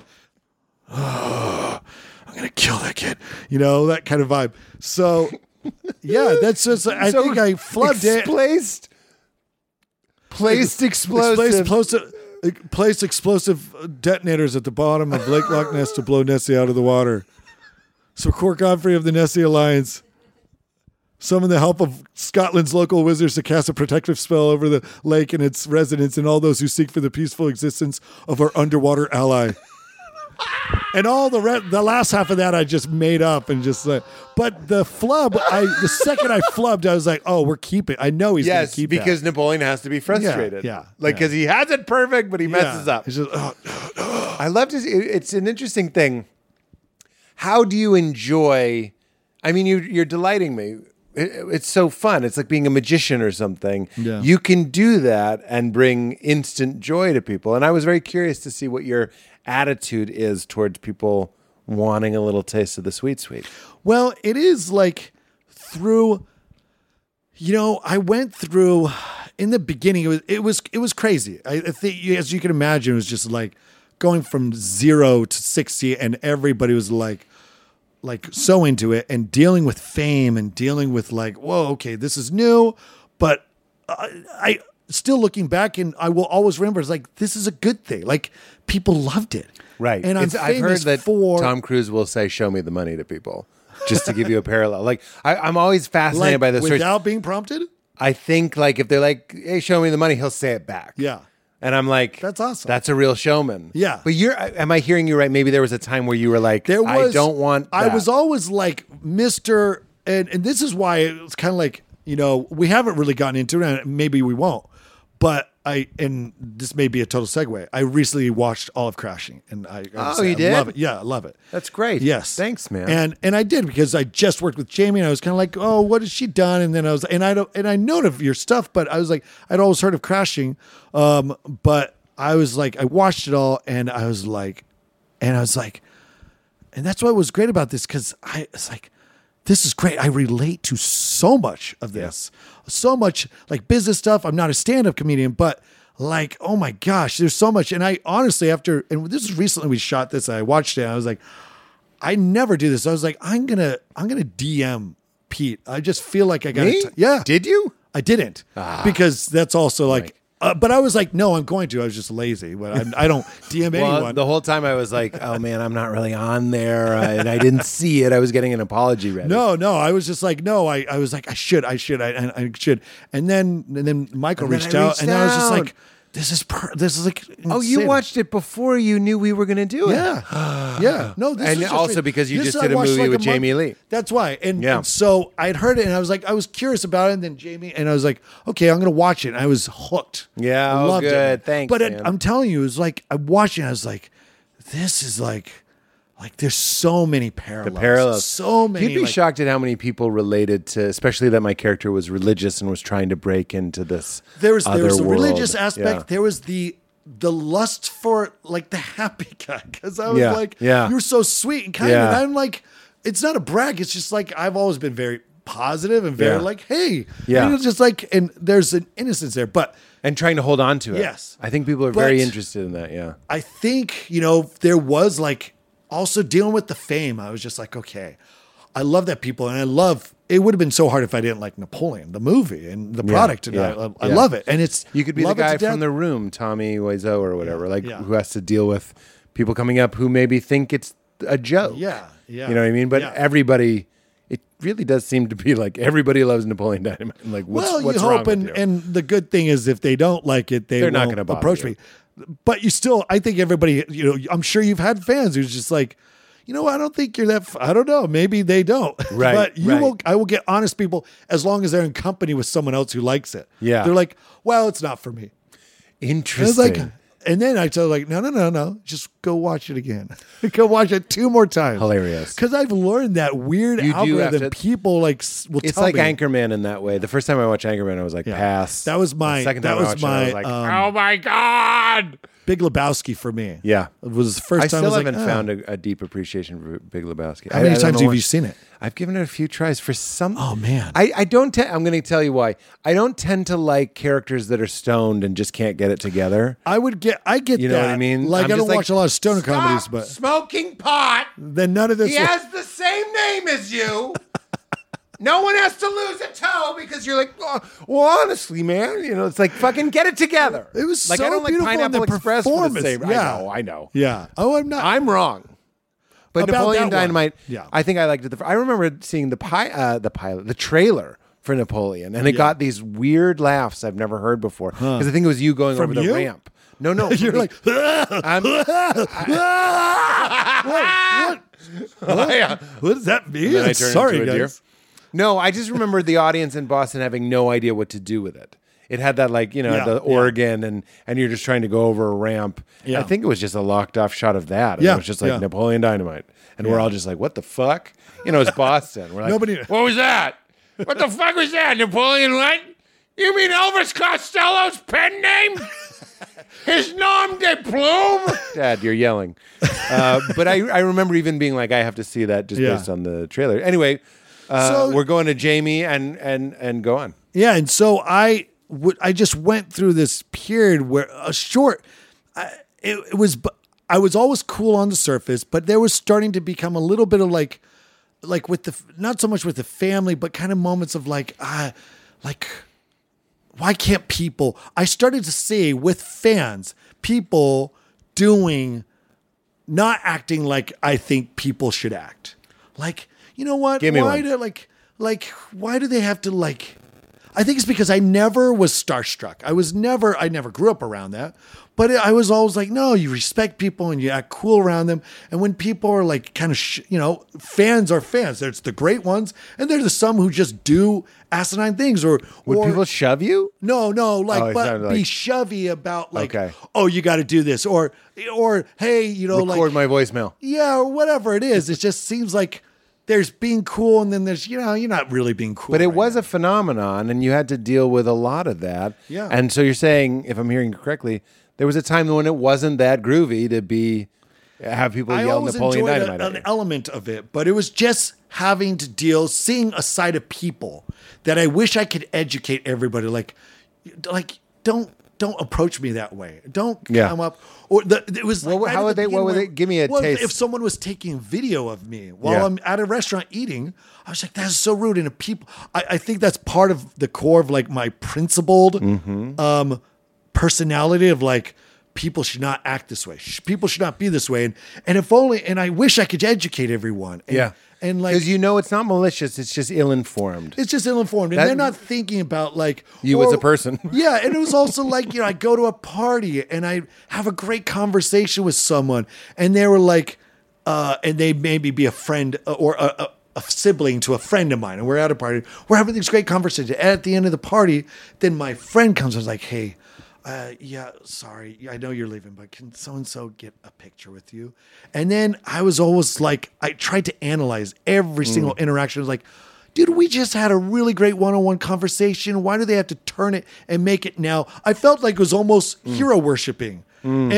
Speaker 2: I'm gonna kill that kid. You know that kind of vibe. So, yeah, that's just. I
Speaker 1: So,
Speaker 2: think I flubbed it.
Speaker 1: Placed, placed
Speaker 2: Place
Speaker 1: explosive.
Speaker 2: explosive. Place explosive uh, detonators at the bottom of Lake Loch Ness to blow Nessie out of the water. So Cork Godfrey of the Nessie Alliance summoned the help of Scotland's local wizards to cast a protective spell over the lake and its residents and all those who seek for the peaceful existence of our underwater ally. and all the re- the last half of that I just made up and just like, but the flub, I the second I flubbed, I was like, oh, we're keeping. I know he's
Speaker 1: Yes,
Speaker 2: gonna keep that.
Speaker 1: because Napoleon has to be frustrated.
Speaker 2: Yeah, yeah,
Speaker 1: like because he has it perfect, but he messes
Speaker 2: Yeah.
Speaker 1: up.
Speaker 2: It's just, oh,
Speaker 1: I love to. See, it- it's an interesting thing. How do you enjoy? I mean, you, you're delighting me. It- it's so fun. It's like being a magician or something.
Speaker 2: Yeah.
Speaker 1: You can do that and bring instant joy to people. And I was very curious to see what your attitude is towards people wanting a little taste of the sweet sweet.
Speaker 2: Well, it is like through, you know, I went through in the beginning, it was it was it was crazy. I, I think, as you can imagine, it was just like going from zero to sixty, and everybody was like, like so into it, and dealing with fame, and dealing with like, whoa, okay, this is new, but I, I still looking back, and I will always remember, it's like this is a good thing. Like people loved it,
Speaker 1: Right.
Speaker 2: And I'm
Speaker 1: It's- I've heard
Speaker 2: famous
Speaker 1: that
Speaker 2: for
Speaker 1: Tom Cruise will say, "Show me the money" to people, just to give you a parallel. Like I, I'm always
Speaker 2: like,
Speaker 1: fascinated by this. story.
Speaker 2: without being prompted.
Speaker 1: I think like if they're like, "Hey, show me the money," he'll say it back.
Speaker 2: Yeah.
Speaker 1: And I'm like,
Speaker 2: That's awesome.
Speaker 1: That's a real showman.
Speaker 2: Yeah.
Speaker 1: But you're, I- am I hearing you right? Maybe there was a time where you were like,
Speaker 2: There was
Speaker 1: I don't want.
Speaker 2: I
Speaker 1: that.
Speaker 2: was always like Mr. and and this is why it's kind of like, you know, we haven't really gotten into it and maybe we won't. But I and this may be a total segue. I recently watched Olive Crashing and I, I
Speaker 1: Oh, you
Speaker 2: I love
Speaker 1: did?
Speaker 2: it. Yeah, I love it.
Speaker 1: That's great.
Speaker 2: Yes.
Speaker 1: Thanks, man.
Speaker 2: And and I did because I just worked with Jamie and I was kind of like, "Oh, what has she done?" And then I was and I don't and I know of your stuff, but I was like, I'd always heard of Crashing. Um, but I was like I watched it all and I was like and I was like and that's what was great about this because I it's like, this is great. I relate to so much of this, so much like business stuff. I'm not a stand up comedian, but like, oh my gosh, there's so much. And I honestly, after, and this is recently we shot this, and I watched it, and I was like, I never do this. I was like, I'm gonna, I'm gonna DM Pete. I just feel like I got,
Speaker 1: Me?
Speaker 2: to yeah,
Speaker 1: Did Ah. you?
Speaker 2: I didn't because that's also like. Uh, but I was like, no, I'm going to. I was just lazy. But I'm, I don't DM
Speaker 1: Well,
Speaker 2: anyone.
Speaker 1: the whole time I was like, "Oh man, I'm not really on there," uh, and I didn't see it. I was getting an apology ready. Oh,
Speaker 2: No, no. I was just like, no. I, I was like, I should, I should, I, I, I should. And then, and then Michael
Speaker 1: And then
Speaker 2: reached
Speaker 1: I
Speaker 2: out,
Speaker 1: reached
Speaker 2: and I was just
Speaker 1: out.
Speaker 2: like, this is per- this is like.
Speaker 1: Oh, you
Speaker 2: insane.
Speaker 1: watched it before you knew we were going to do it.
Speaker 2: Yeah, yeah. No, this
Speaker 1: And
Speaker 2: is just
Speaker 1: also
Speaker 2: me.
Speaker 1: because you
Speaker 2: This
Speaker 1: just
Speaker 2: I
Speaker 1: did a
Speaker 2: watched,
Speaker 1: movie
Speaker 2: like,
Speaker 1: with
Speaker 2: month-
Speaker 1: Jamie Lee.
Speaker 2: That's why. And,
Speaker 1: Yeah.
Speaker 2: and so I'd heard it, and I was like, I was curious about it. And then Jamie, and I was like, okay, I'm gonna watch it. And I was hooked.
Speaker 1: Yeah,
Speaker 2: I
Speaker 1: oh,
Speaker 2: loved
Speaker 1: good.
Speaker 2: it.
Speaker 1: Thanks,
Speaker 2: But it-
Speaker 1: man.
Speaker 2: I'm telling you, it was like I watched it. And I was like, this is like, like there's so many parallels.
Speaker 1: parallels.
Speaker 2: So many.
Speaker 1: You'd be
Speaker 2: like,
Speaker 1: shocked at how many people related to, especially that my character was religious and was trying to break into this.
Speaker 2: there was there
Speaker 1: other
Speaker 2: was the
Speaker 1: world.
Speaker 2: religious aspect.
Speaker 1: Yeah.
Speaker 2: There was the the lust for like the happy guy because I was
Speaker 1: Yeah,
Speaker 2: like,
Speaker 1: yeah.
Speaker 2: you're so sweet and kind.
Speaker 1: Yeah.
Speaker 2: And I'm like, it's not a brag. It's just like I've always been very positive and very
Speaker 1: Yeah.
Speaker 2: like, hey,
Speaker 1: Yeah.
Speaker 2: And it's just like, and there's an innocence there, but.
Speaker 1: and trying to hold on to it.
Speaker 2: Yes.
Speaker 1: I think people are
Speaker 2: But-
Speaker 1: very interested in that. Yeah,
Speaker 2: I think, you know, there was like also dealing with the fame. I was just like, okay, I love that people and I love it would have been so hard if I didn't like Napoleon, the movie and the product. And
Speaker 1: yeah,
Speaker 2: I, I
Speaker 1: yeah.
Speaker 2: love it. And it's
Speaker 1: you could be the
Speaker 2: love it
Speaker 1: guy
Speaker 2: to death.
Speaker 1: from the room, Tommy Wiseau or whatever, like
Speaker 2: yeah.
Speaker 1: who has to deal with people coming up who maybe think it's a joke.
Speaker 2: Yeah, yeah,
Speaker 1: You know what I mean? But
Speaker 2: yeah.
Speaker 1: everybody, it really does seem to be like everybody loves Napoleon Dynamite. Like, what's,
Speaker 2: well,
Speaker 1: what's
Speaker 2: you
Speaker 1: wrong
Speaker 2: hope,
Speaker 1: with
Speaker 2: and,
Speaker 1: you?
Speaker 2: and the good thing is if they don't like it, they
Speaker 1: They're not
Speaker 2: won't
Speaker 1: gonna bother
Speaker 2: approach
Speaker 1: you.
Speaker 2: me. But you still, I think everybody, you know, I'm sure you've had fans who's just like, you know, I don't think you're that. F- I don't know. Maybe they don't.
Speaker 1: Right,
Speaker 2: but you
Speaker 1: right.
Speaker 2: will. I will get honest people as long as they're in company with someone else who likes it.
Speaker 1: Yeah.
Speaker 2: They're like, well, it's not for me. I was
Speaker 1: Interesting.
Speaker 2: like, and then I tell like, no, no, no, no, just go watch it again. go watch it two more times.
Speaker 1: Hilarious.
Speaker 2: Because I've learned that weird
Speaker 1: You do
Speaker 2: algorithm.
Speaker 1: have to-
Speaker 2: people like s- will
Speaker 1: It's
Speaker 2: tell
Speaker 1: like
Speaker 2: me.
Speaker 1: Anchorman in that way. The first time I watched Anchorman, I was like, pass.
Speaker 2: That was my-
Speaker 1: The second
Speaker 2: that
Speaker 1: time
Speaker 2: was
Speaker 1: I watched it, I was
Speaker 2: my,
Speaker 1: like,
Speaker 2: um,
Speaker 1: oh my god.
Speaker 2: Big Lebowski for me.
Speaker 1: Yeah.
Speaker 2: It was the first
Speaker 1: I
Speaker 2: time
Speaker 1: still
Speaker 2: I was
Speaker 1: haven't
Speaker 2: like, oh.
Speaker 1: found a, a deep appreciation for Big Lebowski.
Speaker 2: How many times have you seen it?
Speaker 1: I've given it a few tries for some.
Speaker 2: Oh, man.
Speaker 1: I, I don't. Te- I'm going to tell you why. I don't tend to like characters that are stoned and just can't get it together.
Speaker 2: I would get, I get
Speaker 1: You know
Speaker 2: that.
Speaker 1: what I mean?
Speaker 2: Like,
Speaker 1: I'm
Speaker 2: I don't
Speaker 1: just like,
Speaker 2: watch a lot of stoner comedies,
Speaker 1: Stop
Speaker 2: but
Speaker 1: smoking pot.
Speaker 2: then none of this. was-
Speaker 1: the same name as you. No one has to lose a toe because you're like, oh, well, honestly, man, you know, it's like fucking get it together.
Speaker 2: It was
Speaker 1: like
Speaker 2: so
Speaker 1: I don't like
Speaker 2: beautiful in
Speaker 1: Pineapple
Speaker 2: the
Speaker 1: Express for the
Speaker 2: performance.
Speaker 1: same.
Speaker 2: Yeah.
Speaker 1: I know, I know.
Speaker 2: Yeah. Oh, I'm not.
Speaker 1: I'm wrong. But
Speaker 2: About that
Speaker 1: Napoleon
Speaker 2: one.
Speaker 1: Dynamite,
Speaker 2: Yeah.
Speaker 1: I think I liked it. The, fir- I remember seeing the pi, uh, the pilot, the trailer for Napoleon, and it got these weird laughs I've never heard before. Because I think it was you going over the
Speaker 2: you?
Speaker 1: ramp. No, no,
Speaker 2: you're like,
Speaker 1: I'm, Yeah.
Speaker 2: what does that mean?
Speaker 1: then I turned
Speaker 2: Sorry,
Speaker 1: into a deer.
Speaker 2: guys.
Speaker 1: No, I just remember the audience in Boston having no idea what to do with it. It had that like you know
Speaker 2: Yeah,
Speaker 1: the
Speaker 2: yeah.
Speaker 1: organ and and you're just trying to go over a ramp.
Speaker 2: Yeah.
Speaker 1: I think it was just a locked off shot of that. And
Speaker 2: Yeah,
Speaker 1: it was just like
Speaker 2: yeah.
Speaker 1: Napoleon Dynamite, and we're all just like, what the fuck? You know, it's Boston. We're like,
Speaker 2: Nobody-
Speaker 1: What was that? What the fuck was that? Napoleon what? You mean Elvis Costello's pen name? His nom de plume? Dad, you're yelling. Uh, but I, I remember even being like, I have to see that just
Speaker 2: Yeah.
Speaker 1: based on the trailer. Anyway, uh,
Speaker 2: So-
Speaker 1: we're going to Jamie and and and go on.
Speaker 2: Yeah, and so I would I just went through this period where a short, I, it, it was bu- I was always cool on the surface, but there was starting to become a little bit of like, like with the not so much with the family, but kind of moments of like ah, like why can't people? I started to see with fans people doing, not acting like I think people should act. Like you know what?
Speaker 1: Give me
Speaker 2: why
Speaker 1: one.
Speaker 2: do like like why do they have to like? I think it's because I never was starstruck. I was never I never grew up around that, but I was always like, no, you respect people and you act cool around them. And when people are like kind of sh- you know fans are fans. There's the great ones, and there's the some who just do asinine things or
Speaker 1: Would
Speaker 2: or,
Speaker 1: people shove you?
Speaker 2: no, no, like,
Speaker 1: Oh, it
Speaker 2: but
Speaker 1: sounded
Speaker 2: be
Speaker 1: like-
Speaker 2: shovey about like,
Speaker 1: Okay.
Speaker 2: oh, you got to do this, or, or hey, you know, like,
Speaker 1: Record my voicemail.
Speaker 2: yeah, or whatever it is. It just seems like there's being cool, and then there's, you know, you're not really being cool.
Speaker 1: But it
Speaker 2: right
Speaker 1: was a phenomenon, and you had to deal with a lot of that.
Speaker 2: Yeah.
Speaker 1: And so you're saying, if I'm hearing you correctly, there was a time when it wasn't that groovy to be have people
Speaker 2: I
Speaker 1: yell
Speaker 2: always
Speaker 1: Napoleon
Speaker 2: enjoyed a-
Speaker 1: Dynamite. at
Speaker 2: an
Speaker 1: you.
Speaker 2: element of it, but it was just having to deal, seeing a side of people that I wish I could educate everybody. Like, like don't don't approach me that way. Don't
Speaker 1: Yeah.
Speaker 2: come up. Or the, it was
Speaker 1: What-
Speaker 2: like
Speaker 1: how
Speaker 2: at
Speaker 1: would
Speaker 2: the
Speaker 1: they-
Speaker 2: beginning
Speaker 1: what would
Speaker 2: where-
Speaker 1: they- give me a
Speaker 2: well,
Speaker 1: taste.
Speaker 2: If someone was taking video of me while
Speaker 1: Yeah.
Speaker 2: I'm at a restaurant eating, I was like, that's so rude. And people, I, I think that's part of the core of like my principled
Speaker 1: Mm-hmm.
Speaker 2: um, personality of like, people should not act this way. Sh- People should not be this way. And, and if only, and I wish I could educate everyone. And,
Speaker 1: yeah.
Speaker 2: And like,
Speaker 1: because you know it's not malicious; it's just ill-informed.
Speaker 2: it's just ill informed. And
Speaker 1: That-
Speaker 2: they're not thinking about like "Oh,
Speaker 1: You as a person.
Speaker 2: yeah. And it was also like, you know, I go to a party and I have a great conversation with someone, and they were like, uh, and they maybe be a friend uh, or a, a, a sibling to a friend of mine, and we're at a party, we're having this great conversation. And at the end of the party, then my friend comes and is like, hey, uh, yeah, sorry, I know you're leaving, but can so and so get a picture with you? And then I was always like, I tried to analyze every single interaction. I was like, dude, we just had a really great one on one conversation. Why do they have to turn it and make it now? I felt like it was almost hero worshiping. And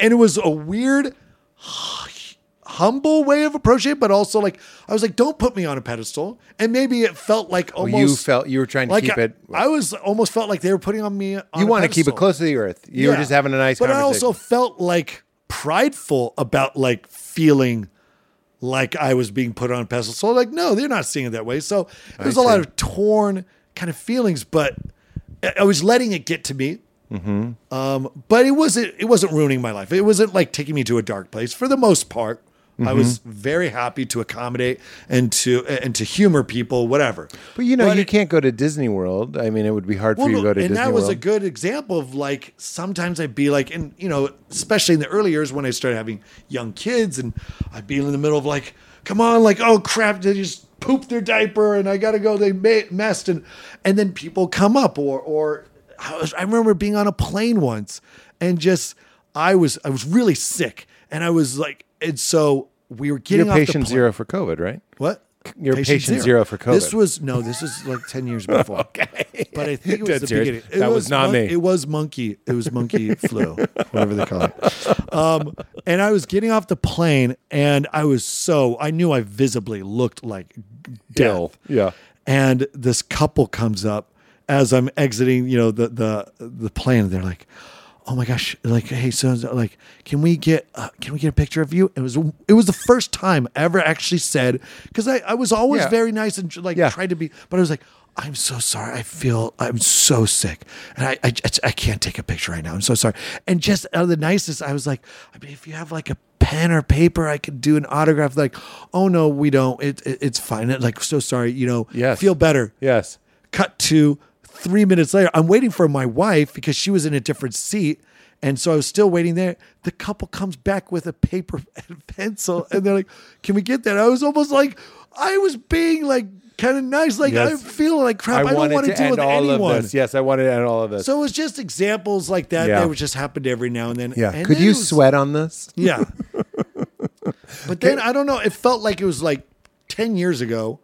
Speaker 2: and it was a weird humble way of approaching it, but also like I was like, don't put me on a pedestal. And maybe it felt like almost
Speaker 1: you felt you were trying to
Speaker 2: like
Speaker 1: keep
Speaker 2: I,
Speaker 1: it.
Speaker 2: I was almost felt like they were putting on me. On
Speaker 1: you
Speaker 2: want to
Speaker 1: keep it close to the earth. You were just having a nice
Speaker 2: But I
Speaker 1: conversation.
Speaker 2: also felt like prideful about like feeling like I was being put on a pedestal. So like, no, they're not seeing it that way. So there's a lot
Speaker 1: see.
Speaker 2: of torn kind of feelings, but I- I was letting it get to me.
Speaker 1: Mm-hmm.
Speaker 2: Um, but it wasn't it wasn't ruining my life. It wasn't like taking me to a dark place for the most part. I was
Speaker 1: Mm-hmm.
Speaker 2: very happy to accommodate and to and to humor people, whatever.
Speaker 1: but you know,
Speaker 2: but
Speaker 1: you
Speaker 2: it-
Speaker 1: can't go to Disney World. I mean, it would be hard for you to go to
Speaker 2: and
Speaker 1: Disney
Speaker 2: that was
Speaker 1: World.
Speaker 2: a good example of like sometimes I'd be like, and you know, especially in the early years when I started having young kids, and I'd be in the middle of like, come on, like, oh crap, they just pooped their diaper, and I gotta go, they ma- messed, and and then people come up, or or I, was, I remember being on a plane once, and just I was I was really sick, and I was like, and so we were getting
Speaker 1: You're
Speaker 2: off
Speaker 1: patient
Speaker 2: the plane.
Speaker 1: zero for COVID, right?
Speaker 2: What?
Speaker 1: You're patient zero for COVID.
Speaker 2: This was no, this was like ten years before. okay, but I think it was
Speaker 1: Dead
Speaker 2: the
Speaker 1: serious.
Speaker 2: beginning. It
Speaker 1: That was not me.
Speaker 2: It was monkey. It was monkey flu, whatever they call it. Um, and I was getting off the plane, and I was so I knew I visibly looked like death.
Speaker 1: Ill. Yeah.
Speaker 2: And this couple comes up as I'm exiting, you know, the the the plane. They're like, "Oh my gosh!" Like, "Hey, so like, can we get uh, can we get a picture of you?" It was it was the first time I ever actually said because I I was always
Speaker 1: Yeah.
Speaker 2: very nice and like
Speaker 1: Yeah.
Speaker 2: tried to be, but I was like. I'm so sorry. I feel I'm so sick, and I, I just- I can't take a picture right now. I'm so sorry. And just out of the nicest, I was like, I mean, if you have like a pen or paper, I could do an autograph. Like, oh no, we don't. It, it it's fine. Like, so sorry. You know,
Speaker 1: Yes.
Speaker 2: feel better.
Speaker 1: Yes.
Speaker 2: Cut to three minutes later. I'm waiting for my wife because she was in a different seat. And so I was still waiting there. The couple comes back with a paper and pencil and they're like, Can we get that? I was almost like, I was being like kind of nice. Like,
Speaker 1: Yes.
Speaker 2: I feel like crap.
Speaker 1: I,
Speaker 2: I, don't
Speaker 1: wanted
Speaker 2: want to
Speaker 1: to
Speaker 2: deal
Speaker 1: end
Speaker 2: with
Speaker 1: all
Speaker 2: anyone.
Speaker 1: of this. Yes, I wanted to end all of this.
Speaker 2: So it was just examples like that
Speaker 1: Yeah.
Speaker 2: that would just happened every now and then.
Speaker 1: yeah.
Speaker 2: And
Speaker 1: Could
Speaker 2: then
Speaker 1: you
Speaker 2: it was-
Speaker 1: sweat on this?
Speaker 2: Yeah. but then I don't know. It felt like it was like 10 years ago.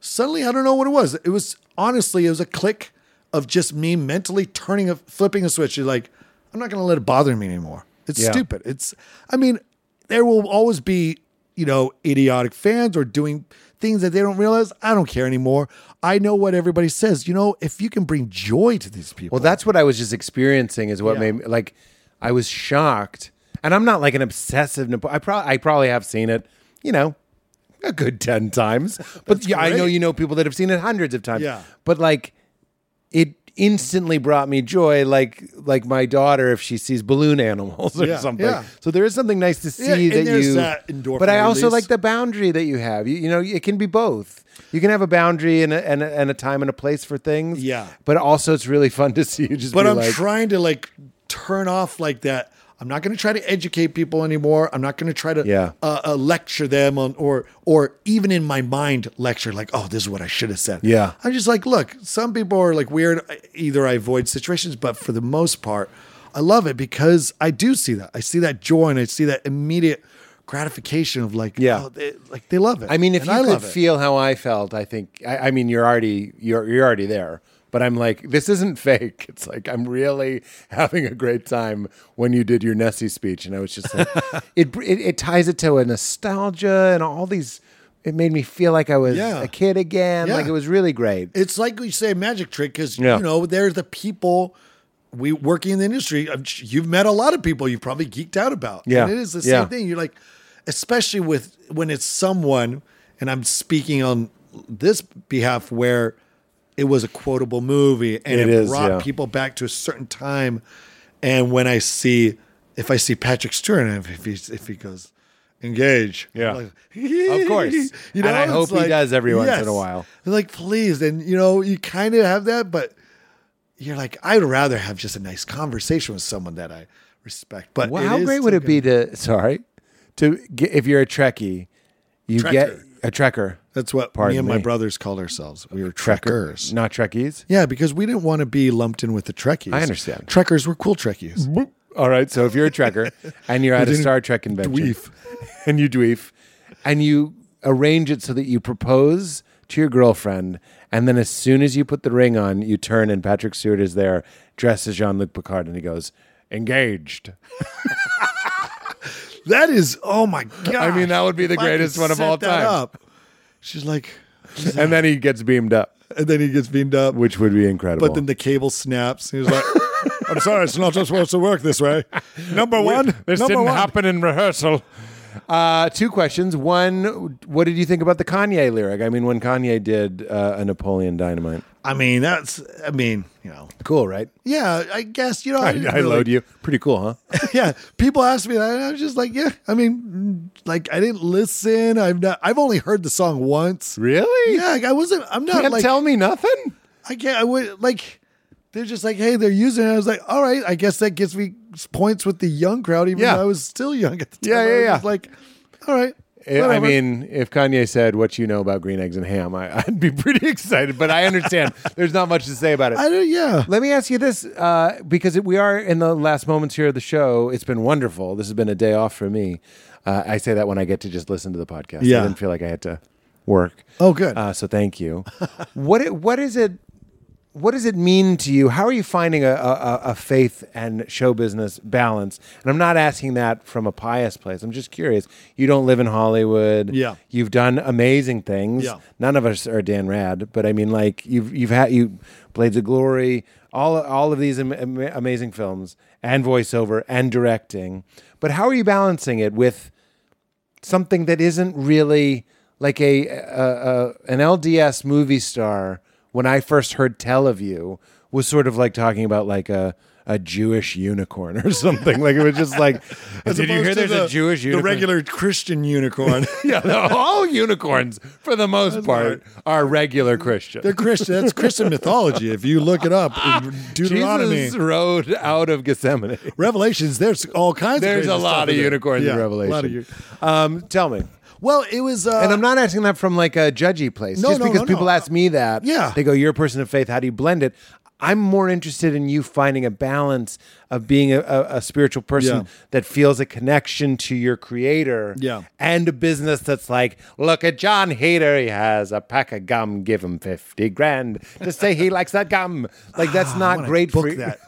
Speaker 2: Suddenly, I don't know what it was. It was honestly, it was a click of just me mentally turning, a, flipping a switch. You're like, I'm not going to let it bother me anymore. It's
Speaker 1: Yeah.
Speaker 2: stupid. It's, I mean, there will always be you know, idiotic fans or doing things that they don't realize. I don't care anymore. I know what everybody says. You know, if you can bring joy to these people.
Speaker 1: Well, that's what I was just experiencing. Is what
Speaker 2: Yeah.
Speaker 1: made me, like I was shocked, and I'm not like an obsessive. Napo- I probably I probably have seen it, you know, a good ten times. But yeah, I know
Speaker 2: great.
Speaker 1: you know people that have seen it hundreds of times.
Speaker 2: Yeah.
Speaker 1: But like, it instantly brought me joy. Like like my daughter if she sees balloon animals or
Speaker 2: Yeah,
Speaker 1: something.
Speaker 2: yeah.
Speaker 1: So there is something nice to see
Speaker 2: Yeah, and
Speaker 1: that
Speaker 2: there's
Speaker 1: you.
Speaker 2: that endorphin
Speaker 1: but I also
Speaker 2: release.
Speaker 1: like the boundary that you have. You, you know, it can be both. You can have a boundary and a, and, a, and a time and a place for things.
Speaker 2: Yeah.
Speaker 1: But also, it's really fun to see you just.
Speaker 2: but
Speaker 1: be
Speaker 2: I'm
Speaker 1: like,
Speaker 2: trying to like turn off like that. I'm not going to try to educate people anymore. I'm not going to try to
Speaker 1: Yeah.
Speaker 2: uh, uh, lecture them on or or even in my mind lecture like, oh, this is what I should have said.
Speaker 1: Yeah.
Speaker 2: I'm just like, look, some people are like weird. Either I avoid situations, but for the most part, I love it because I do see that. I see that joy and I see that immediate gratification of like,
Speaker 1: Yeah.
Speaker 2: oh, they, like they love it.
Speaker 1: I mean, if
Speaker 2: And
Speaker 1: you
Speaker 2: I
Speaker 1: could
Speaker 2: love it.
Speaker 1: feel how I felt, I think. I, I mean, you're already you're you're already there. But I'm like, this isn't fake. It's like I'm really having a great time when you did your Nessie speech, and I was just like, it, it it ties it to a nostalgia and all these. It made me feel like I was
Speaker 2: Yeah.
Speaker 1: a kid again.
Speaker 2: Yeah.
Speaker 1: Like it was really great.
Speaker 2: it's like we say a magic trick because
Speaker 1: Yeah.
Speaker 2: you know there's the people we working in the industry I'm sh- you've met a lot of people you've probably geeked out about
Speaker 1: Yeah.
Speaker 2: and it is the
Speaker 1: Yeah.
Speaker 2: same thing you're like especially with when it's someone and i'm speaking on this behalf where it was a quotable movie and
Speaker 1: It
Speaker 2: it,
Speaker 1: is,
Speaker 2: brought
Speaker 1: yeah.
Speaker 2: people back to a certain time and when i see if i see patrick stewart and if he if he goes engage I'm
Speaker 1: Yeah.
Speaker 2: like,
Speaker 1: Of course.
Speaker 2: you know,
Speaker 1: And I
Speaker 2: it's
Speaker 1: hope he does every once in a while.
Speaker 2: Like, please. And, you know, you kind of have that, but you're like, I'd rather have just a nice conversation with someone that I respect. But
Speaker 1: Well,
Speaker 2: it
Speaker 1: how
Speaker 2: is
Speaker 1: great would
Speaker 2: still
Speaker 1: it be to sorry to get, if you're a Trekkie, you
Speaker 2: Trekker.
Speaker 1: get a Trekker,
Speaker 2: good. That's what
Speaker 1: Pardon
Speaker 2: me and my
Speaker 1: me.
Speaker 2: brothers called ourselves. We were trekkers.
Speaker 1: not Trekkies.
Speaker 2: Yeah, because we didn't want to be lumped in with the Trekkies.
Speaker 1: I understand.
Speaker 2: Trekkers were cool Trekkies.
Speaker 1: All right, so if you're a Trekker and you're at a
Speaker 2: didn't
Speaker 1: Star Trek convention,
Speaker 2: dweef.
Speaker 1: and you dweef, and you arrange it so that you propose to your girlfriend, and then as soon as you put the ring on, you turn and Patrick Stewart is there, dressed as Jean Luc Picard, and he goes, "Engaged."
Speaker 2: That is, oh my God.
Speaker 1: I mean, that would be the greatest one of all time.
Speaker 2: She's like,
Speaker 1: And then he gets beamed up,
Speaker 2: and then he gets beamed up.
Speaker 1: which would be incredible.
Speaker 2: But then the cable snaps. He was like, I'm sorry, it's not supposed to work this way. Number one. number one.
Speaker 1: in rehearsal. Uh, two questions. One, what did you think about the Kanye lyric? I mean, when Kanye did uh, a Napoleon Dynamite,
Speaker 2: I mean, that's, I mean, you know.
Speaker 1: cool, right?
Speaker 2: Yeah, I guess, you know.
Speaker 1: I,
Speaker 2: didn't
Speaker 1: I
Speaker 2: really-
Speaker 1: load you. Pretty cool, huh?
Speaker 2: yeah. People asked me that. And I was just like, yeah. I mean, mm, like, I didn't listen. I've not, I've only heard the song once.
Speaker 1: Really?
Speaker 2: Yeah. Like, I wasn't, I'm
Speaker 1: You
Speaker 2: not
Speaker 1: can't
Speaker 2: like,
Speaker 1: tell me nothing.
Speaker 2: I can't, I would, like, they're just like, hey, they're using it. I was like, all right, I guess that gets me points with the young crowd, even
Speaker 1: Yeah.
Speaker 2: though I was still young at the time.
Speaker 1: Yeah,
Speaker 2: I
Speaker 1: yeah,
Speaker 2: was
Speaker 1: yeah.
Speaker 2: just Like, all right.
Speaker 1: I
Speaker 2: whatever.
Speaker 1: mean, if Kanye said what you know about green eggs and ham, I, I'd be pretty excited. But I understand. There's not much to say about it.
Speaker 2: I don't, yeah.
Speaker 1: Let me ask you this, uh, because we are in the last moments here of the show. It's been wonderful. This has been a day off for me. Uh, I say that when I get to just listen to the podcast.
Speaker 2: Yeah.
Speaker 1: I didn't feel like I had to work.
Speaker 2: Oh, good.
Speaker 1: Uh, so thank you. what it, what is it? What does it mean to you? How are you finding a, a, a- a faith and show business balance? And I'm not asking that from a pious place. I'm just curious. You don't live in Hollywood.
Speaker 2: Yeah.
Speaker 1: You've done amazing things.
Speaker 2: Yeah.
Speaker 1: None of us are Dan Rad, but I mean, like you've you've had you Blades of Glory, all all of these am- am- amazing films, and voiceover and directing. But how are you balancing it with something that isn't really like a, a, a an LDS movie star? When I first heard tell of you, was sort of like talking about like a a Jewish unicorn or something. like it was just like,
Speaker 2: As
Speaker 1: did you
Speaker 2: opposed
Speaker 1: hear
Speaker 2: to
Speaker 1: there's
Speaker 2: the,
Speaker 1: a Jewish unicorn?
Speaker 2: The regular Christian unicorn.
Speaker 1: yeah, the- all unicorns for the most part are regular Christians.
Speaker 2: They're Christian. That's Christian mythology. If you look it up, in Deuteronomy,
Speaker 1: Jesus rode out of Gethsemane.
Speaker 2: Revelations, there's all kinds of
Speaker 1: There's
Speaker 2: crazy
Speaker 1: a lot
Speaker 2: stuff
Speaker 1: of
Speaker 2: in there.
Speaker 1: unicorns
Speaker 2: Yeah,
Speaker 1: in
Speaker 2: a
Speaker 1: Revelation.
Speaker 2: lot of u-
Speaker 1: um, tell me.
Speaker 2: well, it was. Uh,
Speaker 1: And I'm not asking that from like a judgy place.
Speaker 2: No,
Speaker 1: Just
Speaker 2: no,
Speaker 1: because
Speaker 2: no, no.
Speaker 1: people ask me that,
Speaker 2: Yeah.
Speaker 1: they go, "You're a person of faith. How do you blend it?" I'm more interested in you finding a balance of being a, a, a spiritual person
Speaker 2: Yeah.
Speaker 1: that feels a connection to your creator,
Speaker 2: Yeah.
Speaker 1: and a business that's like, look at John Hader, he has a pack of gum, give him fifty grand to say he likes that gum. Like that's not
Speaker 2: wanna
Speaker 1: great
Speaker 2: book
Speaker 1: for you.
Speaker 2: that.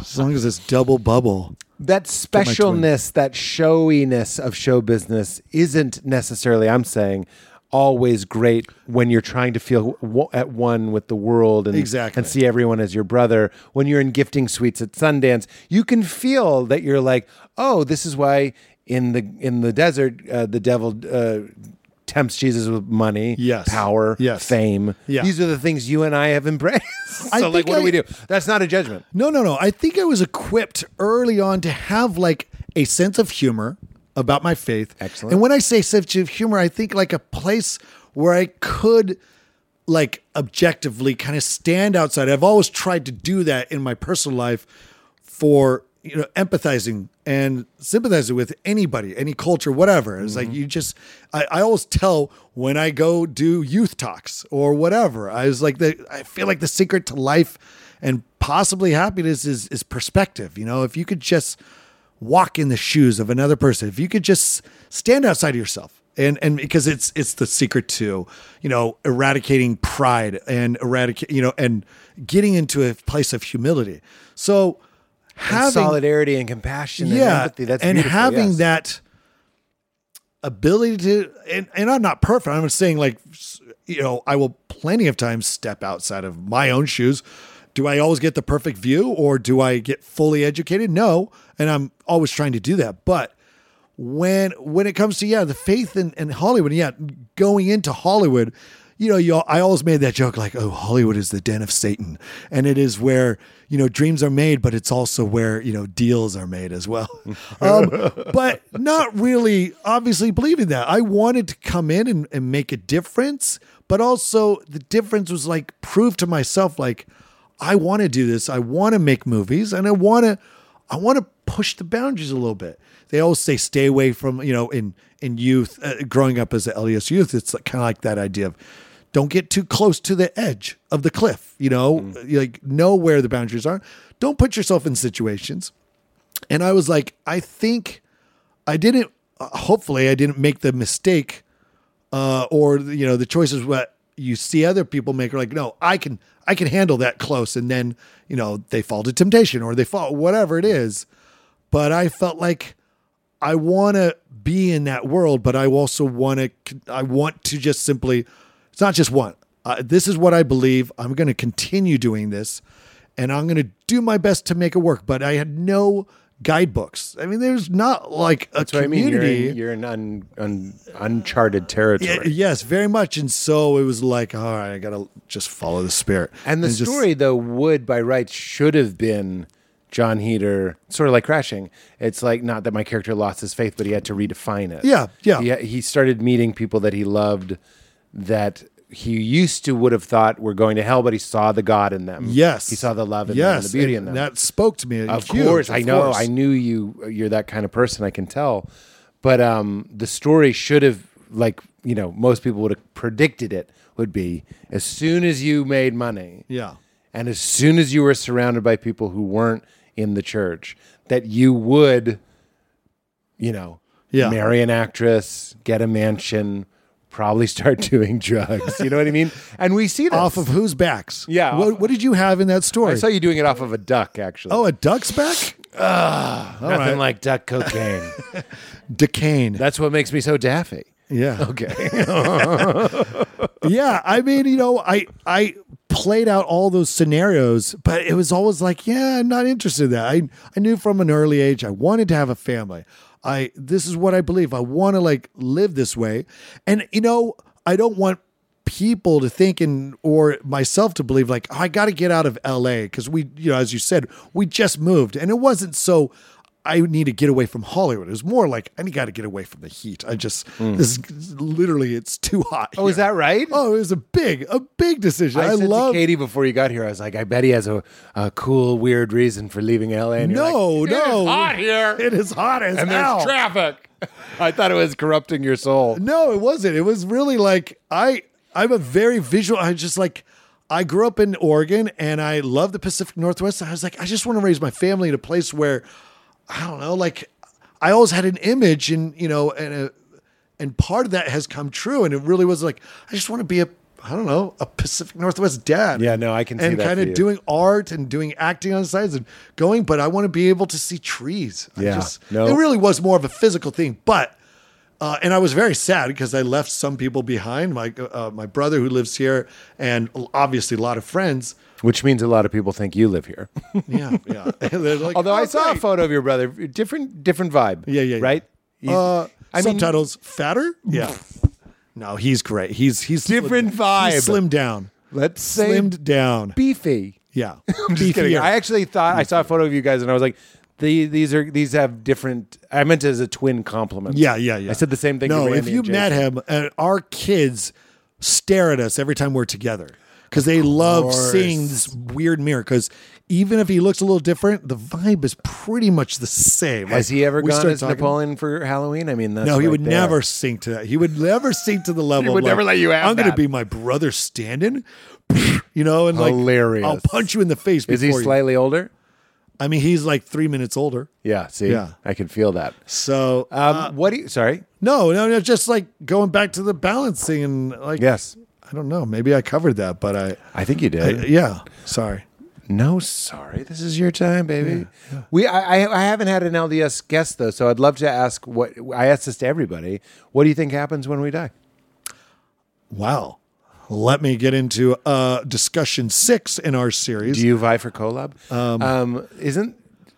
Speaker 2: as long as it's double bubble.
Speaker 1: that specialness, that showiness of show business isn't necessarily, I'm saying, always great when you're trying to feel wo- at one with the world and,
Speaker 2: Exactly.
Speaker 1: and see everyone as your brother. When you're in gifting suites at Sundance, you can feel that you're like, oh, this is why in the in the desert uh, the devil uh, tempts Jesus with money,
Speaker 2: Yes.
Speaker 1: power,
Speaker 2: Yes.
Speaker 1: fame.
Speaker 2: Yeah.
Speaker 1: These are the things you and I have embraced. so,
Speaker 2: I
Speaker 1: like,
Speaker 2: think
Speaker 1: what do
Speaker 2: I-
Speaker 1: we do? That's not a judgment.
Speaker 2: No, no, no. I think I was equipped early on to have like a sense of humor about my faith.
Speaker 1: Excellent.
Speaker 2: And when I say sense of humor, I think like a place where I could like objectively kind of stand outside. I've always tried to do that in my personal life for you know empathizing and sympathizing with anybody, any culture, whatever. It's like you just I, I always tell when I go do youth talks or whatever. I was like the I feel like the secret to life and possibly happiness is is perspective. You know, if you could just walk in the shoes of another person, if you could just stand outside of yourself. And and because it's it's the secret to, you know, eradicating pride and eradicate, you know, and getting into a place of humility. So having
Speaker 1: solidarity and compassion and empathy. That's
Speaker 2: and
Speaker 1: beautiful,
Speaker 2: having
Speaker 1: yes.
Speaker 2: that ability to and, and i'm not perfect i'm just saying like s- you know i will plenty of times step outside of my own shoes do i always get the perfect view or do i get fully educated no and i'm always trying to do that but when when it comes to yeah the faith in, in hollywood yeah going into hollywood you know you all, i always made that joke like oh hollywood is the den of satan and it is where you know dreams are made but it's also where you know deals are made as well um, but not really obviously believing that i wanted to come in and, and make a difference but also the difference was like prove to myself like I want to do this. I want to make movies and I want to I want to push the boundaries a little bit. They always say stay away from, you know, in in youth uh, growing up as an LDS youth, it's like, kind of like that idea of don't get too close to the edge of the cliff, you know? You, Like know where the boundaries are. Don't put yourself in situations. And I was like, I think I didn't uh, hopefully I didn't make the mistake uh, or you know the choices what you see other people make are like no i can i can handle that close and then you know they fall to temptation or they fall whatever it is but i felt like i want to be in that world but i also want to i want to just simply it's not just one uh, this is what i believe i'm going to continue doing this and i'm going to do my best to make it work but i had no guidebooks i mean there's not like a
Speaker 1: So I mean, you're
Speaker 2: community
Speaker 1: in, you're in un, un, uncharted territory.
Speaker 2: Y- yes, very much. And so it was like, all right, I gotta just follow the spirit.
Speaker 1: And the
Speaker 2: just-
Speaker 1: story, though, would by rights should have been John Heater, sort of like Crashing. It's like not that my character lost his faith, but he had to redefine it.
Speaker 2: Yeah, yeah.
Speaker 1: He, he started meeting people that he loved that he used to would have thought were going to hell, but he saw the God in them.
Speaker 2: yes,
Speaker 1: He saw the love in them,
Speaker 2: yes,
Speaker 1: and the beauty
Speaker 2: and
Speaker 1: in them.
Speaker 2: That spoke to me.
Speaker 1: of
Speaker 2: huge,
Speaker 1: course
Speaker 2: of
Speaker 1: i know
Speaker 2: course.
Speaker 1: i knew you you're that kind of person i can tell but um the story should have like you know most people would have predicted it would be as soon as you made money
Speaker 2: Yeah.
Speaker 1: and as soon as you were surrounded by people who weren't in the church that you would you know
Speaker 2: Yeah.
Speaker 1: marry an actress get a mansion probably start doing drugs you know what i mean and we see this
Speaker 2: Off of whose backs?
Speaker 1: Yeah.
Speaker 2: What, what did you have in that story?
Speaker 1: i saw you doing it off of a duck actually
Speaker 2: oh, a duck's back?
Speaker 1: nothing like duck cocaine
Speaker 2: Decane.
Speaker 1: That's what makes me so daffy.
Speaker 2: yeah.
Speaker 1: Okay.
Speaker 2: yeah i mean you know i i played out all those scenarios but it was always like yeah i'm not interested in that i i knew from an early age i wanted to have a family i this is what i believe i want to like live this way and you know i don't want people to think and or myself to believe like oh, i got to get out of la because we you know as you said we just moved and it wasn't so I need to get away from Hollywood. It was more like I got to get away from the heat. I just this is literally it's too hot.
Speaker 1: Mm. Oh, is
Speaker 2: here.
Speaker 1: that right?
Speaker 2: Oh, it was a big, a big decision. I,
Speaker 1: I, said
Speaker 2: love.
Speaker 1: to Katie before you got here, I was like, I bet he has a, a cool, weird reason for leaving LA. And you're
Speaker 2: no,
Speaker 1: like,
Speaker 2: no,
Speaker 1: It's hot here.
Speaker 2: It is hot as
Speaker 1: and there's
Speaker 2: hell.
Speaker 1: traffic. I thought it was corrupting your soul.
Speaker 2: no, it wasn't. It was really like I. I'm a very visual. I just like. I grew up in Oregon, and I love the Pacific Northwest. I was like, I just want to raise my family in a place where, I don't know, like, I always had an image, and you know, and a, and part of that has come true. And it really was like, I just want to be a I don't know, a Pacific Northwest dad.
Speaker 1: Yeah, no, I can see
Speaker 2: and
Speaker 1: that
Speaker 2: kind
Speaker 1: for you.
Speaker 2: of doing art and doing acting on the sides and going, but I want to be able to see trees. I
Speaker 1: Yeah,
Speaker 2: just-
Speaker 1: no.
Speaker 2: It really was more of a physical thing, but. Uh, and I was very sad because I left some people behind. My uh, my brother who lives here, and obviously a lot of friends.
Speaker 1: Which means a lot of people think you live here.
Speaker 2: Yeah, yeah. They're like,
Speaker 1: Although
Speaker 2: "Oh,
Speaker 1: I saw
Speaker 2: great."
Speaker 1: a photo of your brother, different different vibe.
Speaker 2: Yeah, yeah, yeah.
Speaker 1: Right? He's-
Speaker 2: Uh,
Speaker 1: I mean-
Speaker 2: subtitles fatter. Yeah. No, he's great. He's he's
Speaker 1: Different
Speaker 2: he's
Speaker 1: vibe.
Speaker 2: slimmed down.
Speaker 1: let's say
Speaker 2: slimmed down.
Speaker 1: beefy.
Speaker 2: Yeah.
Speaker 1: I'm just kidding.
Speaker 2: Beefier.
Speaker 1: I actually thought I saw a photo of you guys and I was like, the, these are these have different. I meant it as a twin compliment.
Speaker 2: yeah, yeah, yeah.
Speaker 1: I said the same thing. to
Speaker 2: No,
Speaker 1: Randy
Speaker 2: if you
Speaker 1: and
Speaker 2: met
Speaker 1: Jason.
Speaker 2: him, uh, our kids stare at us every time we're together because they love seeing this weird mirror. Because even if he looks a little different, the vibe is pretty much the same.
Speaker 1: has
Speaker 2: Like,
Speaker 1: he ever
Speaker 2: we
Speaker 1: gone
Speaker 2: start
Speaker 1: as
Speaker 2: talking-
Speaker 1: Napoleon for Halloween? I mean, that's
Speaker 2: No, he
Speaker 1: right
Speaker 2: would
Speaker 1: there.
Speaker 2: never sink to that. He would never sink to the level.
Speaker 1: would
Speaker 2: of like,
Speaker 1: never let you have
Speaker 2: I'm going
Speaker 1: that."
Speaker 2: to be my brother standing, you know, and like
Speaker 1: Hilarious.
Speaker 2: I'll punch you in the face.
Speaker 1: Is he
Speaker 2: before you-
Speaker 1: slightly older?
Speaker 2: I mean, he's like three minutes older.
Speaker 1: Yeah. See,
Speaker 2: Yeah. Uh,
Speaker 1: I can feel that.
Speaker 2: So
Speaker 1: Um, what do you? Sorry.
Speaker 2: no, no, no. Just like going back to the balancing and like
Speaker 1: Yes,
Speaker 2: I don't know. Maybe I covered that, but I,
Speaker 1: I think you
Speaker 2: I
Speaker 1: did.
Speaker 2: yeah. Sorry.
Speaker 1: No, sorry. This is your time, baby. We I, I I haven't had an LDS guest though, so I'd love to ask what I asked this to everybody. What do you think happens when we die?
Speaker 2: Wow. Let me get into uh, discussion six in our series.
Speaker 1: Do you vie for Kolab? Um, isn't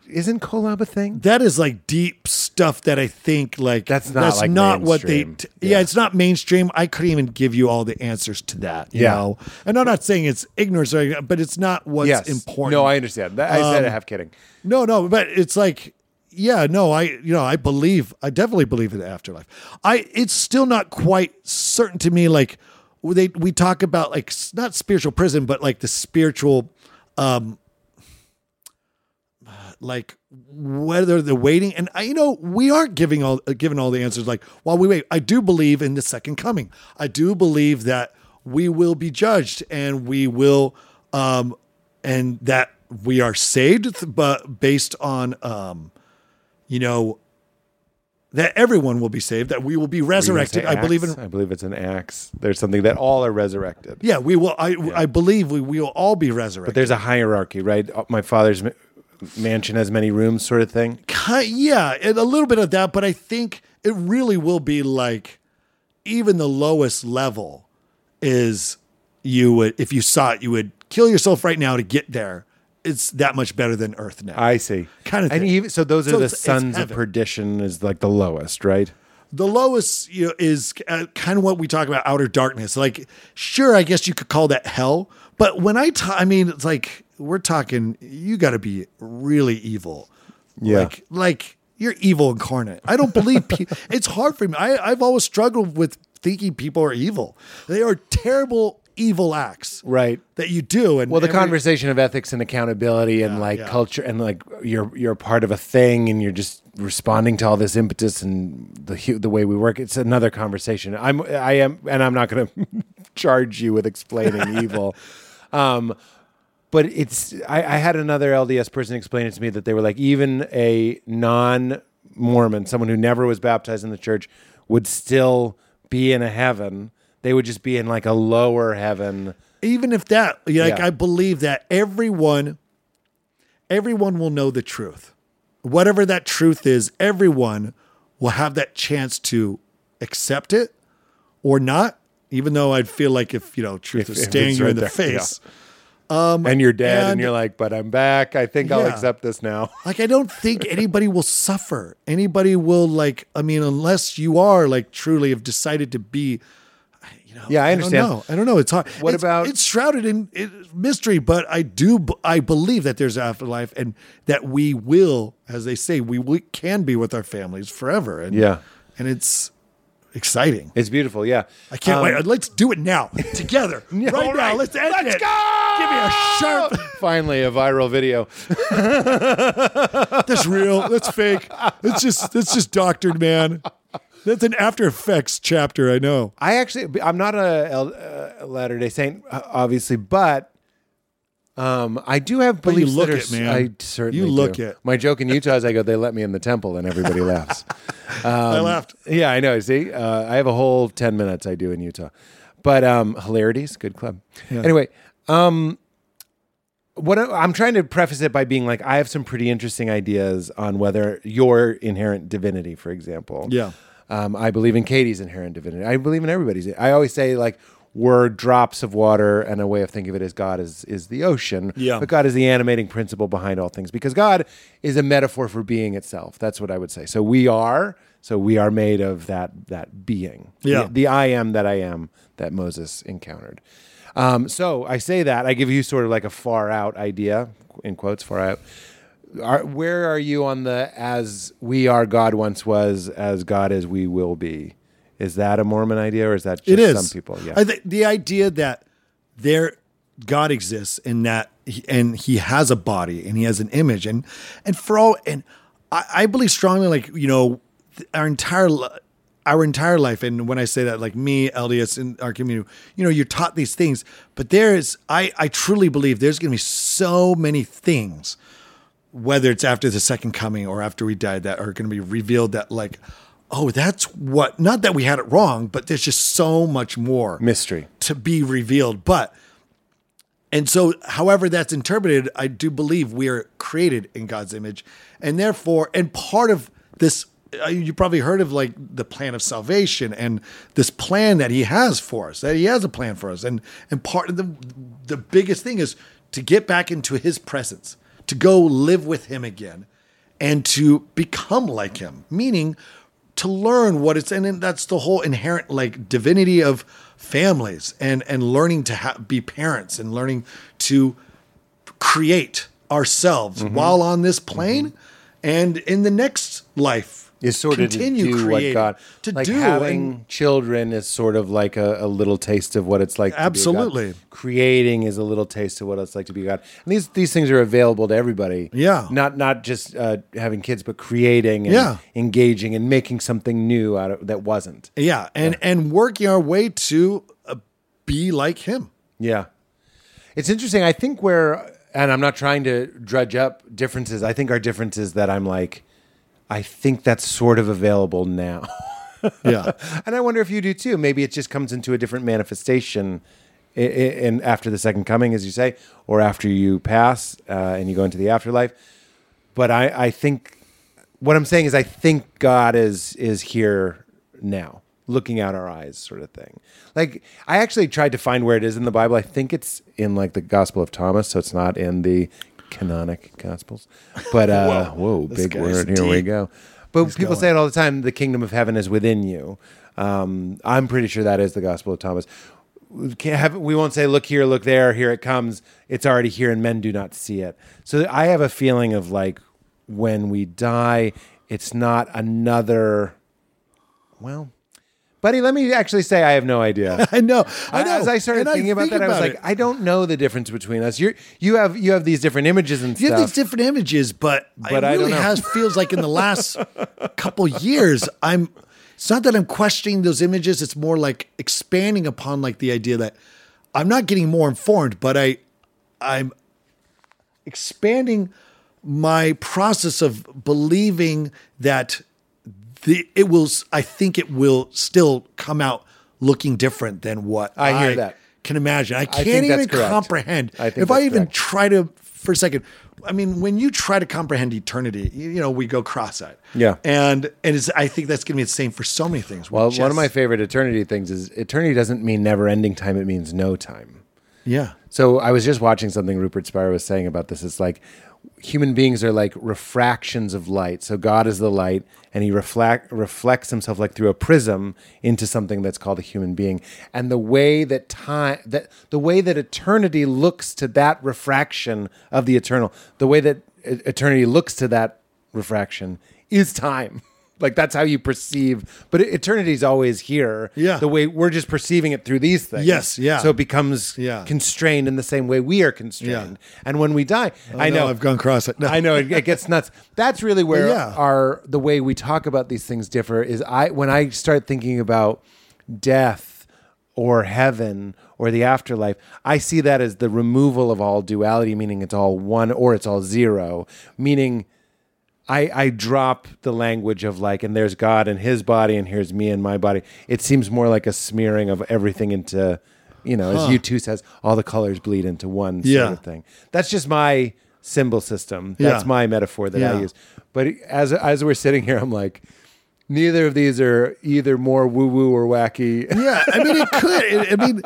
Speaker 1: isn't Kolab a thing?
Speaker 2: that is like deep stuff that I think like
Speaker 1: That's not,
Speaker 2: that's
Speaker 1: like,
Speaker 2: not what they
Speaker 1: mainstream.
Speaker 2: t- yeah. it's not mainstream. I couldn't even give you all the answers to that. You
Speaker 1: Yeah.
Speaker 2: know? and I'm not saying it's ignorance, or- but it's not what's
Speaker 1: yes,
Speaker 2: important. Um,
Speaker 1: No, I understand. That, I said it half kidding.
Speaker 2: No, no, but it's like, yeah, no, I, you know, I believe, I definitely believe in the afterlife. I, it's still not quite certain to me. Like they, we talk about like s- not spiritual prison, but like the spiritual, um, like whether they're waiting and I, you know we aren't giving all uh, given all the answers like while we wait i do believe in the second coming i do believe that we will be judged and we will um and that we are saved th- but based on um you know that everyone will be saved that we will be resurrected
Speaker 1: Axe?
Speaker 2: i believe in
Speaker 1: I believe it's an axe. There's something that all are resurrected.
Speaker 2: yeah we will i i believe we, we will all be resurrected
Speaker 1: There's a hierarchy, right? Uh, My father's ma- mansion has many rooms, sort of thing.
Speaker 2: Ki yeah, and a little bit of that, but I think it really will be like even the lowest level is you would if you saw it, you would kill yourself right now to get there. It's that much better than Earth now.
Speaker 1: I see.
Speaker 2: Kind of
Speaker 1: And
Speaker 2: thing.
Speaker 1: even so, those
Speaker 2: So
Speaker 1: are the
Speaker 2: it's- it's
Speaker 1: sons of
Speaker 2: heaven.
Speaker 1: perdition. Is like the lowest, right?
Speaker 2: the lowest you know, is uh, kind of what we talk about outer darkness. Like, sure, I guess you could call that hell, but when I ta- I mean, it's like we're talking. You got to be really evil.
Speaker 1: Yeah.
Speaker 2: Like, like you're evil incarnate. I don't believe pe- it's hard for me. I, I've always struggled with thinking people are evil. They are terrible evil acts
Speaker 1: Right.
Speaker 2: that you do. And
Speaker 1: Well, the
Speaker 2: every-
Speaker 1: conversation of ethics and accountability and like
Speaker 2: yeah.
Speaker 1: culture and like you're you're part of a thing and you're just responding to all this impetus and the hu- the way we work. It's another conversation. I'm I am and I'm not going to charge you with explaining evil. Um, but it's I, I had another LDS person explain it to me that they were like even a non Mormon, someone who never was baptized in the church, would still be in a heaven. They would just be in like a lower heaven.
Speaker 2: even if that like
Speaker 1: Yeah.
Speaker 2: i believe that everyone everyone will know the truth whatever that truth is everyone will have that chance to accept it or not even though i feel like if you know truth
Speaker 1: If-
Speaker 2: is
Speaker 1: if
Speaker 2: staring
Speaker 1: it's
Speaker 2: you
Speaker 1: right
Speaker 2: in the
Speaker 1: there, yeah.
Speaker 2: face
Speaker 1: and you're dead and,
Speaker 2: and-
Speaker 1: you're like but i'm back i think i'll
Speaker 2: Yeah.
Speaker 1: accept this now
Speaker 2: Like I don't think anybody will suffer. Anybody will like I mean unless you are like truly have decided to be you know
Speaker 1: Yeah, I understand.
Speaker 2: I don't know. I don't know. It's hard.
Speaker 1: What
Speaker 2: It's-
Speaker 1: about-
Speaker 2: It's shrouded in in mystery, but I do b- I believe that there's an afterlife and that we will as they say we, we can be with our families forever and
Speaker 1: Yeah.
Speaker 2: And it's exciting.
Speaker 1: it's beautiful yeah
Speaker 2: I can't
Speaker 1: Um,
Speaker 2: wait. Let's do it now together. right,
Speaker 1: all
Speaker 2: now.
Speaker 1: right.
Speaker 2: Let's end
Speaker 1: Let's
Speaker 2: it. Give me a sharp
Speaker 1: finally a viral video
Speaker 2: That's real. That's fake. That's just that's just doctored, man. That's an After Effects chapter. I know.
Speaker 1: i actually i'm not a L- uh, latter day saint uh, obviously but um, I do have
Speaker 2: you
Speaker 1: beliefs
Speaker 2: look
Speaker 1: that are,
Speaker 2: it,
Speaker 1: s-
Speaker 2: man.
Speaker 1: I certainly
Speaker 2: You look
Speaker 1: do.
Speaker 2: it.
Speaker 1: My joke in Utah is I go, they let me in the temple and everybody laughs. Um,
Speaker 2: I laughed.
Speaker 1: Yeah, I know. See, uh, I have a whole 10 minutes I do in Utah. But um, hilarities, good club. Anyway, um, what I, am trying to preface it by being like, I have some pretty interesting ideas on whether your inherent divinity, for example.
Speaker 2: Yeah.
Speaker 1: Um, I believe in Katie's inherent divinity. I believe in everybody's. I always say like we're drops of water, and a way of thinking of it as God is is the ocean.
Speaker 2: Yeah.
Speaker 1: But God is the animating principle behind all things because God is a metaphor for being itself. That's what I would say. So we are. So we are made of that that being.
Speaker 2: Yeah.
Speaker 1: The, the I am that I am that Moses encountered. Um, so I say that I give you sort of like a far out idea in quotes far out. Are, where are you on the as we are God once was as God as we will be? Is that a Mormon idea or is that just
Speaker 2: it is
Speaker 1: some people? Yeah.
Speaker 2: I thi- the idea that there god exists and that he, and he has a body and he has an image and and for all and i, I believe strongly like you know th- our entire li- our entire life and when i say that like me lds in our community you know you're taught these things but there is i i truly believe there's going to be so many things whether it's after the second coming or after we died that are going to be revealed that like oh that's what not that we had it wrong but there's just so much more
Speaker 1: Mystery.
Speaker 2: to be revealed but and so however that's interpreted i do believe we are created in god's image and therefore and part of this uh, you probably heard of like the plan of salvation and this plan that he has for us that he has a plan for us and and part of the the biggest thing is to get back into his presence to go live with him again and to become like him meaning to learn what it's and then that's the whole inherent like divinity of families and and learning to ha- be parents and learning to create ourselves
Speaker 1: Mm-hmm.
Speaker 2: while on this plane and in the next life
Speaker 1: is sort of to do what
Speaker 2: creating,
Speaker 1: God
Speaker 2: to
Speaker 1: like
Speaker 2: do
Speaker 1: having
Speaker 2: and-
Speaker 1: children is sort of like a, a little taste of what it's like. to be God.
Speaker 2: Absolutely.
Speaker 1: creating is a little taste of what it's like to be God. And these these things are available to everybody.
Speaker 2: Yeah.
Speaker 1: not not just uh, having kids, but creating and
Speaker 2: Yeah.
Speaker 1: engaging and making something new out of that wasn't.
Speaker 2: yeah and and working our way to uh, be like him
Speaker 1: Yeah. It's interesting. I think where, and I'm not trying to drudge up differences. I think our difference is that I'm like, I think that's sort of available now.
Speaker 2: yeah
Speaker 1: and I wonder if you do too. Maybe it just comes into a different manifestation i- i- in after the second coming, as you say, or after you pass uh, and you go into the afterlife. But I, I think what I'm saying is, I think God is is here now, looking out our eyes, sort of thing. Like I actually tried to find where it is in the Bible. I think it's in like the Gospel of Thomas, so it's not in the canonic Gospels. But uh, whoa,
Speaker 2: This
Speaker 1: big
Speaker 2: guy's
Speaker 1: word! Here we
Speaker 2: deep.
Speaker 1: go go. But people say it all the time the kingdom of heaven is within you. Um, I'm pretty sure that is the gospel of Thomas. We can't have- we won't say, look here, look there, here it comes. It's already here, and men do not see it. So I have a feeling of like when we die, it's not another. Well, buddy, let me actually say I have no idea.
Speaker 2: i know i know
Speaker 1: As I started
Speaker 2: And
Speaker 1: thinking about
Speaker 2: think
Speaker 1: that, I was
Speaker 2: about
Speaker 1: like,
Speaker 2: it.
Speaker 1: I don't know the difference between us. You you have you have these different images and
Speaker 2: You
Speaker 1: stuff.
Speaker 2: have these different images, but,
Speaker 1: But
Speaker 2: it
Speaker 1: I don't
Speaker 2: really
Speaker 1: know.
Speaker 2: has feels like in the last couple years, I'm. It's not that I'm questioning those images. It's more like expanding upon like the idea that I'm not getting more informed, but I, I'm expanding my process of believing that the it will. s- I think it will still come out looking different than what
Speaker 1: I hear that.
Speaker 2: Can imagine. I
Speaker 1: think
Speaker 2: can't
Speaker 1: that's
Speaker 2: even
Speaker 1: correct.
Speaker 2: comprehend.
Speaker 1: I think
Speaker 2: if I
Speaker 1: that's
Speaker 2: even
Speaker 1: correct.
Speaker 2: try to for a second i mean when you try to comprehend eternity you, you know we go cross-eyed
Speaker 1: Yeah.
Speaker 2: and and it's i think that's gonna be the same for so many things We
Speaker 1: Well, one
Speaker 2: just-
Speaker 1: of my favorite eternity things is eternity doesn't mean never ending time, it means no time.
Speaker 2: yeah
Speaker 1: So I was just watching something Rupert Spira was saying about this. It's like human beings are like refractions of light. So God is the light, and He reflect, reflects Himself like through a prism into something that's called a human being. And the way that time, that the way that eternity looks to that refraction of the eternal, the way that e- eternity looks to that refraction is time. Like that's how you perceive, but eternity is always here.
Speaker 2: Yeah.
Speaker 1: the way we're just perceiving it through these things.
Speaker 2: Yes, yeah.
Speaker 1: So it becomes
Speaker 2: Yeah.
Speaker 1: constrained in the same way we are constrained. And when we die, I know,
Speaker 2: i've gone cross-eyed No.
Speaker 1: I know it, it gets nuts. That's really where
Speaker 2: Yeah.
Speaker 1: our the way we talk about these things differ. Is I when I start thinking about death or heaven or the afterlife, I see that as the removal of all duality, meaning it's all one or it's all zero, meaning I, I drop the language of like, and there's God and his body, and here's me and my body. It seems more like a smearing of everything into, you know, as U2 says, all the colors bleed into one
Speaker 2: Yeah.
Speaker 1: sort of thing. That's just my symbol system. That's
Speaker 2: Yeah.
Speaker 1: my metaphor that I
Speaker 2: Yeah.
Speaker 1: use. But as, as we're sitting here, I'm like, neither of these are either more woo woo or wacky.
Speaker 2: Yeah, I mean, it could. It, I mean,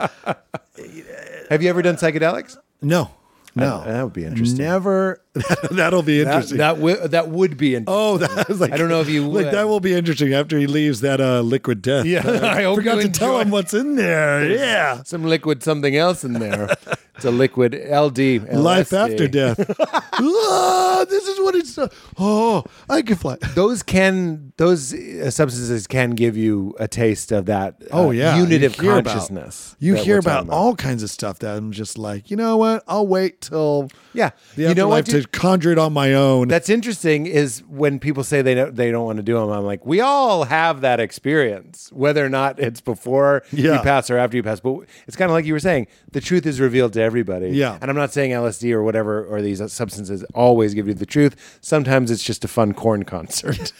Speaker 1: Have you ever done psychedelics?
Speaker 2: no, no,
Speaker 1: that would be interesting.
Speaker 2: Never. That'll be
Speaker 1: That,
Speaker 2: interesting.
Speaker 1: that, w- that would be interesting.
Speaker 2: oh, that was like
Speaker 1: I don't know if you
Speaker 2: like
Speaker 1: would.
Speaker 2: that will be interesting after he leaves that uh, liquid death.
Speaker 1: Yeah, I hope
Speaker 2: forgot
Speaker 1: you
Speaker 2: to tell
Speaker 1: enjoy.
Speaker 2: him what's in there. Yeah,
Speaker 1: some liquid something else in there. It's a liquid LD.
Speaker 2: life
Speaker 1: LSD.
Speaker 2: after death. Ah, this is what it's. Oh, I can fly.
Speaker 1: Those can those uh, substances can give you a taste of that. uh,
Speaker 2: Oh yeah,
Speaker 1: unit of
Speaker 2: hear about-
Speaker 1: consciousness.
Speaker 2: you
Speaker 1: that
Speaker 2: hear
Speaker 1: we're talking
Speaker 2: about, all kinds of stuff that I'm just like, you know what? I'll wait till
Speaker 1: Yeah,
Speaker 2: the
Speaker 1: you know
Speaker 2: afterlife
Speaker 1: what?
Speaker 2: to
Speaker 1: dude?
Speaker 2: conjure it on my own.
Speaker 1: That's interesting. Is when people say they don't, they don't want to do them. I'm like, we all have that experience, whether or not it's before you
Speaker 2: Yeah.
Speaker 1: pass or after you pass. But it's kind of like you were saying, the truth is revealed to everybody.
Speaker 2: Yeah.
Speaker 1: And I'm not saying LSD or whatever or these substances always give you the truth. Sometimes it's just a fun corn concert.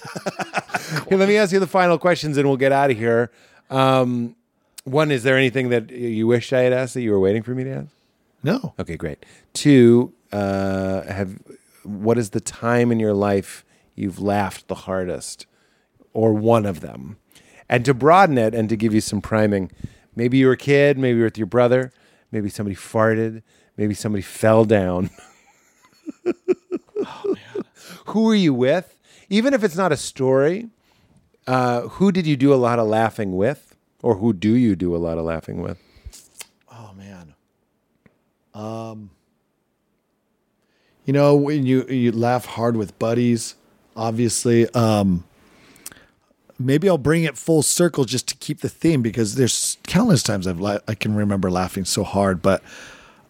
Speaker 1: Here, let me ask you the final questions, and we'll get out of here. Um, one, is there anything that you wish I had asked that you were waiting for me to ask?
Speaker 2: no.
Speaker 1: Okay, great. Two, uh, have what is the time in your life you've laughed the hardest, or one of them? And to broaden it and to give you some priming, maybe you were a kid, maybe you were with your brother, maybe somebody farted, maybe somebody fell down. Who are you with? Even if it's not a story, uh, who did you do a lot of laughing with, or who do you do a lot of laughing with?
Speaker 2: Oh man. Um you know when you you laugh hard with buddies, obviously um maybe I'll bring it full circle just to keep the theme because there's countless times I've la- I can remember laughing so hard, but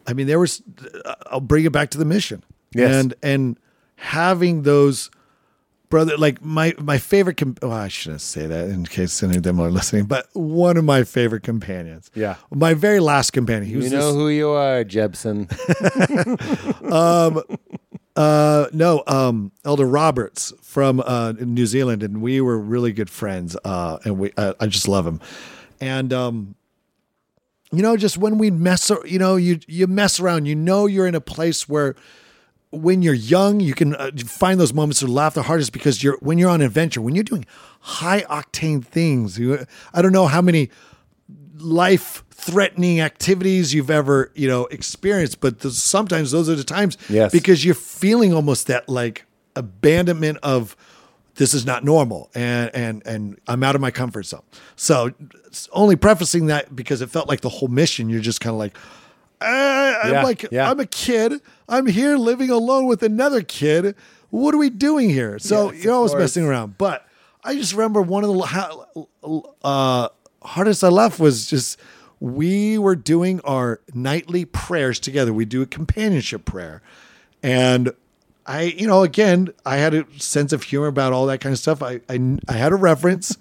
Speaker 2: I mean there was uh, I'll bring it back to the mission.
Speaker 1: Yes.
Speaker 2: And and having those brother like my my favorite com- well, i shouldn't say that in case any of them are listening but one of my favorite companions
Speaker 1: Yeah.
Speaker 2: my very last companion he was
Speaker 1: You know
Speaker 2: this-
Speaker 1: who you are, Jebson.
Speaker 2: uh no um elder roberts from uh new zealand and we were really good friends uh and we i, I just love him and um you know just when we mess ar- you know you you mess around you know you're in a place where when you're young, you can uh, find those moments to laugh the hardest because you're when you're on adventure, when you're doing high octane things. You, I don't know how many life threatening activities you've ever you know experienced, but th- sometimes those are the times
Speaker 1: Yes.
Speaker 2: because you're feeling almost that like abandonment of this is not normal and and and I'm out of my comfort zone. So s- only prefacing that because it felt like the whole mission, you're just kind of like. "Uh, I'm
Speaker 1: Yeah,
Speaker 2: like
Speaker 1: yeah.
Speaker 2: I'm a kid. I'm here living alone with another kid. What are we doing here? So
Speaker 1: Yes,
Speaker 2: you're
Speaker 1: of
Speaker 2: always
Speaker 1: course.
Speaker 2: messing around. But I just remember one of the ho- uh, hardest I left was just we were doing our nightly prayers together. We do a companionship prayer, and I, you know, again, I had a sense of humor about all that kind of stuff. I I, I had a reference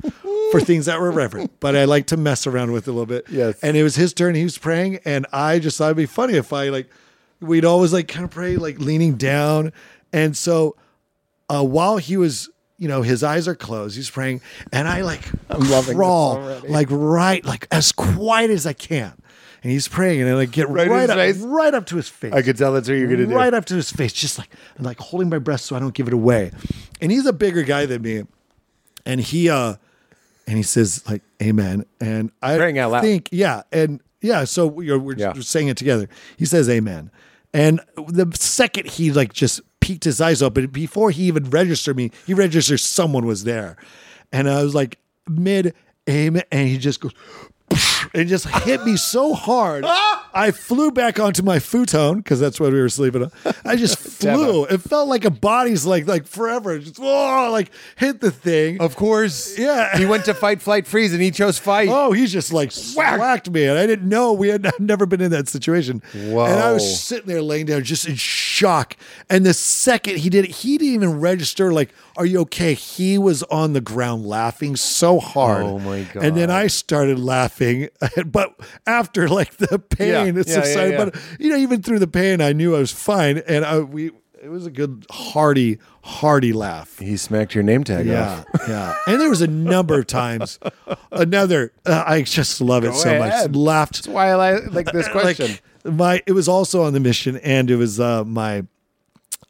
Speaker 2: for things that were referenced, but I like to mess around with it a little bit.
Speaker 1: Yes.
Speaker 2: and it was his turn. He was praying, and I just thought it'd be funny if I like, we'd always like kind of pray like leaning down, and so uh, while he was, you know, his eyes are closed, he's praying, and I like
Speaker 1: loving this
Speaker 2: crawl
Speaker 1: already.
Speaker 2: like right, like as quiet as I can, and he's praying, and I like get
Speaker 1: Right
Speaker 2: right,
Speaker 1: in his
Speaker 2: up,
Speaker 1: face?
Speaker 2: right up to his face
Speaker 1: I could tell that's what you're gonna do.
Speaker 2: right up to his face, just like and like holding my breath so I don't give it away. And he's a bigger guy than me, and he uh, and he says like Amen, and I
Speaker 1: Praying out loud.
Speaker 2: think yeah, and yeah. So we're we're
Speaker 1: Yeah.
Speaker 2: saying it together. He says Amen, and the second he like just peeked his eyes open before he even registered me, he registers someone was there, and I was like mid Amen, and he just goes. It just hit me so hard. I flew back onto my futon because that's what we were sleeping on. I just flew. It felt like a body's like like forever. Just whoa, like hit the thing.
Speaker 1: Of course.
Speaker 2: Yeah.
Speaker 1: He went to fight, flight, freeze, and he chose fight.
Speaker 2: Oh, he's just like whacked me, and I didn't know we had I'd never been in that situation.
Speaker 1: Whoa.
Speaker 2: And I was sitting there laying down, just in shock. And the second he did it, he didn't even register. Like, are you okay? He was on the ground laughing so hard.
Speaker 1: Oh, my God.
Speaker 2: And then I started laughing, but after like the pain
Speaker 1: Yeah,
Speaker 2: it's
Speaker 1: yeah, yeah,
Speaker 2: subsided.
Speaker 1: yeah.
Speaker 2: But you know, even through the pain, I knew I was fine, and I we. it was a good hearty hearty laugh.
Speaker 1: He smacked your name tag
Speaker 2: Yeah,
Speaker 1: off.
Speaker 2: yeah. And there was a number of times. Another, uh, I just love it
Speaker 1: Go
Speaker 2: so much.
Speaker 1: ahead.
Speaker 2: Laughed
Speaker 1: That's why I li- like this question.
Speaker 2: like my, it was also on the mission, and it was uh, my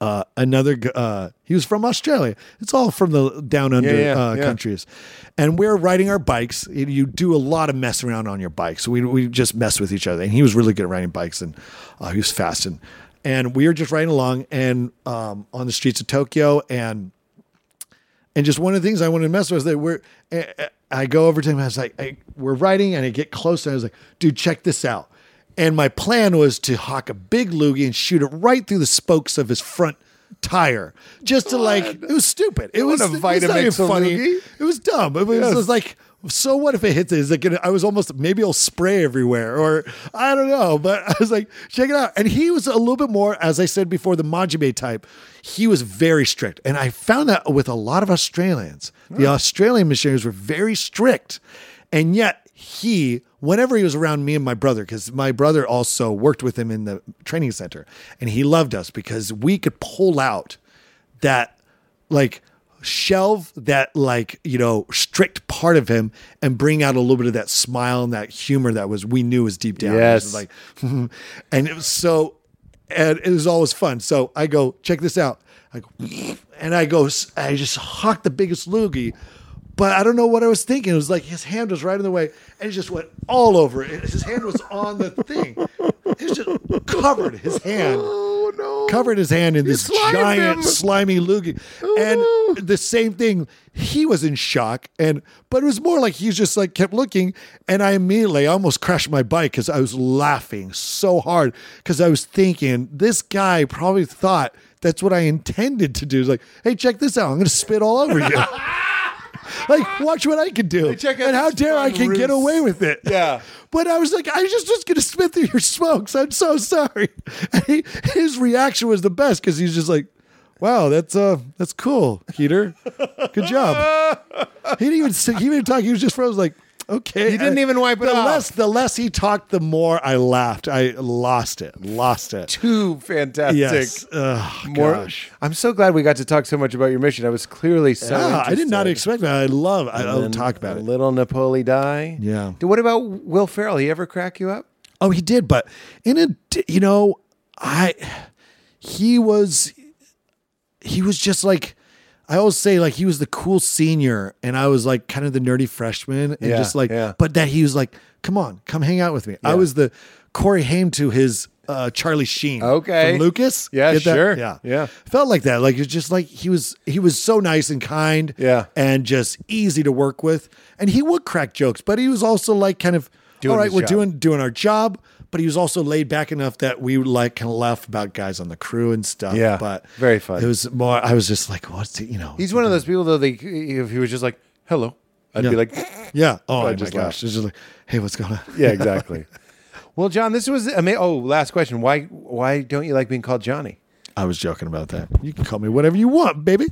Speaker 2: uh, another. g- Uh, he was from Australia. It's all from the down under
Speaker 1: Yeah, yeah,
Speaker 2: uh,
Speaker 1: yeah.
Speaker 2: countries, and we're riding our bikes. You- You do a lot of messing around on your bikes. We we just mess with each other, and he was really good at riding bikes, and uh, he was fast, and and we were just riding along and um, on the streets of Tokyo, and and just one of the things I wanted to mess with is that we're, eh, eh, I go over to him. I was like, I, we're riding and I get close. And I was like, dude, check this out. And my plan was to hawk a big loogie and shoot it right through the spokes of his front tire just to like, it was stupid. It was,
Speaker 1: wanna
Speaker 2: it's
Speaker 1: Vitamix
Speaker 2: not even
Speaker 1: a
Speaker 2: funny.
Speaker 1: loogie.
Speaker 2: It was dumb. It was, it was like, so what if it hits it? Is it gonna? I was almost maybe I'll spray everywhere, or I don't know. But I was like, check it out. And he was a little bit more, as I said before, the Majime type. He was very strict, and I found that with a lot of Australians, the Australian missionaries were very strict, and yet he, whenever he was around me and my brother, because my brother also worked with him in the training center, and he loved us because we could pull out that like shelve that like you know strict part of him and bring out a little bit of that smile and that humor that was we knew was deep down It was
Speaker 1: Yes.
Speaker 2: like and it was so and it was always fun so i go check this out I go, and i go i just hawked the biggest loogie but i don't know what i was thinking it was like his hand was right in the way and it just went all over it his hand was on the thing it was just covered his hand
Speaker 1: Oh no!
Speaker 2: covered his hand in this
Speaker 1: slimed
Speaker 2: giant
Speaker 1: him.
Speaker 2: slimy loogie.
Speaker 1: Oh,
Speaker 2: and the same thing, he was in shock. And but it was more like he just like kept looking. And I immediately I almost crashed my bike because I was laughing so hard because I was thinking this guy probably thought that's what I intended to do. It's like, hey, check this out. I'm gonna spit all over you. Like, watch what I can do,
Speaker 1: check out
Speaker 2: and how
Speaker 1: this
Speaker 2: dare I
Speaker 1: fun
Speaker 2: can get
Speaker 1: ruse.
Speaker 2: away with it.
Speaker 1: Yeah.
Speaker 2: But I was like, I was just just gonna spit through your smokes. I'm so sorry. And he, his reaction was the best because he's just like, "Wow, that's uh, that's cool, Peter. Good job." he didn't even say- he didn't even talk. He was just froze like, "Okay."
Speaker 1: He didn't even wipe it
Speaker 2: the
Speaker 1: off.
Speaker 2: Less the less he talked, the more I laughed. I lost it. Lost it.
Speaker 1: Too fantastic.
Speaker 2: Yes. Ugh,
Speaker 1: More.
Speaker 2: gosh.
Speaker 1: I'm so glad we got to talk so much about your mission. I was clearly so.
Speaker 2: Ah, I did not
Speaker 1: interested.
Speaker 2: expect that. I love. I
Speaker 1: And
Speaker 2: don't
Speaker 1: then
Speaker 2: talk about
Speaker 1: a
Speaker 2: it.
Speaker 1: Little Napoli die.
Speaker 2: Yeah.
Speaker 1: Dude, What about Will Ferrell? He ever crack you up?
Speaker 2: Oh, he did, but in a di- you know, I he was he was just like I always say like he was the cool senior and I was like kind of the nerdy freshman and
Speaker 1: Yeah,
Speaker 2: just like
Speaker 1: yeah.
Speaker 2: but that he was like come on come hang out with me. I was the Corey Haim to his uh, Charlie Sheen.
Speaker 1: Okay.
Speaker 2: From Lucas.
Speaker 1: Yeah,
Speaker 2: Get that?
Speaker 1: sure.
Speaker 2: Yeah.
Speaker 1: Yeah.
Speaker 2: Felt like that. Like it's just like he was he was so nice and kind.
Speaker 1: Yeah.
Speaker 2: And just easy to work with. And he would crack jokes, but he was also like kind of
Speaker 1: Doing
Speaker 2: all right,
Speaker 1: his
Speaker 2: we're
Speaker 1: job.
Speaker 2: doing doing our job, but he was also laid back enough that we like kind of laughed about guys on the crew and stuff.
Speaker 1: Yeah,
Speaker 2: but
Speaker 1: very fun.
Speaker 2: It was more. I was just like, what's he, you know?
Speaker 1: He's one of those people though. They, if he was just like, "Hello," I'd be like,
Speaker 2: yeah. Oh my
Speaker 1: just
Speaker 2: gosh! It's just like, hey, what's going on?
Speaker 1: "Yeah, exactly." well, John, this was ama- oh, last question. Why why don't you like being called Johnny
Speaker 2: I was joking about that. You can call me whatever you want, baby.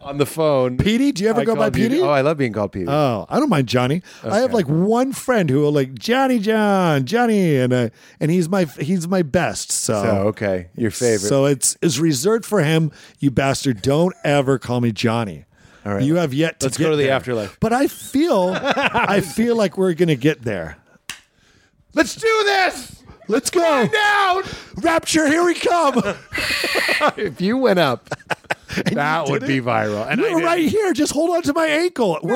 Speaker 1: on the phone?
Speaker 2: Petey, do you ever
Speaker 1: I
Speaker 2: go by
Speaker 1: called you-
Speaker 2: Petey?
Speaker 1: Oh, I love being called Petey.
Speaker 2: Oh, I don't mind Johnny. I have like one friend who will like Johnny John, Johnny, and uh, and he's my he's my best. So,
Speaker 1: so Oh, okay, your favorite.
Speaker 2: So it's is reserved for him. You bastard! Don't ever call me Johnny. All
Speaker 1: right.
Speaker 2: You have yet to
Speaker 1: Let's
Speaker 2: get
Speaker 1: go to the
Speaker 2: there.
Speaker 1: afterlife.
Speaker 2: But I feel I feel like we're gonna get there.
Speaker 1: Let's do this.
Speaker 2: Let's go.
Speaker 1: Down.
Speaker 2: Rapture, here we come.
Speaker 1: If you went up, that would be viral. And I
Speaker 2: You're
Speaker 1: didn't.
Speaker 2: right here. Just hold on to my ankle. We're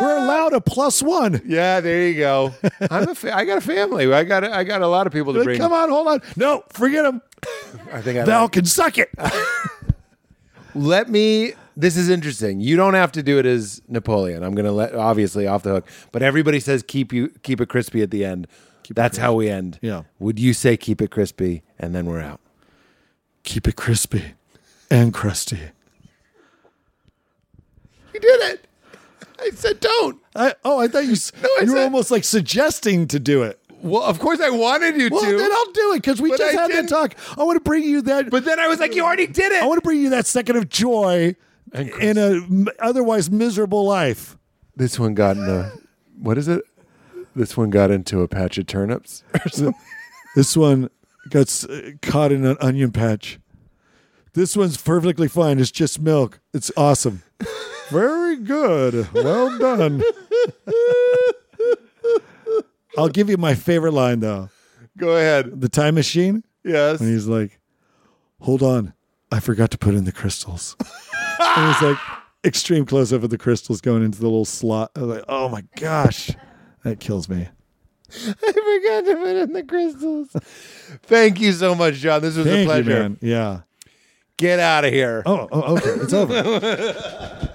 Speaker 2: we're allowed a plus one.
Speaker 1: Yeah, there you go. I'm a fa- I got a family. I got a, I got a lot of people to bring.
Speaker 2: Come on, hold on. No, forget him.
Speaker 1: I think I
Speaker 2: Val can suck it.
Speaker 1: Let me. This is interesting. You don't have to do it as Napoleon. I'm gonna let obviously off the hook, but everybody says keep you keep it crispy at the end. That's how we end.
Speaker 2: Yeah.
Speaker 1: Would you say keep it crispy and then we're out?
Speaker 2: Keep it crispy and crusty.
Speaker 1: You did it. I said don't.
Speaker 2: I, oh, I thought you s-
Speaker 1: No, I
Speaker 2: you were
Speaker 1: said-
Speaker 2: almost like suggesting to do it.
Speaker 1: Well, of course I wanted you
Speaker 2: Well,
Speaker 1: to.
Speaker 2: then I'll do it because we
Speaker 1: But
Speaker 2: just
Speaker 1: I
Speaker 2: had that
Speaker 1: didn't-
Speaker 2: talk. I want to bring you that.
Speaker 1: but then I was like, you already did it.
Speaker 2: I want to bring you that second of joy in a m- otherwise miserable life.
Speaker 1: this one got in a. What is it? This one got into a patch of turnips.
Speaker 2: uh, This one got s- caught in an onion patch. This one's perfectly fine. It's just milk. It's awesome. Very good. Well done. I'll give you my favorite line though.
Speaker 1: Go ahead.
Speaker 2: The time machine.
Speaker 1: Yes.
Speaker 2: And he's like, hold on. I forgot to put in the crystals. and it's like extreme close up of the crystals going into the little slot. I was like, oh my gosh. That kills me.
Speaker 1: I forgot to put in the crystals. Thank you so much, John. This was a
Speaker 2: Thank you,
Speaker 1: pleasure.
Speaker 2: man. Yeah.
Speaker 1: Get out of here.
Speaker 2: Oh, oh, okay. It's over.